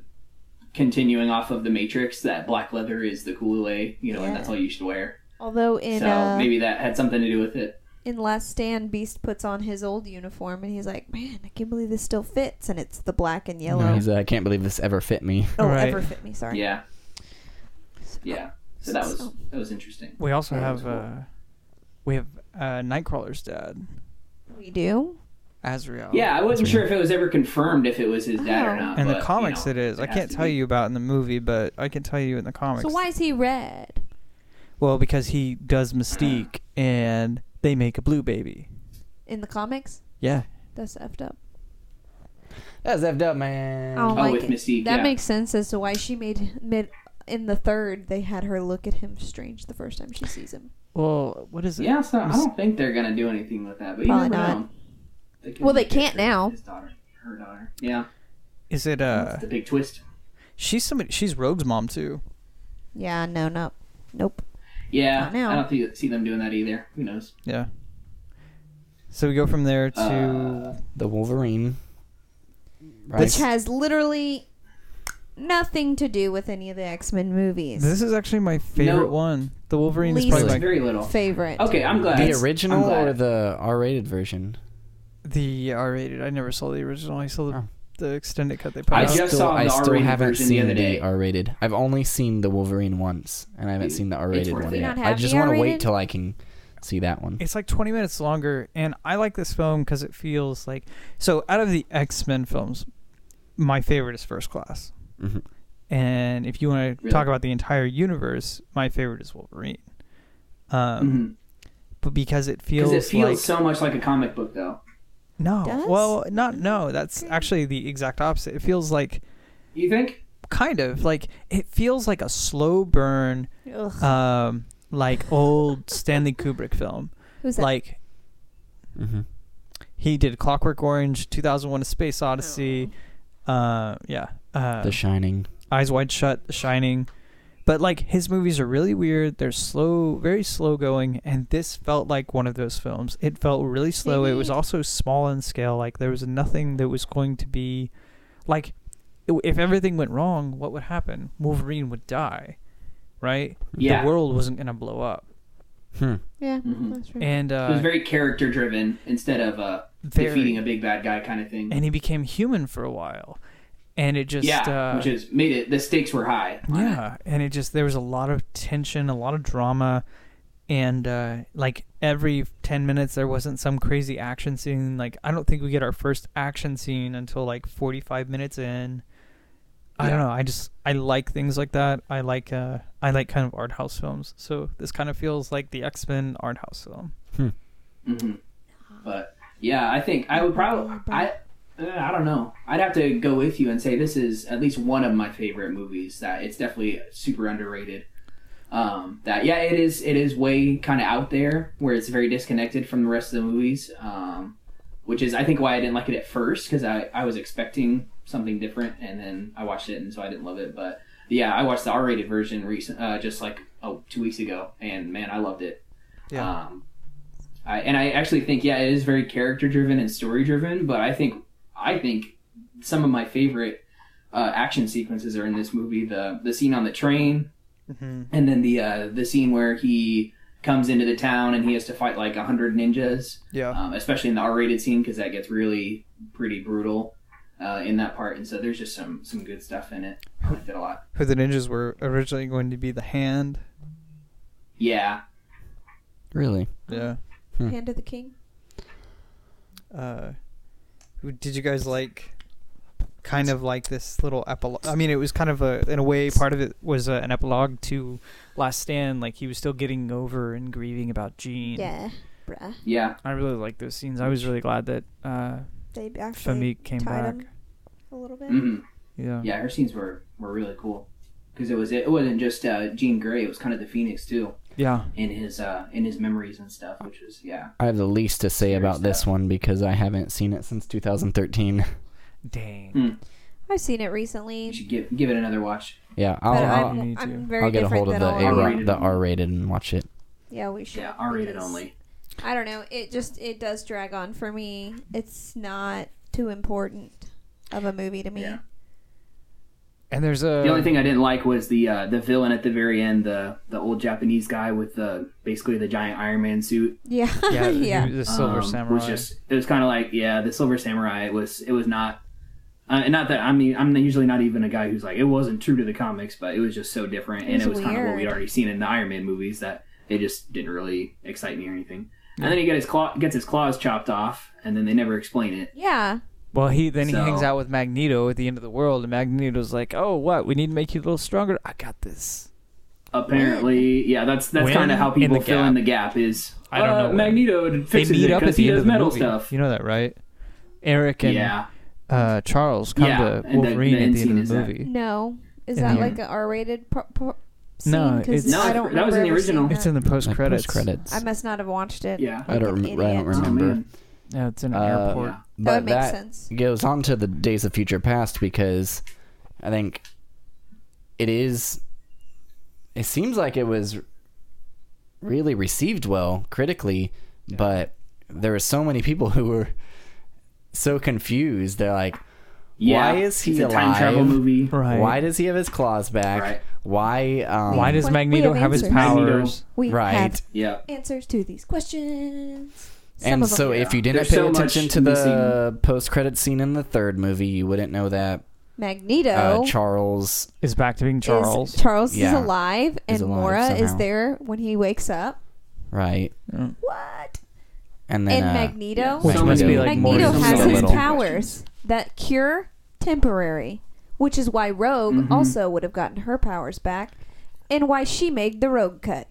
B: Continuing off of the Matrix, that black leather is the cool way, you know, and
C: Yeah.
B: that's all you should wear.
C: Although in
B: so
C: uh,
B: maybe that had something to do with it.
C: in Last Stand, Beast puts on his old uniform and he's like, "Man, I can't believe this still fits." And it's the black and yellow.
A: He's, uh, I can't believe this ever fit me. [laughs]
C: Oh,
E: Right.
C: ever fit me? Sorry.
B: Yeah, yeah. So that was
C: So-
B: that was interesting.
F: We also
B: Yeah, it
F: have
B: was cool.
F: uh, we have uh, Nightcrawler's dad,
C: We do.
E: Azrael.
B: Yeah, I wasn't sure if it was ever confirmed if it was his dad or
C: Oh.
B: not.
E: In
B: but,
E: the
B: you
E: comics,
B: know,
E: it is. I
B: has
E: can't
B: to
E: tell
B: be.
E: you about in the movie, but I can tell you in the comics.
C: So why is he red?
E: Well, because he does Mystique, and they make a blue baby.
C: In the comics,
E: Yeah,
C: that's effed up.
A: That's effed up, man.
C: I don't
B: Oh,
C: like
B: with
C: it.
B: Mystique,
C: that
B: yeah.
C: makes sense as to why she made mid in the third. They had her look at him strange the first time she sees him.
E: Well, what is it?
B: Yeah, so I don't think they're gonna do anything with that. But you
C: Probably
B: never
C: not.
B: know. could
C: Well, they
B: make it
C: can't
B: his-
C: now.
B: His daughter, her daughter. Yeah,
E: Is it uh?
B: that's the big twist.
E: She's somebody. She's Rogue's mom too.
C: Yeah, no, no, nope.
B: Yeah,
C: Not now.
B: I don't see, see them doing that either. Who knows?
E: Yeah. So we go from there to
B: Uh,
A: The Wolverine. Right?
C: Which has literally nothing to do with any of the X Men movies.
E: this is actually my favorite
B: No.
E: one. The Wolverine
C: Least-
E: is
B: It's
E: probably
A: Really?
E: my,
B: very little.
C: favorite.
B: Okay, I'm glad.
A: the
B: That's- I'm
A: original
B: glad.
A: or the R-rated version?
E: the R-rated. I never saw the original. I saw the,
A: Oh.
E: the extended cut they put
B: I
E: out.
B: just saw the
A: I still
B: R-rated
A: haven't
B: version the
A: seen
B: other day.
A: R-rated. I've only seen the Wolverine once, and I haven't
B: Dude,
A: seen the
B: it's
A: R-rated
B: worth
A: one
B: it.
A: yet.
C: Not
A: I
C: happy
A: just want to wait
C: R-rated?
A: till I can see that one.
E: It's like 20 minutes longer, and I like this film because it feels like. So, out of the X Men films, my favorite is First Class.
A: Mhm.
E: And if you want to
B: Really?
E: talk about the entire universe, my favorite is Wolverine. Um,
B: Mhm.
E: But because it
B: 'Cause
E: feels,
B: it feels
E: like.
B: so much like a comic book, though.
E: no.
C: Does?
E: Well, not no. That's
C: Okay.
E: actually the exact opposite. It feels like.
B: You think?
E: Kind of. Like, it feels like a slow burn,
C: Ugh,
E: um, like old Stanley Kubrick film.
C: who's that?
E: Like,
A: hmm
E: He did Clockwork Orange, 2001: A Space Odyssey,
C: Oh.
E: uh, yeah, uh,
A: The Shining.
E: Eyes Wide Shut, The Shining. But like his movies are really weird. They're slow, very slow going, and this felt like one of those films. It felt really slow. It was
C: Maybe-
E: also small in scale. Like there was nothing that was going to be, like, i- if everything went wrong, what would happen? Wolverine would die, right?
B: Yeah.
E: The world wasn't gonna blow up.
A: Hmm.
C: yeah,
B: Mhm.
C: that's true.
E: And
B: It was
E: uh,
B: very character driven instead of uh,
E: very-
B: defeating a big bad guy kind of thing.
E: and he became human for a while, and it just
B: yeah,
E: uh,
B: which is made it. The stakes were high. on it.
E: Yeah, and it just there was a lot of tension, a lot of drama, and uh, like every 10 minutes there wasn't some crazy action scene like i don't think we get our first action scene until like 45 minutes in i don't know i just i like things like that i like uh i like kind of art house films so this kind of feels like the x-men art house film
B: hmm But yeah, I think I would probably I uh, I don't know. I'd have to go with you and say this is at least one of my favorite movies. That it's definitely super underrated. Um, that yeah, it is. It is way kind of out there where it's very disconnected from the rest of the movies. Um, which is I think why I didn't like it at first because I I was expecting something different and then I watched it and so I didn't love it. But yeah, I watched the R-rated version recent uh, just like oh two weeks ago and man, I loved it.
E: Yeah.
B: Um, I, and I actually think yeah, it is very character driven and story driven. But I think I think some of my favorite uh, action sequences are in this movie. The the scene on the train,
E: mm-hmm.
B: and then the uh, the scene where he comes into the town and he has to fight like a hundred ninjas.
E: yeah
B: Um, especially in the R-rated scene because that gets really pretty brutal uh, in that part. And so there's just some some good stuff in it. I liked it a lot.
E: who the ninjas were originally going to be the hand
B: Yeah.
A: Really?
E: yeah
A: Hmm.
C: Hand of the King.
E: uh who- did you guys like kind of like this little epilogue i mean it was kind of a in a way part of it was uh, an epilogue to last stand like he was still getting over and grieving about gene
C: Yeah, bruh.
B: Yeah.
F: i really like those scenes i was really glad that uh
C: They actually
F: famik came
C: tied
F: back
C: him a little bit.
B: hmm
F: yeah
B: Yeah. Her scenes were were really cool because it was it wasn't just uh, Jean Grey. It was kind of the Phoenix too.
F: yeah
B: in his uh in his memories and stuff, which is yeah.
A: I have the least to say
B: Serious
A: about this one because I haven't seen it since 2013.
B: Hmm.
F: dang
C: I've seen it
B: You
C: recently,
B: should give give it another watch.
A: [laughs] Yeah,
C: but
A: I'll,
F: you
A: I'll,
F: need
C: I'm,
F: to.
C: I'm very
A: I'll get a
C: different
A: hold of
C: than
A: the
C: all of
A: A
C: you.
B: R-rated.
A: the R rated and watch it.
C: Yeah, we should.
B: Yeah, R rated
C: because-
B: only.
C: I don't know. It just it does drag on for me. It's not too important of a movie to me.
B: Yeah.
F: and there's a
B: The only
E: [laughs]
B: thing I didn't like was the uh, the villain at the very end, the the old Japanese guy with the basically the giant Iron Man suit.
C: Yeah.
F: yeah,
C: [laughs] Yeah.
F: he was a silver
B: um,
F: samurai
B: was just it was kind of like yeah, the Silver Samurai was it was not. Uh, and not that I mean I'm usually not even a guy who's like it wasn't true to the comics, but it was just so different, and
C: was
B: it was kind of what we'd
C: weird.
B: already seen in the Iron Man movies that it just didn't really excite me or anything. And then he got his claw, gets his claws chopped off, and then they never explain it.
F: Well, he then he hangs
B: So-
F: out with Magneto at the end of the world, and Magneto's like, "Oh, what? We need to make you a little stronger. I got this."
B: Apparently, yeah, that's that's
F: When
B: kind of how
F: in
B: people
F: the
B: fill
F: gap.
B: in the gap is.
F: I don't
B: uh,
F: know when.
B: Magneto fixes
F: they meet up at
B: because
F: the
B: he
F: end
B: does
F: of the
B: metal
F: movie.
B: stuff.
F: You know that, right? Eric and
B: yeah,
F: uh, Charles come
B: Yeah,
F: to
B: and the-
F: Wolverine
B: the
F: at
B: end
F: the end
B: scene
F: of
B: is
F: the
B: that-
F: movie.
C: No. Is
F: Yeah.
C: that like an R-rated pro- pro- scene?
F: No,
C: 'Cause
F: it's- No,
C: I don't
B: that was in the
C: remember ever
B: original.
C: seeing
F: It's in the post
A: Like,
F: credits.
A: post-credits.
C: I must not have watched it.
B: yeah.
A: I don't
C: Like an
A: rem- I don't
C: idiot.
B: Oh,
A: remember.
B: man.
F: Yeah, it's in an
A: Uh,
F: airport.
B: Yeah.
A: but
C: That would make
A: that
C: sense.
A: goes on to the Days of Future Past because I think it is. It seems like it was really received well critically, but there were so many people who were so confused. They're like,
B: Yeah.
A: Why is he
B: it's a time
A: alive?
B: travel
F: [laughs]
B: movie?
F: Right.
A: why does he have his claws back?
B: Right.
A: Why? Um,
F: Why does
C: What- we
F: Magneto
C: have
F: have his
C: answers.
F: powers?
C: We
A: right?
C: have
B: Yeah.
C: answers to these questions. Some
A: and
C: of 'em.
A: so if uh, you didn't
B: There's
A: pay
B: so much
A: attention to the post-credit scene in the third movie, you wouldn't know that
C: Magneto
A: uh, Charles.
F: Is back to being Charles.
C: is Charles is
A: Yeah.
C: alive, and
A: Is alive
C: Mora is
A: somehow.
C: there when he wakes up.
A: Right.
C: What?
A: And then
C: And
A: uh,
C: Magneto.
F: Which
B: So
F: must
B: many-
F: be like more
C: Magneto
F: than
C: has
F: some
C: his
A: little.
C: powers that cure temporary, which is why Rogue also would have gotten her powers back, and why she made the Rogue cut.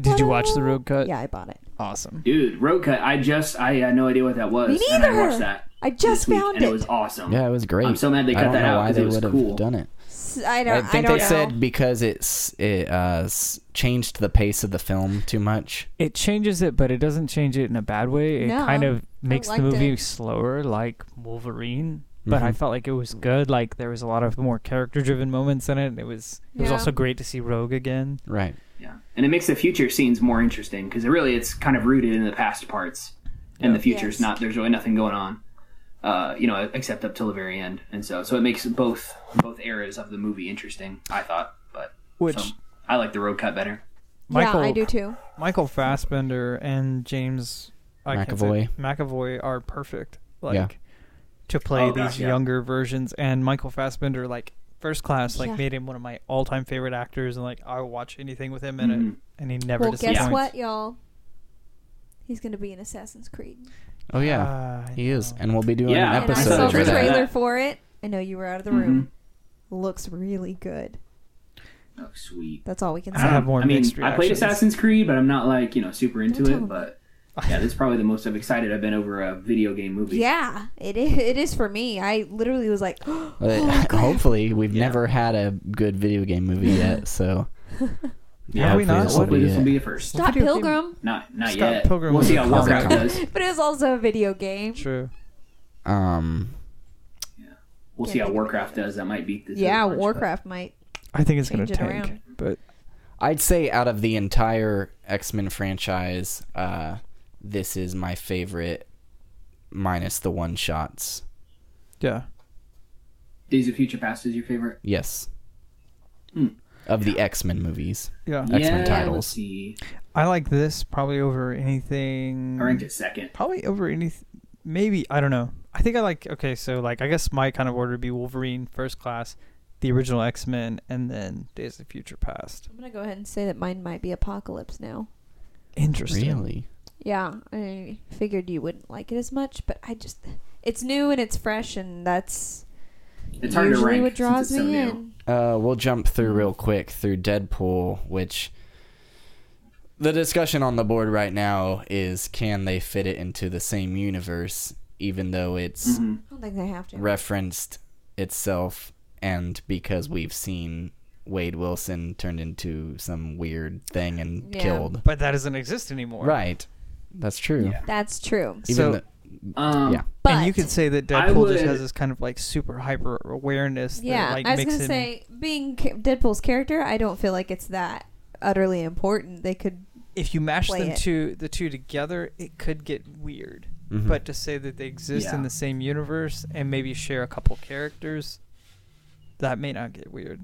F: Did you watch the road cut?
C: Yeah, I bought it.
F: Awesome.
B: Dude, Road Cut. I just I had no idea what that was.
C: Me
B: and
C: neither.
B: I watched that.
C: I just
B: this week,
C: found
B: and
C: it.
B: it was awesome.
A: Yeah, it was great.
B: I'm so mad they
A: I
B: cut
A: don't
B: that
A: know
B: out
A: why
B: because
A: they
B: it was
A: would have
B: cool.
A: done it.
C: S- I
A: I
C: don't. I,
A: think
C: don't
A: they
C: know.
A: said because it's it uh, s- changed the pace of the film too much.
F: It changes it, but it doesn't change it in a bad way. It
C: No,
F: kind of makes the
C: liked
F: movie
C: it.
F: slower, like Wolverine. But I
E: Mm-hmm.
A: Mhm.
F: felt like it was good. Like there was a lot of more character-driven moments in it. And it was it was
C: Yeah.
F: also great to see Rogue again.
A: Right.
B: Yeah, and it makes the future scenes more interesting because it really it's kind of rooted in the past parts, and the future's
C: Yes.
B: not. There's really nothing going on, uh, you know, except up till the very end, and so so it makes both both eras of the movie interesting. I thought, but
F: Which
B: so, I like the road cut better.
F: Michael
C: yeah, I do too.
E: michael fassbender and james I can't say-
A: McAvoy.
E: mcavoy are perfect like
A: Yeah.
E: to play
B: Oh,
E: these
B: gosh, yeah.
E: younger versions and michael fassbender like first class like
C: Yeah.
E: made him one of my all-time favorite actors and like i would watch anything with him in it
B: Mhm.
E: and he never
C: well,
E: disappoints.
C: guess what, y'all? He's gonna be in Assassin's Creed.
A: Oh yeah,
F: Uh,
E: Ah, I
A: he is,
E: know.
A: and we'll be doing
B: Yeah.
A: an
C: and I
B: episode
C: saw
A: episode
C: the
A: for that.
C: trailer for it. I know you were out of the room. Looks really good.
B: Oh, sweet.
C: That's all we can
E: I
C: say.
E: have more
B: I mean,
E: mixed
B: I played
E: reactions.
B: Assassin's Creed, but I'm not like you know super into
C: Don't tell
B: it.
C: me.
B: But yeah, this is probably the most I've excited I've been over a video game movie.
C: Yeah, it is, it is for me. I literally was like, oh, my
A: But
C: God.
A: hopefully, we've
B: Yeah.
A: never had a good video game movie yet, so yeah,
E: Have we
A: hopefully
E: not?
A: this will
B: Hopefully
A: be
B: this will
A: it.
B: be the first.
C: Stop
E: video game-
C: Pilgrim. [laughs]
B: Not not
E: Scott
B: yet.
E: Pilgrim
B: we'll
E: was
B: see
E: a
B: how
E: comic
B: Warcraft
A: con.
B: does.
C: But it was also a video game.
E: True.
A: Um,
B: We'll
C: Can't
B: see how
C: think of
B: Warcraft does. That might beat this.
C: Yeah, Warcraft might.
E: I think it's going
C: Change
E: to
C: it
E: tank,
C: around.
E: but
A: I'd say out of the entire X Men franchise, uh, this is my favorite, minus the one shots.
E: yeah,
B: Days of Future Past is your favorite.
A: Yes.
B: Hmm.
A: Of the X Men movies.
E: yeah.
A: X-Men
B: yeah,
A: titles.
B: Let's see.
E: I like this probably over anything.
B: I ranked it second.
E: Probably over anything. Maybe I don't know. I think I like. Okay, so like I guess my kind of order would be Wolverine, First Class, the original X Men, and then Days of Future Past.
C: I'm gonna go ahead and say that mine might be Apocalypse now.
E: Interesting.
A: Really?
C: Yeah, I figured you wouldn't like it as much, but I just it's new and it's fresh, and that's
B: It's hard to
C: usually
B: rank
C: what draws
B: since it's
C: me
B: so new.
C: in.
A: Uh, we'll jump through real quick through Deadpool, which the discussion on the board right now is can they fit it into the same universe, even though it's
B: Mhm.
C: I don't think they have to.
A: referenced itself, and because we've seen Wade Wilson turned into some weird thing and
C: Yeah.
A: killed.
E: But that doesn't exist anymore.
A: Right. That's true.
B: Yeah.
C: That's true.
A: Even
E: So-
A: the-
B: Um,
A: Yeah.
C: But
E: and you could say that
B: I
E: Deadpool just
B: would-
E: has this kind of like super hyper awareness.
C: yeah,
E: that, like,
C: I was
E: makes
C: gonna
E: him-
C: say being ca- Deadpool's character, I don't feel like it's that utterly important. They could
E: if you mash
C: play
E: them
C: it.
E: two, the two together, it could get weird.
A: Mhm.
E: But to say that they exist in
B: Yeah.
E: the same universe and maybe share a couple characters, that may not get weird.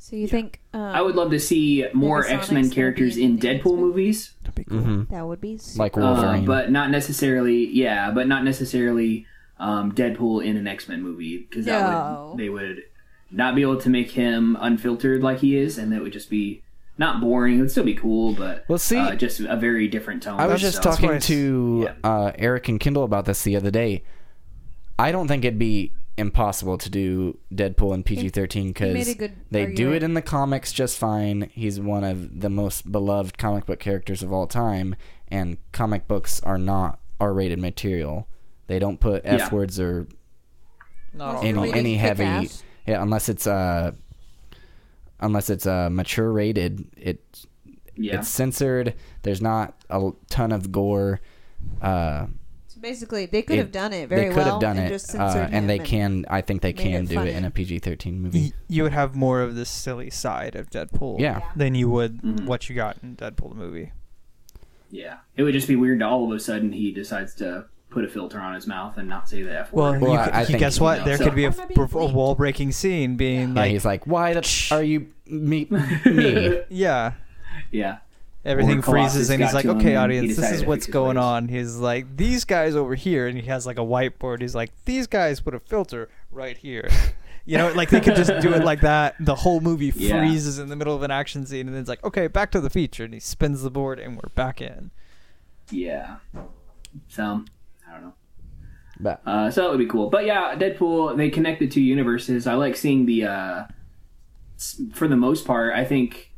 C: So you
B: Yeah.
C: think um,
B: I would love to see more
C: Sonic's
B: X Men
C: gonna
B: characters
C: be
B: in
C: in the
B: Deadpool
C: X-Men?
B: movies,
E: That'd be cool.
A: Mhm.
C: that would be super
A: like
B: uh,
A: Wolverine.
B: but not necessarily. Yeah, but not necessarily um, Deadpool in an X Men movie because
C: No.
B: would they would not be able to make him unfiltered like he is, and that would just be not boring. It would still be cool, but
A: Well, see-
B: uh, just a very different tone.
A: I was
B: So-
A: just talking
E: twice.
A: to
B: Yeah.
A: uh, Eric and Kindle about this the other day. I don't think it'd be impossible to do Deadpool and PG 13
C: You made
A: because
C: a good
A: they do
C: argument.
A: it in the comics just fine. He's one of the most beloved comic book characters of all time, and comic books are not R rated material. They don't put F
B: Yeah.
A: words or
E: Not all.
C: It
A: any,
C: really
A: any
C: kick
A: heavy.
C: ass.
A: Yeah, unless it's uh, unless it's uh, mature rated, it
B: yeah.
A: it's censored. There's not a l- ton of gore. Uh,
C: So basically, they could
A: It-
C: have done it very
A: they could
C: well.
A: have done
C: and
A: it,
C: just
A: uh,
C: censored him
A: and they can. I think they
C: made
A: can
C: it
A: do
C: funny.
A: it in a PG-13
E: Y-
A: movie.
E: you would have more of the silly side of Deadpool
A: Yeah.
C: Yeah.
E: than you would
B: Mhm.
E: what you got in Deadpool the movie.
B: Yeah, it would just be weird to all of a sudden he decides to put a filter on his mouth and not say the F
E: Well,
B: word.
A: Well,
B: [laughs]
E: you,
A: I-
E: could-
A: I
E: you
A: think-
E: guess what?
B: No,
E: there
B: so-
E: could be a,
C: Why am I being flipped?
E: wall breaking scene being
A: yeah,
E: like,
A: he's like, "Why the are you me
E: [laughs]
A: me?"
E: yeah,
B: yeah,
E: everything
B: Or Colossus
E: freezes and he's
B: got
E: like
B: to him
E: okay
B: and he
E: audience this
B: decided
E: is
B: to
E: what's
B: fix his
E: going
B: ways."
E: on he's like these guys over here and he has like a whiteboard he's like these guys put a filter right here you know like they could just do it like that the whole movie
B: [laughs] Yeah.
E: freezes in the middle of an action scene and then it's like okay back to the feature and he spins the board and we're back in
B: yeah. So I don't know.
A: But
B: Uh, so that would be cool. But yeah, Deadpool, they connect the two universes. I like seeing the, uh, s- for the most part, I think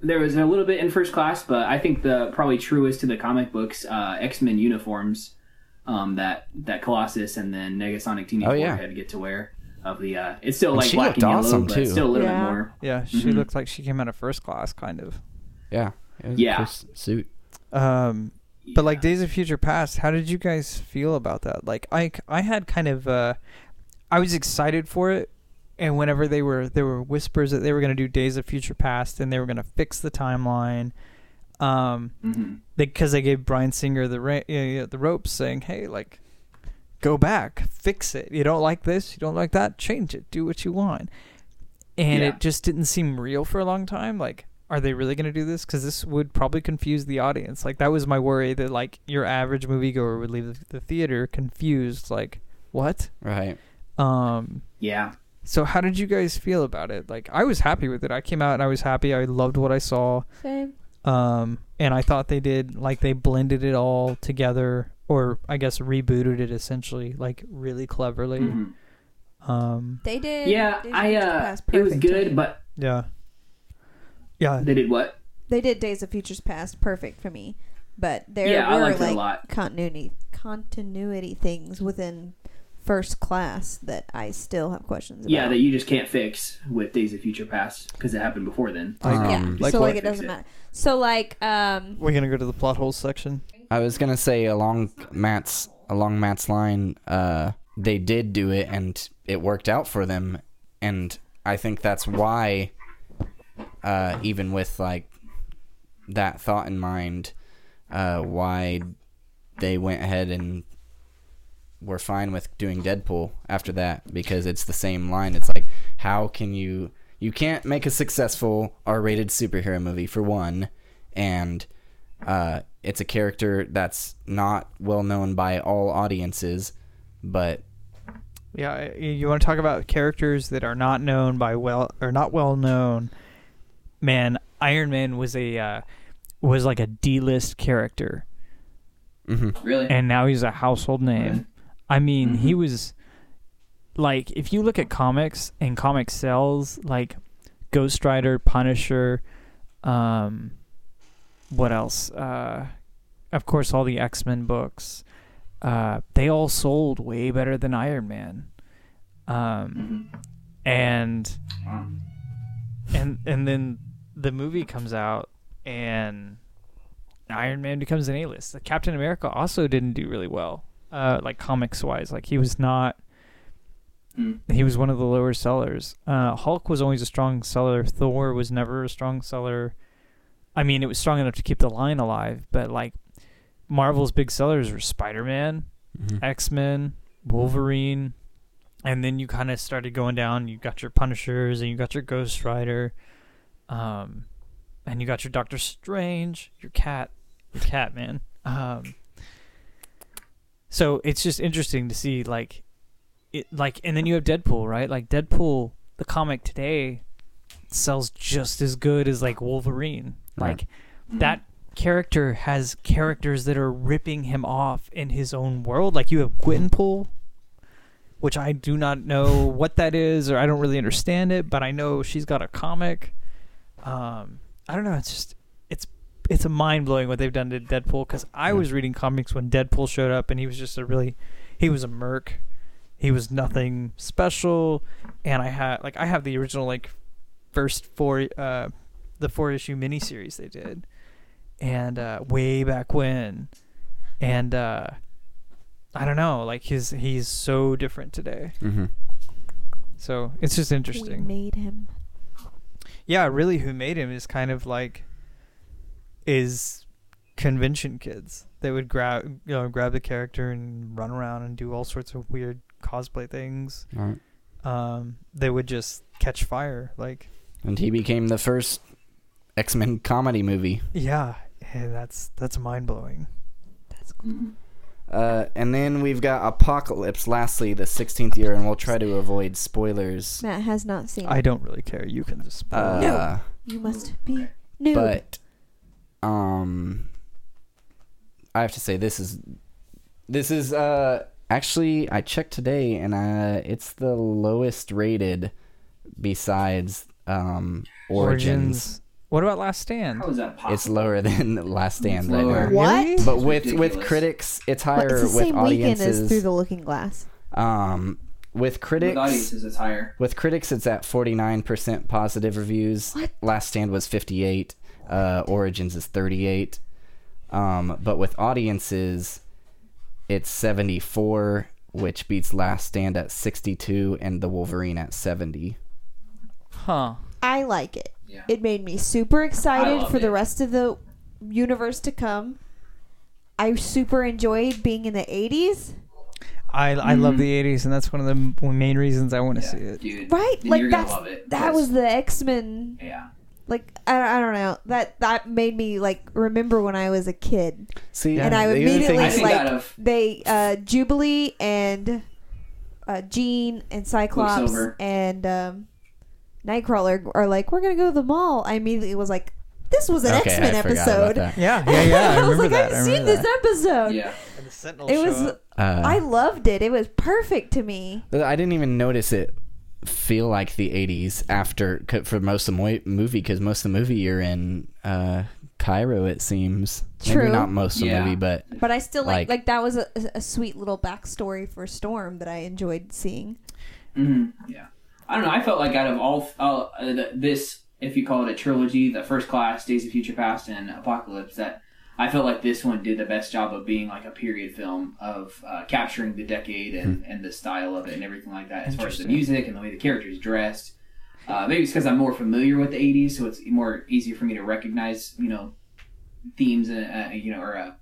B: there was a little bit in first class, but I think the probably truest to the comic books, uh, X Men uniforms um, that, that Colossus and then Negasonic Teenage
A: Oh,
B: oh,
A: yeah.
B: Warhead get to wear. Of the, uh, it's still
A: And
B: like
A: she
B: black
A: looked
B: and yellow,
A: awesome,
B: but
A: too.
B: still a little
C: Yeah.
B: bit more.
E: yeah she
B: Mhm.
E: looked like she came out of first class kind of
A: yeah, it was a
B: Yeah.
A: cool s- suit.
E: um But like
B: Yeah.
E: Days of Future Past, how did you guys feel about that? Like I I had kind of uh I was excited for it and whenever they were there were whispers that they were going to do Days of Future Past and they were going to fix the timeline um
B: Mhm.
E: because they gave Brian Singer the ra- you know, the ropes saying, "Hey, like go back, fix it. You don't like this, you don't like that, change it. Do what you want." And
B: Yeah.
E: it just didn't seem real for a long time. Like, are they really going to do this? Because this would probably confuse the audience. Like, that was my worry that like your average moviegoer would leave the- the theater confused. Like, what?
A: Right.
E: Um.
B: Yeah.
E: So how did you guys feel about it? Like, I was happy with it. I came out and I was happy. I loved what I saw.
C: Same.
E: um, and I thought they did like they blended it all together, or I guess rebooted it essentially, like really cleverly.
B: Mhm.
E: Um,
C: They did.
B: Yeah,
C: Days of
B: I
C: Future
B: uh,
C: Past
B: it was
C: perfectly.
B: good, but
E: yeah, yeah,
B: they did what?
C: They did Days of Futures Past perfect for me, but there
B: Yeah, I
C: were
B: liked it a
C: like
B: lot.
C: continuity continuity things within first class that I still have questions about.
B: Yeah, that you just can't fix with Days of Future Past because it happened before then.
E: Like-
C: yeah.
A: Um,
E: like
C: so
E: what-
C: like it doesn't matter. So like um
E: we're gonna go to the plot holes section.
A: I was gonna say along Matt's along Matt's line, uh, they did do it and it worked out for them, and I think that's why, uh, even with like that thought in mind, uh, why they went ahead and were fine with doing Deadpool after that because it's the same line. It's like how can you you can't make a successful R-rated superhero movie for one, and uh, it's a character that's not well known by all audiences, but
E: Yeah, I- you want to talk about characters that are not known by well or not well known.
F: Man, Iron Man was a uh, was like a D list character,
A: mm-hmm,
B: [laughs] Really?
F: and now he's a household name. I mean, he was like if you look at comics and comic sales, like Ghost Rider, Punisher, um, what else? Uh, of course, all the X Men books. Uh, they all sold way better than Iron Man.
B: Mm.
F: Um, and
B: Mm-hmm.
F: and and then the movie comes out and Iron Man becomes an A-list. Like, Captain America also didn't do really well, uh, like comics wise. Like he was not.
B: Mm.
C: Mm-hmm.
F: He was one of the lower sellers. Uh, Hulk was always a strong seller. Thor was never a strong seller. I mean, it was strong enough to keep the line alive, but like Marvel's big sellers were Spider-Man,
A: Mm-hmm.
F: X-Men, Wolverine, and then you kind of started going down. You got your Punishers, and you got your Ghost Rider, um, and you got your Doctor Strange, your cat, your cat man. Um, so it's just interesting to see like it like, and then you have Deadpool, right? Like Deadpool, the comic today sells just as good as like Wolverine.
A: Right.
F: Like Mm-hmm. that character has characters that are ripping him off in his own world. Like you have Gwynpool, which I do not know what that is, or I don't really understand it, but I know she's got a comic. Um, I don't know. It's just it's it's a mind blowing what they've done to Deadpool because I was reading comics when Deadpool showed up, and he was just a really he was a merc. He was nothing special, and I had like I have the original like first four uh the four issue miniseries they did, and uh, way back when, and uh, I don't know, like his he's so different today.
A: mm-hmm.
F: So it's just
C: we
F: interesting.
C: made him.
E: Yeah, really, who made him is kind of like is convention kids. They would grab you know grab the character and run around and do all sorts of weird cosplay things. Um, they would just catch fire, like
A: and he became the first X Men comedy movie.
E: yeah, eh, that's that's mind blowing.
C: That's cool.
A: Uh, and then we've got Apocalypse. Lastly, the sixteenth year, and we'll try to avoid spoilers.
C: Matt has not seen.
E: I
C: it.
E: don't really care. You can just spoil
A: Uh,
E: it.
C: You must be new.
A: but um i have to say this is this is uh actually i checked today and uh it's the lowest rated besides um origins,
F: Origins. What about Last Stand?
B: How is that possible?
A: it's lower than [laughs] last stand right
B: lower.
A: now
C: what?
E: Really?
A: but with with
B: ridiculous.
A: critics it's
C: Well,
A: higher
C: it's the
A: with
C: same weekend
A: audiences
C: as Through the Looking Glass.
A: um with critics
B: With audiences, it's higher.
A: with critics, it's at 49% positive reviews.
C: What?
A: Last Stand was 58. Uh, Origins is 38. Um, but with audiences, it's 74, which beats Last Stand at 62 and The Wolverine at 70.
F: Huh.
C: I like it.
B: Yeah.
C: It made me super excited
B: love
C: for the
B: it.
C: rest of the universe to come. I super enjoyed being in the 80s.
E: I I love the '80s, and that's one of the m- main reasons I want to see it.
B: Dude,
C: Right?
B: then
C: like
B: you're
C: that's
B: gonna love it.
C: that
B: Yes.
C: was the X-Men.
B: yeah.
C: Like I, I don't know. That that made me like remember when I was a kid.
A: See,
E: Yeah.
C: and I
A: the only
C: immediately
A: thing-
B: I think
C: like
B: out of-
C: they uh, Jubilee and uh, Jean and Cyclops
B: Quicksilver.
C: and um, Nightcrawler are like we're gonna go to the mall. I immediately was like, this was an
A: okay,
C: X Men
A: I forgot about
C: episode.
A: that.
E: Yeah,
C: [laughs]
E: yeah, yeah. I,
C: was
E: remember
C: like,
E: that. I
C: I've seen
E: remember
C: this
E: that.
C: episode.
B: Yeah.
E: And the Sentinel
C: It was.
A: Uh,
C: I loved it. It was perfect to me.
A: I didn't even notice it feel like the 80s after c- for most of the mo- movie because most of the movie you're in uh, Cairo it seems
C: True.
A: maybe not most of the
B: Yeah.
A: movie but
C: But I still
A: Like-
C: like like, that was a, a sweet little backstory for Storm that I enjoyed seeing.
B: Mhm,
F: Mm-hmm.
B: Yeah. I don't know. I felt like out of all all, uh, the, this, if you call it a trilogy, the first class, Days of Future Past, and Apocalypse, that I felt like this one did the best job of being like a period film of uh, capturing the decade and, and the style of it and everything like that, as far as the
F: Hmm. Interesting.
B: music and the way the characters dressed. Uh, maybe it's because I'm more familiar with the '80s, so it's more easier for me to recognize, you know, themes, uh, uh, you know, or uh,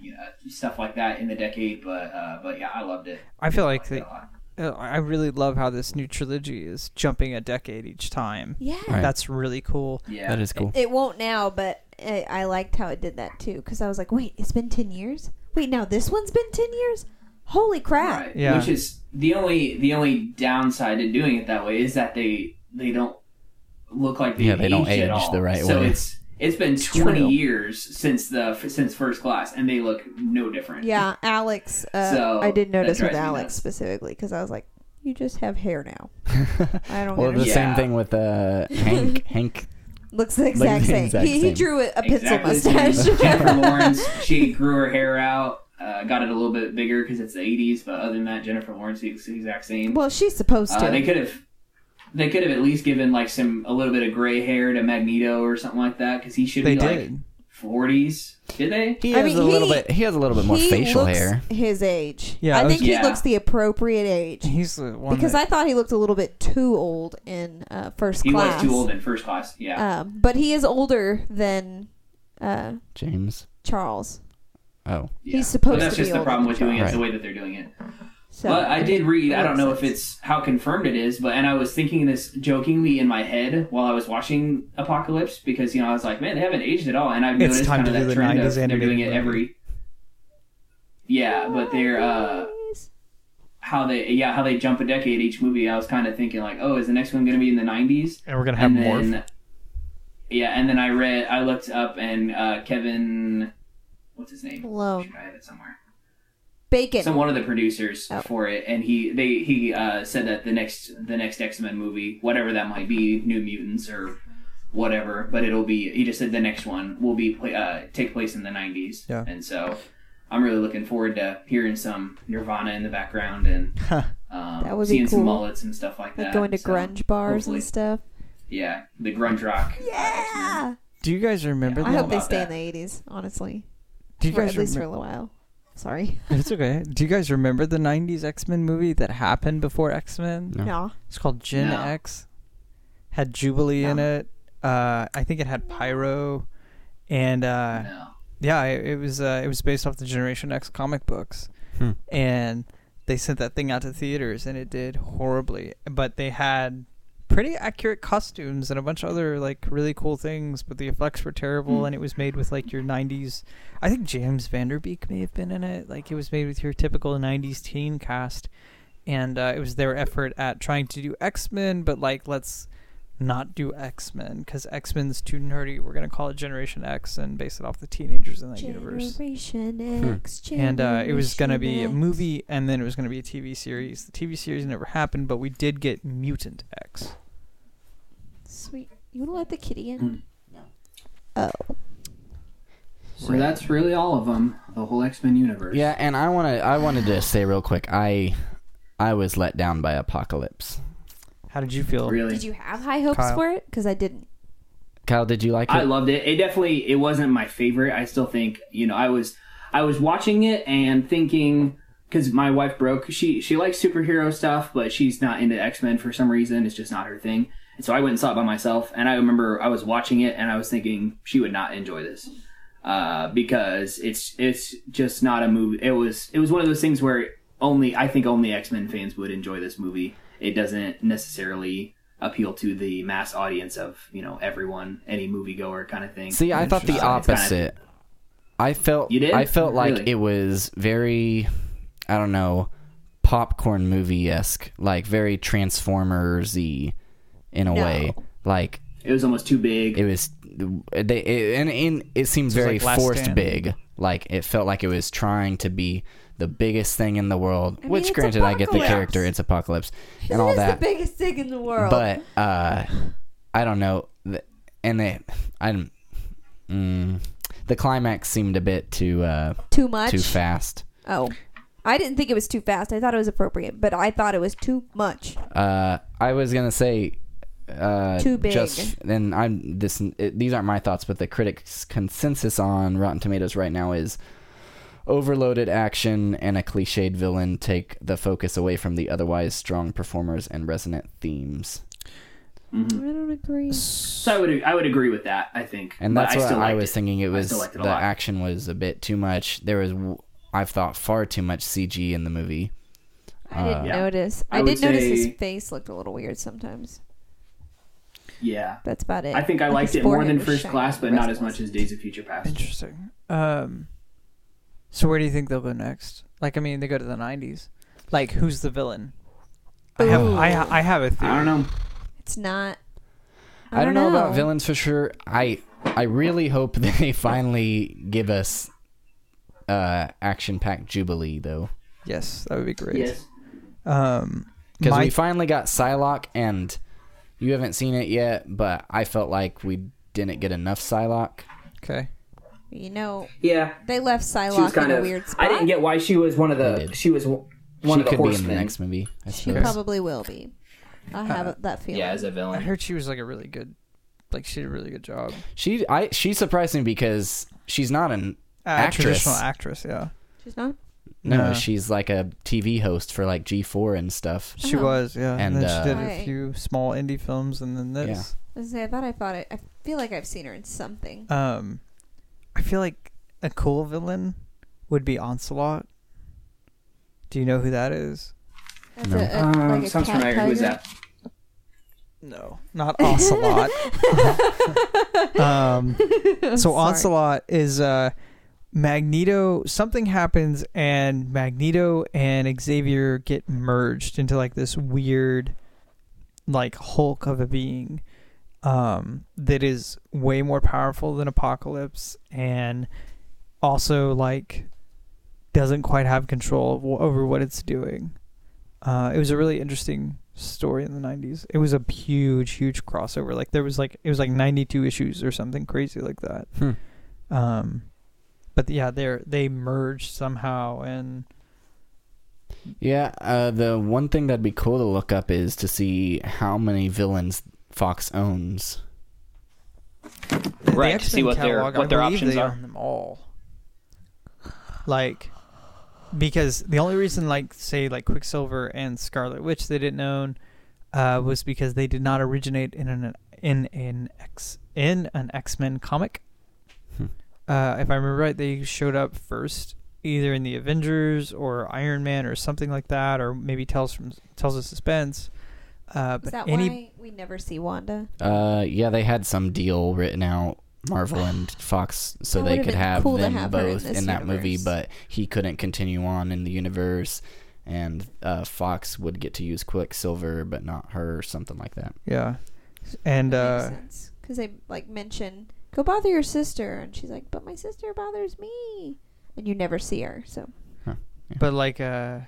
B: you know, stuff like that in the decade. But uh, but yeah, I loved it.
F: I feel like
B: liked it a
F: the,
B: lot.
E: Uh, I really love how this new trilogy is jumping a decade each time.
C: Yeah.
A: Right.
E: That's really cool.
B: Yeah,
A: that is cool
C: It won't now, but I, I liked how it did that too because I was like, wait, it's been 10 years? Wait, now this one's been 10 years? Holy crap.
B: Right.
E: Yeah.
B: Which is the only the only downside to doing it that way is that they they don't look like they
A: Yeah, they don't
B: aged at
A: age
B: all.
A: the right
B: so
A: way.
B: it's it's been
E: true.
B: twenty years since the since first class, and they look no different.
C: Yeah, Alex. Uh,
B: So,
C: I did
B: that
C: notice with
B: drives me
C: Alex
B: nuts.
C: specifically because I was like, you just have hair now.
A: [laughs]
C: I don't
A: well
C: get
A: the
C: it.
B: Yeah.
A: same thing with uh,
C: [laughs]
A: Hank Hank
C: Looks the
A: the
C: exact same.
A: exact
C: he, he
A: same.
C: drew a, a pencil
B: Exactly the same. [laughs]
C: mustache.
B: Jennifer Lawrence, she grew her hair out, uh, got it a little bit bigger because it's the '80s. But other than that, Jennifer Lawrence looks the exact same.
C: well, she's supposed to.
B: Uh, they could have, they could have at least given like some a little bit of gray hair to Magneto or something like that because he should
E: They
B: be like
E: did.
B: 40s. Did they?
A: he
C: I
A: has
C: mean,
A: a little
C: he-
A: bit he has a little bit more
C: he
A: facial
C: looks
A: hair
C: His age.
E: Yeah, I
C: I
E: was-
C: think
B: Yeah.
C: he looks the appropriate age
E: He's the one
C: because
E: that,
C: I thought he looked a little bit too old in uh, first
B: He
C: class.
B: was too old in first class. Yeah.
C: Um, but he is older than uh,
A: James
C: Charles.
A: oh
B: yeah.
C: he's supposed
B: But that's
C: to be
B: just the
C: older
B: problem
C: than
B: with doing it
A: Charles.
B: the way that they're doing it.
C: So
B: but I did read. I
C: That
B: don't know if
C: makes
B: it's how confirmed it is, but and I was thinking this jokingly in my head while I was watching Apocalypse because you know I was like, man, they haven't aged at all, and I've
E: It's
B: noticed
E: time
B: kind of
E: to do
B: that
E: the
B: trend of
E: 90s
B: they're doing it
E: animated
B: every. Yeah, but they're. uh how they yeah how they jump a decade each movie i was kind of thinking like oh is the next one going to be in the 90s
F: and we're gonna have
B: and
F: morph.
B: then, yeah and then i read i looked up and uh kevin what's his name
C: Malone.
B: Should I have it somewhere?
C: Bacon.
B: So one of the producers
C: Oh.
B: for it, and he they he uh, said that the next the next X Men movie, whatever that might be, New Mutants or whatever, but it'll be he just said the next one will be pla- uh, take place in the '90s.
E: Yeah.
B: And so I'm really looking forward to hearing some Nirvana in the background
F: [laughs]
B: and um,
C: That would be
B: seeing some
C: cool.
B: mullets and stuff like that.
C: like going to
B: So,
C: grunge bars
B: hopefully-
C: and stuff.
B: Yeah, the grunge rock. uh, X-Men.
C: Yeah.
E: Do you guys remember
B: I
C: I
E: the
C: hope they
B: about
C: stay
B: that.
C: in the 80s, honestly.
E: Do you
C: Or
E: guys
C: at least for
E: remember
C: a little while. Sorry.
E: It's okay. Do you guys remember the 90s X-Men movie that happened before X-Men?
A: No.
C: No.
E: It's called Gen
B: No.
E: X. Had Jubilee in
C: No.
E: it. Uh, I think it had Pyro and uh,
B: No.
E: yeah, it, it was uh, it was based off the Generation X comic books,
A: Hmm.
E: and they sent that thing out to theaters, and it did horribly. But they had pretty accurate costumes and a bunch of other like really cool things, but the effects were terrible, and it was made with like your '90s. I think James Vanderbeek may have been in it. Like it was made with your typical '90s teen cast, and uh, it was their effort at trying to do X Men, but like let's not do X Men because X Men's too nerdy. We're gonna call it Generation X and base it off the teenagers in that universe.
C: Generation X.
E: And uh, it was gonna be a
C: Generation
E: movie, and then it was gonna be a TV series. The TV series never happened, but we did get Mutant X.
C: X. Sweet. You want to let the kitty in?
B: Mm.
C: Oh.
B: So that's really all of them. The whole X Men universe.
A: yeah and I want to I wanted to say real quick I I was let down by Apocalypse
E: How did you feel?
B: Really.
C: Did you have high hopes
E: Kyle.
C: for it? Because I didn't.
A: Kyle did you like it
B: I loved it. It definitely it wasn't my favorite. I still think you know I was I was watching it and thinking because my wife broke. She she likes superhero stuff, but she's not into X Men for some reason. It's just not her thing. And so I went and saw it by myself. And I remember I was watching it and I was thinking she would not enjoy this uh, because it's it's just not a movie. It was it was one of those things where only I think only X Men fans would enjoy this movie. It doesn't necessarily appeal to the mass audience of you know everyone, any moviegoer kind of thing.
A: See, I thought the
B: Interesting. It's kinda-
A: opposite. I felt
B: You did?
A: I felt like
B: Really?
A: it was very I don't know, popcorn movie esque, like very Transformers y in a
C: No.
A: way. Like
B: It was almost too big.
A: It was they it, and, and it seemed
F: So it's
A: very
F: like Last
A: forced
F: Stand.
A: big. Like it felt like it was trying to be the biggest thing in the world.
C: I mean,
A: which
C: it's
A: granted, I get the
C: Apocalypse.
A: character. It's apocalypse
C: This
A: and all
C: is
A: that.
C: the biggest thing in the world.
A: But uh, I don't know, The- and they, I, don't- mm, the climax seemed a bit too uh,
C: too much.
A: too fast.
C: Oh, I didn't think it was too fast. I thought it was appropriate, but I thought it was too much.
A: Uh, I was gonna say uh,
C: Too big.
A: Just then, I'm this. It, these aren't my thoughts, but the critics' consensus on Rotten Tomatoes right now is overloaded action and a cliched villain take the focus away from the otherwise strong performers and resonant themes.
C: I don't agree.
B: Mm-hmm. So I would I would agree with that. I think,
A: And
B: But
A: that's what
B: still
A: I
B: liked
A: was
B: it.
A: thinking. It was
B: still liked it a
A: the
B: lot.
A: action was a bit too much. There was, w- I've thought, far too much CG in the movie.
C: I didn't
A: Uh,
B: Yeah.
C: notice.
B: I
C: I,
B: would
C: did notice his
B: say-
C: face looked a little weird sometimes.
B: Yeah,
C: That's about it.
B: I think I
C: Like,
B: liked
C: his
B: it more
C: forehead
B: than
C: was
B: First
C: shiny,
B: Class, but
C: the
B: not
C: rest
B: as much
C: wasn't.
B: as Days of Future Past.
E: Interesting. Um, so where do you think they'll go next? Like, I mean, they go to the '90s. Like, who's the villain? I have, I, ha- I have a theory.
B: I don't know.
C: It's not.
A: I, don't know, about villains for sure. I I really hope [laughs] they finally give us uh action packed Jubilee though,
E: Yes, that would be great.
B: Yes,
E: Um,
A: because
E: my-
A: we finally got Psylocke, and you haven't seen it yet, but I felt like we didn't get enough Psylocke.
E: okay.
C: You know,
B: yeah.
C: they left
B: She was
C: Psylocke in
B: kind
C: a
B: of.
C: weird spot.
B: I didn't get why she was one of
A: They
B: the.
A: did.
B: She was one
A: she
B: of the
A: could be in the
B: horsemen.
A: next movie. I
C: She
A: suppose.
C: probably will be. I have
A: Uh,
C: that feeling.
B: Yeah, as a
E: I
B: villain.
E: heard she was like a really good, like she did a really good job.
A: She I she surprised me because she's not an
E: Uh,
A: Actress.
E: traditional actress. Yeah,
C: She's not.
A: no,
E: No.
A: she's like a TV host for like G4 and stuff.
E: she
C: Oh.
E: was. Yeah, and,
A: And,
E: then she did a
C: uh,
E: few small indie films, and then this.
C: I, was gonna say, I thought I thought it. I feel like I've seen her in something.
E: Um, I feel like a cool villain would be Onslaught. Do you know who that is?
C: That's
A: No.
C: a, a, like
B: Um,
C: a
B: sounds
C: cat
B: familiar. Who is
C: tiger.
B: that?
E: No, not Ocelot. [laughs] um, so
C: sorry.
E: Ocelot is uh, Magneto. Something happens, and Magneto and Xavier get merged into like this weird, like Hulk of a being um, that is way more powerful than Apocalypse, and also like doesn't quite have control w- over what it's doing. Uh, it was a really interesting story in the 90s. It was a huge, huge crossover. Like there was like it was like 92 issues or something crazy like that.
A: Hmm.
E: Um, but yeah, they are they merged somehow, and
A: Yeah, uh, the one thing that'd be cool to look up is to see how many villains Fox owns.
E: the
B: Right, to
E: X-Men
B: see what their-
E: catalog,
B: what
E: I
B: their
E: believe
B: options
E: they
B: are.
E: own them all. Like, because the only reason, like, say, like Quicksilver and Scarlet Witch, they didn't own, uh, was because they did not originate in an in an X in an X Men comic.
A: Hmm.
E: Uh, if I remember right, they showed up first either in the Avengers or Iron Man or something like that, or maybe Tells from Tells of Suspense. Uh,
C: Is
E: but
C: that
E: any
C: why we never see Wanda?
A: Uh, yeah, they had some deal written out, Marvel
C: [sighs]
A: and Fox, so
C: That
A: they
C: would've
A: could
C: been
A: have
C: cool to
A: them
C: have her in
A: both in,
C: this
A: that movie,
C: universe.
A: but he couldn't continue on in the universe, and uh, Fox would get to use Quicksilver, but not her, or something like that.
E: yeah, and uh,
C: because they like mention go bother your sister, and she's like, but my sister bothers me, and you never see her. So
E: but like uh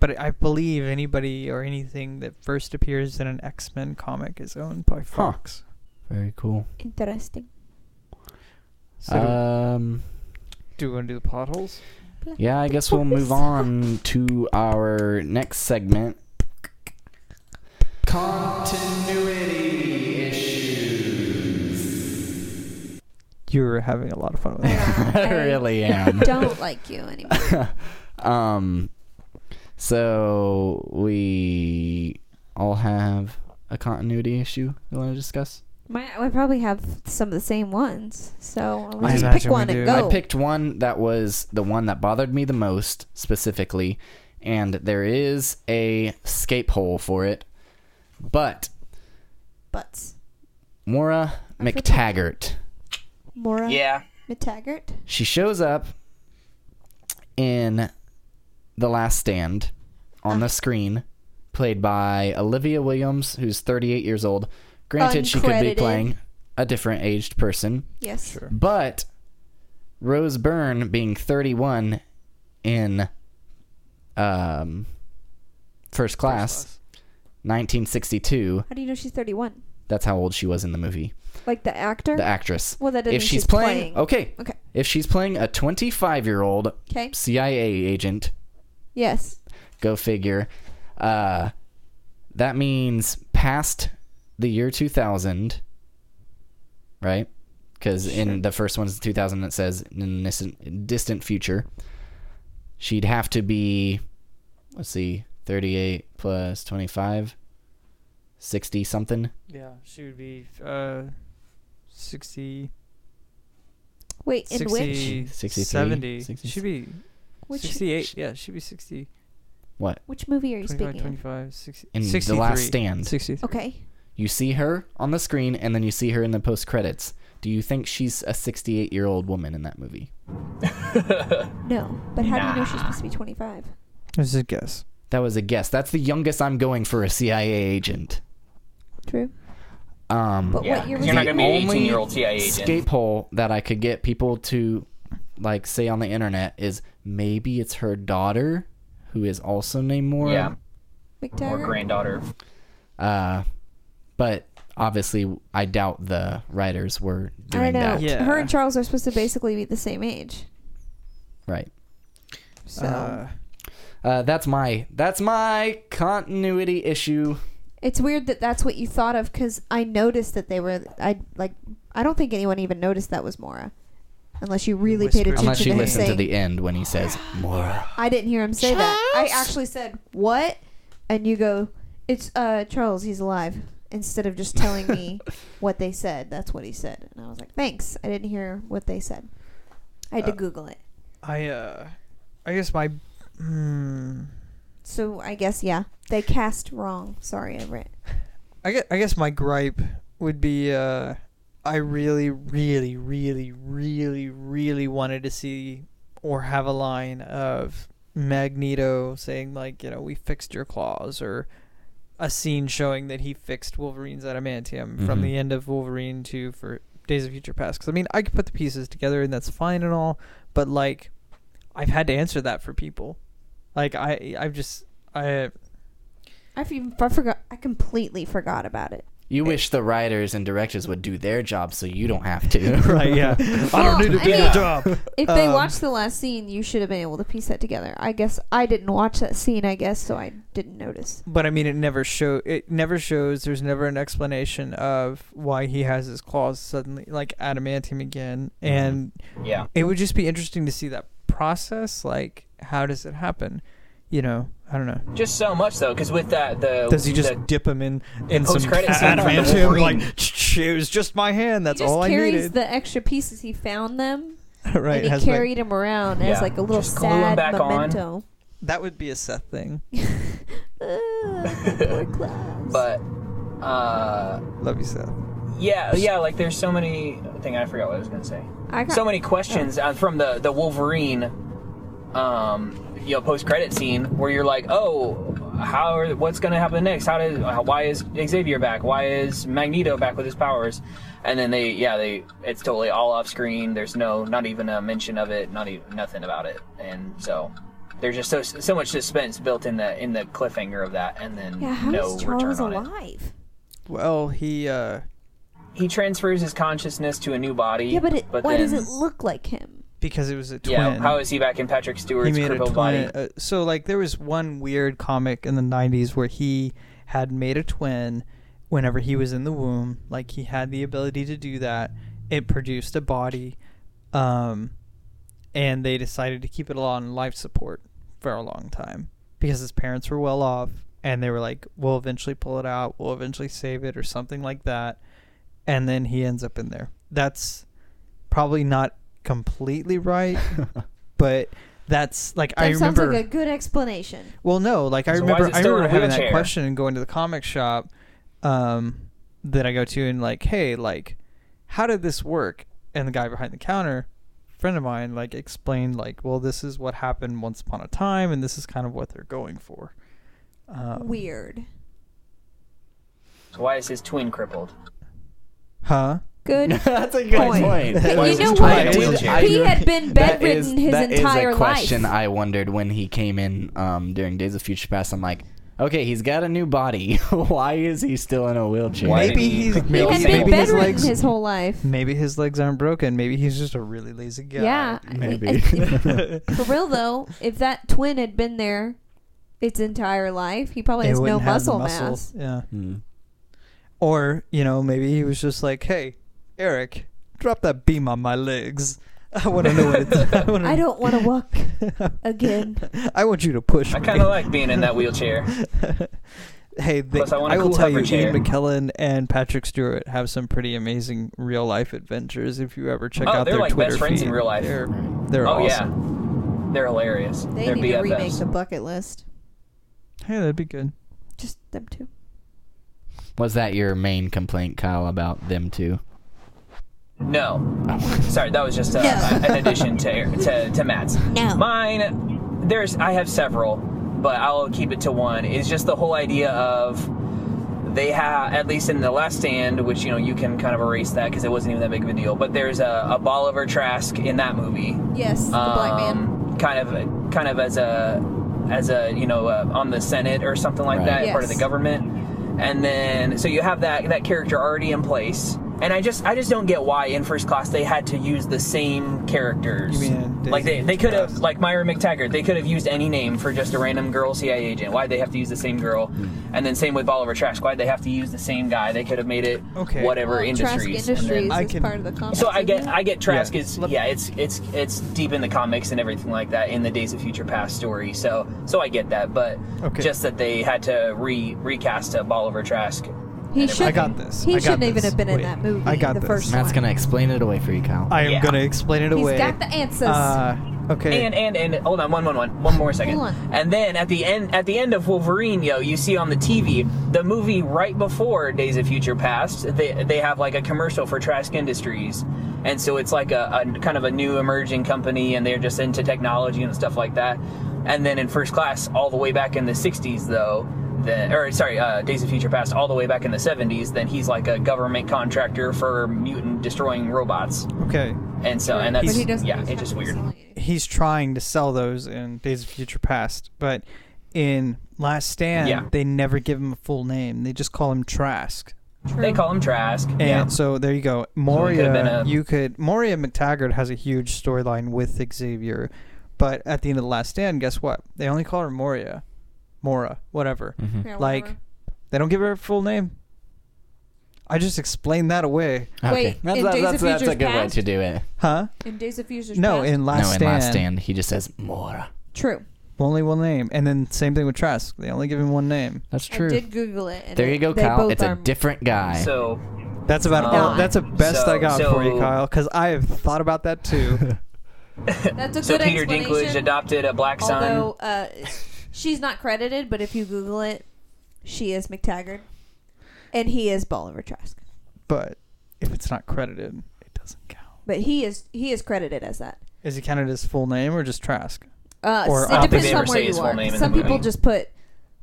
E: but I believe anybody or anything that first appears in an X Men comic is owned by Fox.
A: Very cool.
C: interesting.
E: So
F: [laughs]
E: uh,
A: um,
E: do we want to do the plot holes?
A: yeah, I guess we'll move
C: [laughs]
A: on [laughs] to our next segment. Continuity
E: You're having a lot of fun
C: [laughs]
E: with that.
A: I
C: I
A: really am.
C: don't like you anymore.
A: Um, so we all have a continuity issue you want to discuss.
C: My, I probably have some of the same ones, so
E: I
C: I'll just
E: imagine
C: pick
E: we
C: one
E: do.
C: and
E: I
C: go.
A: I picked one that was the one that bothered me the most specifically, and there is a scape hole for it, but
C: Butts.
A: Mora McTaggart.
C: Mora
B: Yeah,
C: McTaggart.
A: She shows up in The Last Stand on the screen, played by Olivia Williams, who's 38 years old. Granted, she could be
C: Uncredited.
A: playing a different aged person,
C: Yes.
F: Sure.
A: but Rose Byrne being 31 in um, first, class, 1962,
C: How do you know she's 31?
A: that's how old she was in the movie.
C: Like the actor?
A: The actress.
C: well, that doesn't
A: If
C: mean
A: she's, playing, okay.
C: Okay.
A: If she's playing a 25 year old
C: Okay.
A: CIA agent,
C: Yes.
A: go figure, uh, that means past the year 2000, right? Because in the first one's 2000, it says in this distant future, she'd have to be, let's see, 38 plus 25, 60 something.
F: Yeah, she would be uh, 60,
C: Wait, in which
F: 60
A: 63,
F: 70.
A: 60.
F: She'd be
C: Which-
F: 68. Yeah, she'd be 60,
C: which movie are you
F: 25,
C: speaking
F: 25, 60,
A: In The
F: 63.
A: Last Stand,
F: 63.
C: of? Okay.
A: you see her on the screen and then you see her in the post credits. Do you think she's a 68 year old woman in that movie?
C: No. But how do you know she's supposed to be 25?
E: This is a guess.
A: That was a guess. That's the youngest I'm going for a CIA agent.
C: True.
A: Um,
C: But
G: Yeah,
C: what year
G: 'cause
C: was
G: you're not
C: it?
G: gonna be an
A: The
G: 18 year old CIA agent.
A: escape hole that I could get people to like say on the internet is maybe it's her daughter who is also named Mora.
G: Yeah, or
C: McTaggart?
G: granddaughter.
A: Uh, but obviously, I doubt the writers were
C: I
A: doing
C: don't know.
A: that.
F: Yeah.
C: Her and Charles are supposed to basically be the same age.
A: Right.
C: So
E: Uh,
A: Uh, that's my that's my continuity issue.
C: it's weird that that's what you thought of because I noticed that they were. I like. I don't think anyone even noticed that was Mora, unless you really paid
F: whispered.
C: attention
A: Unless
C: to
A: you
C: him
A: listen to
C: saying-
A: the end when he says Mora.
C: I didn't hear him say that. I actually said what, and you go, "It's uh Charles. He's alive." Instead of just telling
E: [laughs]
C: me what they said, that's what he said, and I was like, "Thanks. I didn't hear what they said. I had
E: Uh,
C: to Google it."
E: I uh, I guess my. Mm,
C: So I guess yeah, they cast wrong. Sorry, Everett.
E: I guess, I guess my gripe would be uh, I really, really, really, really, really wanted to see or have a line of Magneto saying, like, you know, we fixed your claws, or a scene showing that he fixed Wolverine's adamantium from
A: Mhm.
E: the end of Wolverine 2 for Days of Future Past. Because, I mean, I could put the pieces together and that's fine and all, but, like, I've had to answer that for people. Like, I, I've just, I,
C: I, f- I forgot. I completely forgot about it.
A: You wish the writers and directors would do their job so you don't have to.
E: [laughs] right, yeah. I
C: Well,
E: don't need to
C: I
E: do the
C: mean-
E: job.
C: If they
E: Um,
C: watched the last scene, you should have been able to piece that together. I guess I didn't watch that scene. I guess so. I didn't notice.
E: But I mean, it never show. It never shows. There's never an explanation of why he has his claws suddenly like adamantium again,
C: Mm-hmm.
E: and
G: Yeah,
E: it would just be interesting to see that process. Like, how does it happen? You know, I don't know.
G: just so much though, because with that the
E: Does he just
G: the-
E: dip him in in some
G: post-credit scene from the
E: adamantium?
G: Wolverine.
E: Like, [laughs] "Ch-ch, it was just my hand. That's
C: he just
E: all I
C: carries
E: needed.
C: the extra pieces. He found them
E: [laughs] right?
C: and
E: has
C: he
E: my-
C: carried him around as
G: Yeah,
C: like a little
G: just glue 'em
C: sad
G: back on.
C: memento.
E: that would be a Seth thing.
C: Ugh, poor Klaus.
G: but uh
E: Love you, Seth.
G: yeah yeah like there's so many I think I forgot what I was gonna say.
C: I got,
G: so many questions uh, from the the Wolverine, um, you know, post credit scene where you're like, oh, how are what's gonna happen next? How did uh, why is Xavier back? Why is Magneto back with his powers? And then they yeah they it's totally all off screen. There's no not even a mention of it. Not even nothing about it. And so. There's just so so much suspense built in the in the cliffhanger of that, and then
C: yeah, how is
G: no return
C: Charles
G: on it.
C: alive?
E: Well, he. uh
G: He transfers his consciousness to a new body.
C: Yeah, but, it, why does
G: then-
C: it look like him?
E: because it was a twin.
G: Yeah, how is he back in Patrick
E: he
G: Stewart's
E: made a
G: crippled body?
E: twin. Uh, so like there was one weird comic in the 90s where he had made a twin whenever he was in the womb. Like he had the ability to do that. It produced a body, um, and they decided to keep it on life support for a long time because his parents were well off, and they were like, "We'll eventually pull it out. We'll eventually save it, or something like that." And then he ends up in there. That's probably not completely right, but that's like
C: That
E: I
C: sounds
E: remember.
C: like a good explanation.
E: Well, no, like I
G: So why
E: remember,
G: is it
E: I
G: still in
E: remember
G: a
E: having that
G: wheelchair?
E: question and going to the comic shop um, that I go to and like, hey, like, how did this work? And the guy behind the counter, friend of mine, like explained like, well, this is what happened once upon a time, Uh, and this is kind of what they're going for. Um,
C: Weird.
B: So why is his twin crippled?
E: Huh?
A: [laughs]
C: Good.
A: That's a good
C: Point.
A: point.
C: But
A: Why
C: you
A: is
C: know
A: this
C: what?
A: trying to
B: Dude,
A: wheelchair?
C: he had been
A: That is-
C: bedridden his
A: that is
C: entire
A: a question
C: life.
A: I wondered when he came in um, during Days of Future Past. I'm like, okay, he's got a new body. [laughs] Why is he still in a wheelchair?
B: Why
E: Maybe
B: did he-
E: he's-
C: he
E: maybe
C: had
E: he's-
C: been
E: maybe his
C: bedridden [laughs]
E: legs-
C: his whole life.
E: Maybe his legs aren't broken. Maybe he's just a really lazy guy.
C: Yeah. I mean,
A: Maybe.
C: [laughs]
E: [laughs]
C: For real though, if that twin had been there its entire life, he probably
E: They
C: has no
E: wouldn't have the
C: muscle
E: muscle.
C: mass.
E: Yeah.
A: Hmm.
E: Or, you know, maybe he was just like, "Hey, Eric, drop that beam on my legs. [laughs] I want to know what it's [laughs] I, wanna,
C: I don't want to
E: [laughs]
C: walk again.
E: I want you to push
B: I
E: me."
B: kind of like being in that wheelchair.
E: [laughs] hey, they,
B: Plus, I want a
E: will
B: cool
E: tell you,
B: hover chair.
E: Ian McKellen and Patrick Stewart have some pretty amazing real life adventures. If you ever check
B: Oh,
E: out
B: they're
E: their
B: like
E: Twitter
B: best friends in
E: feed.
B: real life.
E: they're, they're
B: oh
E: awesome.
B: yeah, they're hilarious.
C: They
B: are
C: need to remake the bucket list.
E: Hey, that'd be good.
C: Just them two.
A: Was that your main complaint, Kyle, about them two?
B: No, sorry, that was just uh,
C: No.
B: an addition to, to to Matt's.
C: No.
B: Mine, there's I have several, but I'll keep it to one. Is just the whole idea of they have at least in the last stand, which you know you can kind of erase that because it wasn't even that big of a deal. But there's a, a Bolivar Trask in that movie
C: Yes, the black man.
B: um, kind of kind of as a as a you know uh, on the Senate or something like
A: Right.
B: that, part of the
C: Yes.
B: government, and then so you have that that character already in place. And I just I just don't get why in first class they had to use the same characters.
E: You mean in Days
B: like
E: of
B: they, they
E: Future
B: could have
E: Past?
B: like Myra McTaggart they could have used any name for just a random girl CIA agent. Why'd they have to use the same girl?
E: Mm.
B: And then same with Bolivar Trask. Why'd they have to use the same guy? They could have made it
E: Okay.
B: whatever
C: Well, Trask
B: industries. and then-
C: Industries
E: I
C: is
E: can-
C: part of the complex.
B: so I get
C: isn't it?
B: I get Trask
E: Yeah.
B: is
E: Let-
B: yeah it's it's it's deep in the comics and everything like that in the Days of Future Past story so so I get that but
E: Okay.
B: just that they had to re recast a Bolivar Trask
C: He
E: I
C: shouldn't.
E: got this.
C: He
E: I got
C: shouldn't even
E: this.
C: have been in
E: Wait,
C: that movie.
E: I got
C: the
E: this.
C: first
A: Matt's
C: one.
A: gonna explain it away for you, Kyle.
E: I am
B: Yeah.
E: gonna explain it away.
C: He's got the answers.
E: Uh, okay.
B: and and and hold on one one one one more second
C: Hold on.
B: and then at the end at the end of Wolverine yo you see on the TV the movie right before Days of Future Past they they have like a commercial for Trask Industries and so it's like a, a kind of a new emerging company and they're just into technology and stuff like that and then in first class all the way back in the 60s though the, or sorry, uh, Days of Future Past, all the way back in the 70s. Then he's like a government contractor for mutant destroying robots,
E: okay.
B: and so Oh, and
C: but
B: that's
C: he doesn't
B: yeah,
C: have
B: it's just
C: to
B: weird.
C: sell anything.
E: He's trying to sell those in Days of Future Past, but in Last Stand,
B: Yeah.
E: they never give him a full name. They just call him Trask.
B: They call him Trask.
E: And
B: yeah.
E: so there you go.
B: could've been
E: Moria,
B: a-
E: you could. Moria McTaggart has a huge storyline with Xavier, but at the end of The Last Stand, guess what? They only call her Moria. Mora, whatever.
A: Mm-hmm.
C: Yeah,
E: Like,
C: whatever.
E: they don't give her a full name. I just explained that away.
A: Okay.
C: Wait, in Days of
A: that's, that's a
C: Future's
A: good way
C: Past?
A: to do it.
E: Huh?
C: in Days of Future
E: No,
C: Past.
E: in Last
A: no, in
E: Stand.
A: Last Stand, he just says Mora.
C: true.
E: Only one name. And then same thing with Trask. They only give him one name.
A: That's
C: I did Google it. And
A: There you
C: it-
A: go,
C: they
A: Kyle.
C: both
A: It's a
C: are-
A: different guy.
B: So
E: That's about
B: Uh,
E: all. That's the best
B: so-
E: I got for you,
B: so-
E: Kyle, because I have thought about that too.
C: That's a
B: so
C: good
B: Peter
C: explanation.
B: Dinklage adopted a black
C: Although
B: son.
C: uh, she's not credited, but if you Google it, she is McTaggart, and he is Bolivar Trask.
E: but if it's not credited, it doesn't count.
C: But he is he is credited as that.
E: Is he counted as full name or just Trask?
C: Uh,
E: Or-
C: s- it
E: I don't think
C: depends
E: they
C: on
B: ever
C: where
B: say his
C: you
B: full name in
C: are.
B: the
C: Some people
B: movie.
C: just put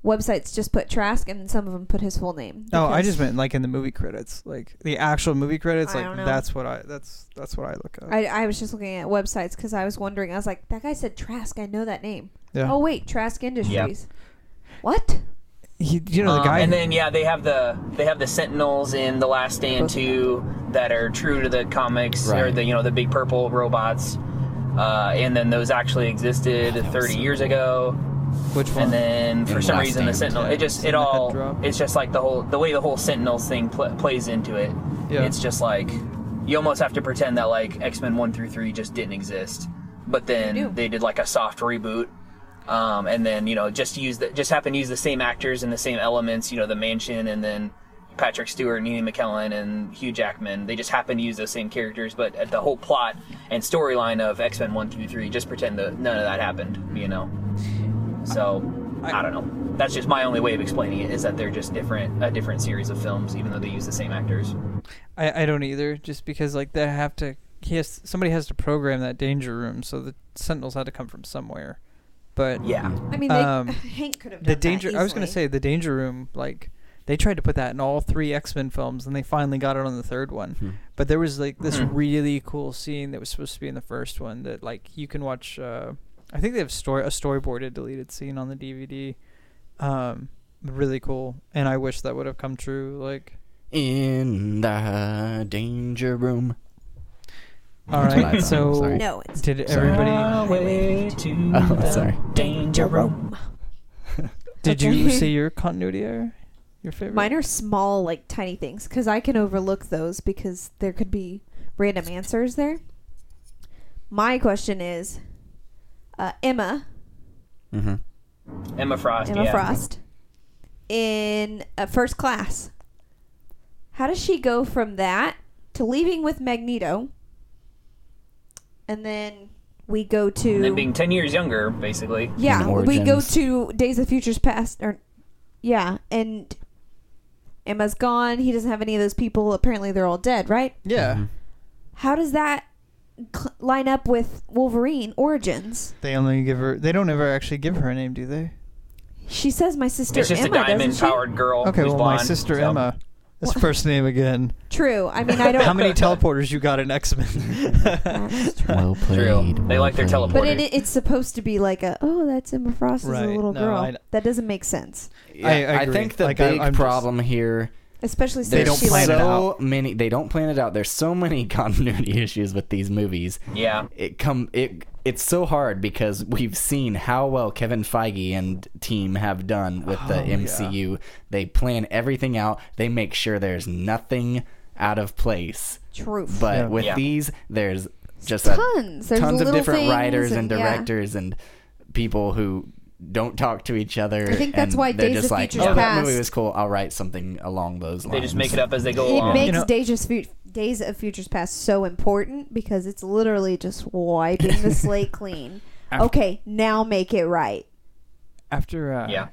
C: websites just put Trask, and some of them put his full name.
E: No, Oh, I
C: because-
E: just meant like in the movie credits, like the actual movie credits.
C: I
E: Like
C: don't know.
E: that's what I that's that's what I look up.
C: I, I was just looking at websites because I was wondering. I was like, that guy said Trask. I know that name.
E: yeah.
C: Oh wait, Trask Industries. What?
E: He, you know Oh, the
B: Um,
E: guy.
B: and then yeah, they have the they have the Sentinels in The Last Stand too that are true to the comics or
A: Right.
B: the you know the big purple robots. Uh, and then those actually existed 30 years ago.
E: which one?
B: And then for
A: In
B: some
A: Last
B: reason the
A: Stand.
B: Sentinel it just
E: In
B: it
E: the
B: all
E: head drop.
B: it's just like the whole the way the whole Sentinels thing pl- plays into it.
E: Yeah.
B: It's just like you almost have to pretend that like X Men one through three just didn't exist, but
C: do.
B: then they did like a soft reboot, um, and then you know just use the just happen to use the same actors and the same elements. You know the mansion and then Patrick Stewart, Nina McKellen, and Hugh Jackman. They just happen to use those same characters, but uh, the whole plot and storyline of X Men one through three just pretend that none of that happened. You know, so. I, don't know. That's just my only way of explaining it is that they're just different, a different series of films, even though they use the same actors.
E: I, I don't either, just because like they have to. He has somebody has to program that danger room, so the sentinels had to come from somewhere. But
B: Yeah.
C: I mean, they,
A: Hmm.
C: [laughs]
E: Um,
C: Hank could have done
E: the
C: that
E: danger. I was gonna
C: easily.
E: say the danger room, like They tried to put that in all three X Men films, and they finally got it on the third one. But there was like this really cool scene that was supposed to be in the first one that like you can watch. Uh, I think they have story a storyboarded deleted scene on the DVD. Um, really cool, and I wish that would have come true. Like,
A: In the danger room.
E: all
A: That's what I
E: right,
A: thought, I'm
E: so
A: sorry.
C: No, it's
E: did
A: Sorry.
C: Oh,
E: everybody?
B: Highway to
A: [laughs] Oh,
B: the
A: sorry.
B: danger room.
E: [laughs] Did you see your continuity error? Your favorite?
C: mine are small, like tiny things, because I can overlook those because there could be random answers there. My question is, uh, Emma,
A: Mm-hmm.
B: Emma Frost.
C: Emma
B: yeah.
C: Frost, in uh, first class. How does she go from that to leaving with Magneto? And then we go to
B: And then being ten years younger, basically.
C: Yeah,
A: And
C: we go
A: origins.
C: to Days of Futures Past, or yeah, and Emma's gone. He doesn't have any of those people. Apparently, they're all dead, right?
E: Yeah,
A: Mm-hmm.
C: How does that cl- line up with Wolverine Origins?
E: they only give her. They don't ever actually give her a name, do they?
C: She says my sister
B: It's just
C: Emma,
B: a
C: doesn't she?
B: diamond-powered girl.
E: Okay,
B: who's
E: well,
B: blonde,
E: my sister
B: so-
E: Emma. That's first name again.
C: True. I
B: [laughs]
C: mean, I don't. [laughs]
E: How many teleporters you got in X Men?
A: Well
B: True.
A: played.
B: They
A: well
B: like their
A: played.
B: teleport.
C: but it, it's supposed to be like a oh, that's Emma Frost as a
E: Right,
C: little
E: no,
C: girl.
E: I-
C: that doesn't make sense,
A: Yeah,
E: I
A: I,
E: agree.
A: think the
E: Like, I-
A: big
E: I'm just-
A: problem here
C: especially since
A: There's
E: don't
C: she
E: plan
A: so
E: it
C: like
E: out.
A: many. They don't plan it out. There's so many [laughs] continuity issues with these movies.
B: yeah.
A: It come it. It's so hard because we've seen how well Kevin Feige and team have done with
E: Oh,
A: the MCU. They plan everything out. They make sure there's nothing out of place.
C: truth.
A: But
E: Yeah.
A: with
B: Yeah.
A: these, there's just a-
C: tons. There's
A: tons of
C: little
A: different
C: things
A: writers and,
C: yeah.
A: directors and people who don't talk to each other.
C: I think that's
A: and
C: why
A: they're
C: Days
A: just
C: of
A: like,
C: Futures
A: oh, that movie
C: Past-
A: was cool. I'll write something along those lines.
B: They just make it up as they go
C: It
B: along.
C: makes
E: You know-
C: Days, of Fut- Days of Futures Past so important because it's literally just wiping the slate clean.
A: [laughs]
C: Okay, now make it right.
F: after uh
B: Yeah.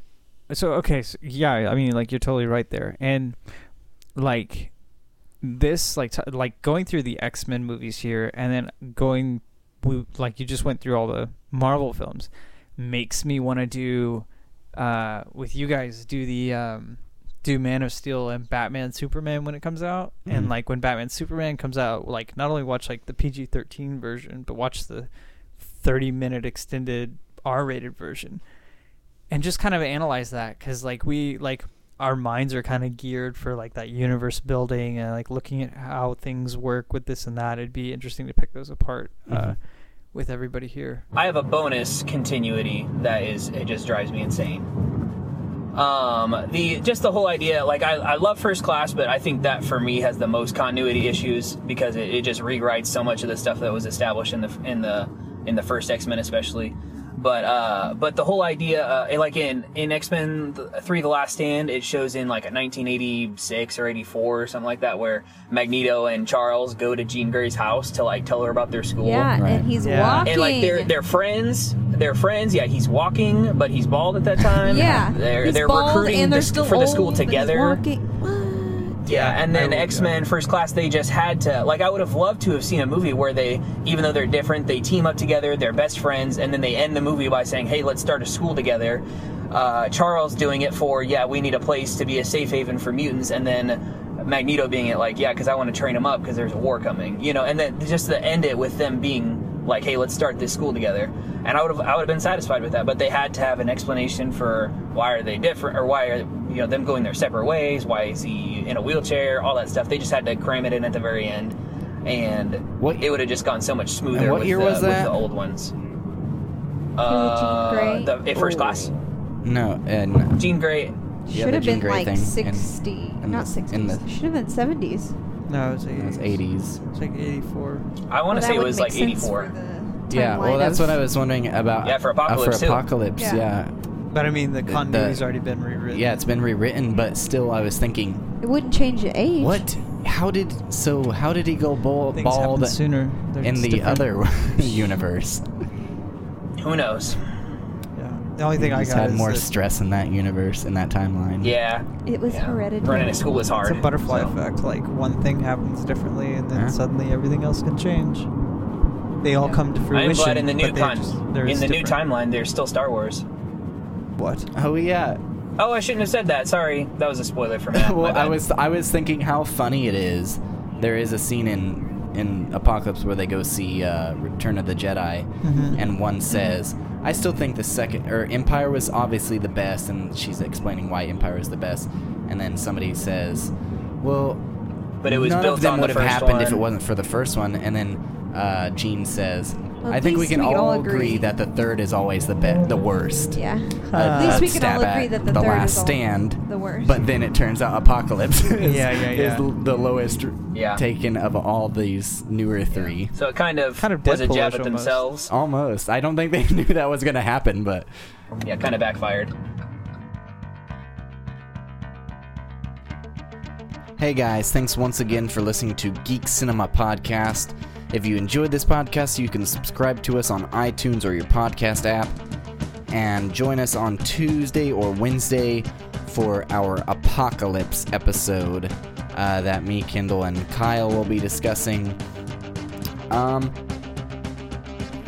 F: so okay so, yeah i mean like you're totally right there and like this like t- like going through the x-men movies here and then going we, like you just went through all the marvel films makes me want to do uh with you guys do the um do man of steel and batman superman when it comes out
E: Mm-hmm.
F: and like when batman superman comes out like not only watch like the pg-13 version but watch the 30 minute extended r-rated version and just kind of analyze that because like we like our minds are kind of geared for like that universe building and like looking at how things work with this and that it'd be interesting to pick those apart uh, with everybody here
B: I have a bonus continuity that is it just drives me insane. Um, the just the whole idea, like I, I love first class, but I think that for me has the most continuity issues because it, it just rewrites so much of the stuff that was established in the in the in the first X Men especially. But uh, but the whole idea, uh, and like in in X Men three, The Last Stand, it shows in like a 1986 or 84 or something like that, where Magneto and Charles go to Jean Grey's house to like tell her about their school.
C: Yeah,
A: Right.
C: and he's
F: Yeah.
C: walking.
B: And like they're they're friends. They're friends. Yeah, he's walking, but he's bald at
C: [laughs]
B: that time.
C: yeah,
B: They're
C: he's
B: they're
C: bald
B: recruiting
C: and
B: the
C: they're
B: sch-
C: still
B: for the school
C: old, but he's
B: together.
C: walking. What?
B: Yeah, and then
F: I-
B: X Men First Class they just had to like I would have loved to have seen a movie where they even though they're different, they team up together, they're best friends, and then they end the movie by saying, Hey, let's start a school together. Uh, Charles doing it for yeah, we need a place to be a safe haven for mutants, and then Magneto being it like yeah, because I want to train them up because there's a war coming, you know, and then just to end it with them being like, hey, let's start this school together, and I would have I would have been satisfied with that, but they had to have an explanation for why are they different or why are you know them going their separate ways, why is he in a wheelchair, all that stuff. They just had to cram it in at the very end, and
A: What-
B: it would have just gone so much smoother
A: And what
B: with,
A: year
B: the,
A: was
B: with
A: that?
B: the old ones. Uh,
C: Grey?
B: the in first class,
A: No, and
B: Jean Grey.
A: Yeah,
C: Should
A: the
C: have
A: Jean
C: been
A: Grey
C: like
A: thing in-
C: sixty,
A: in
C: not
A: the-
C: sixty.
A: in the-
C: Should have been seventies.
E: no, it's
A: it was
E: like
A: 80s.
E: It's like eighty-four.
B: I want to say it was like eighty four.
A: Yeah, well, that's what I was wondering about. uh,
B: Yeah, for Apocalypse,
A: for
B: too.
A: Apocalypse,
C: Yeah.
A: yeah.
E: But I mean, the continuity's already been rewritten.
A: Yeah, it's been rewritten, but still, I was thinking,
C: It wouldn't change the age.
A: what? How did so? How did he go bald,
E: things
A: bald
E: happen sooner. They're
A: in
E: just
A: the
E: different.
A: other [laughs] universe?
B: Who knows?
E: Yeah. The only thing I
A: He's
E: got
A: had
E: is
A: more
E: that
A: stress in that universe in that timeline.
B: Yeah.
C: It was
B: Yeah. Running
C: hereditary.
B: a school is
E: it's
B: hard.
E: a butterfly
B: so.
E: effect. Like one thing happens differently, and then
A: Yeah.
E: suddenly everything else can change. They all come to fruition.
B: I'm glad in the new
E: but they're
B: con-
E: just- they're
B: in the
E: just
B: new
E: different.
B: timeline, there's still Star Wars.
E: What?
A: Oh yeah,
G: Oh, I shouldn't have said that. Sorry, that was a spoiler
A: [laughs]
G: for me.
A: well, I was I was thinking how funny it is. There is a scene in in Apocalypse where they go see uh, Return of the Jedi, and
G: Mm-hmm.
A: one says, "I still think the second or Empire was obviously the best," and she's explaining why Empire is the best, and then somebody says, "Well,
G: But it was
A: none
G: built
A: of them
G: on the
A: would have
G: first
A: happened if
G: one.
A: it wasn't for the first one," and then uh, Gene says.
C: Well,
A: I
C: at
A: think we
C: least
A: can
C: we can
A: all
C: all
A: agree.
C: agree."
A: that the third is always the be- the worst.
C: Yeah.
A: Uh,
C: at least we can
A: stab
C: all
A: at
C: agree that the,
A: the
C: third
A: last
C: is all
A: stand,
C: the worst.
A: But then it turns out
C: [laughs]
A: Apocalypse is,
E: Yeah, yeah, yeah.
A: is l- the lowest r-
G: Yeah.
A: taken of all these newer three.
G: So it kind of
E: Kind of
G: was a
E: Deadpool-ish
G: jab at
E: almost.
A: Um,
G: themselves.
A: Almost. I don't think they [laughs] knew that was going to happen, but
G: Yeah, kind of backfired.
A: hey guys, thanks once again for listening to Geek Cinema Podcast. If you enjoyed this podcast, you can subscribe to us on iTunes or your podcast app and join us on Tuesday or Wednesday for our Apocalypse episode uh, that me, Kendall, and Kyle will be discussing. Um,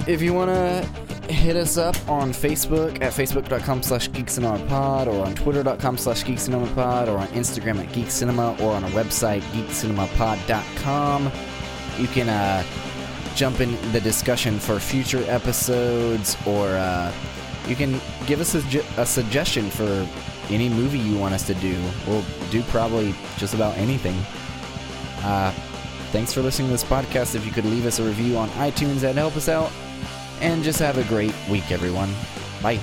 A: if you want to hit us up on Facebook at facebook.com slash geekcinemapod or on twitter.com slash geekcinemapod or on Instagram at geekcinema or on our website geekcinemapod.com. You can uh, jump in the discussion for future episodes or uh, you can give us a, ju- a suggestion for any movie you want us to do. We'll do probably just about anything. Uh, Thanks for listening to this podcast. If you could leave us a review on iTunes, that'd help us out. And just have a great week, everyone. Bye.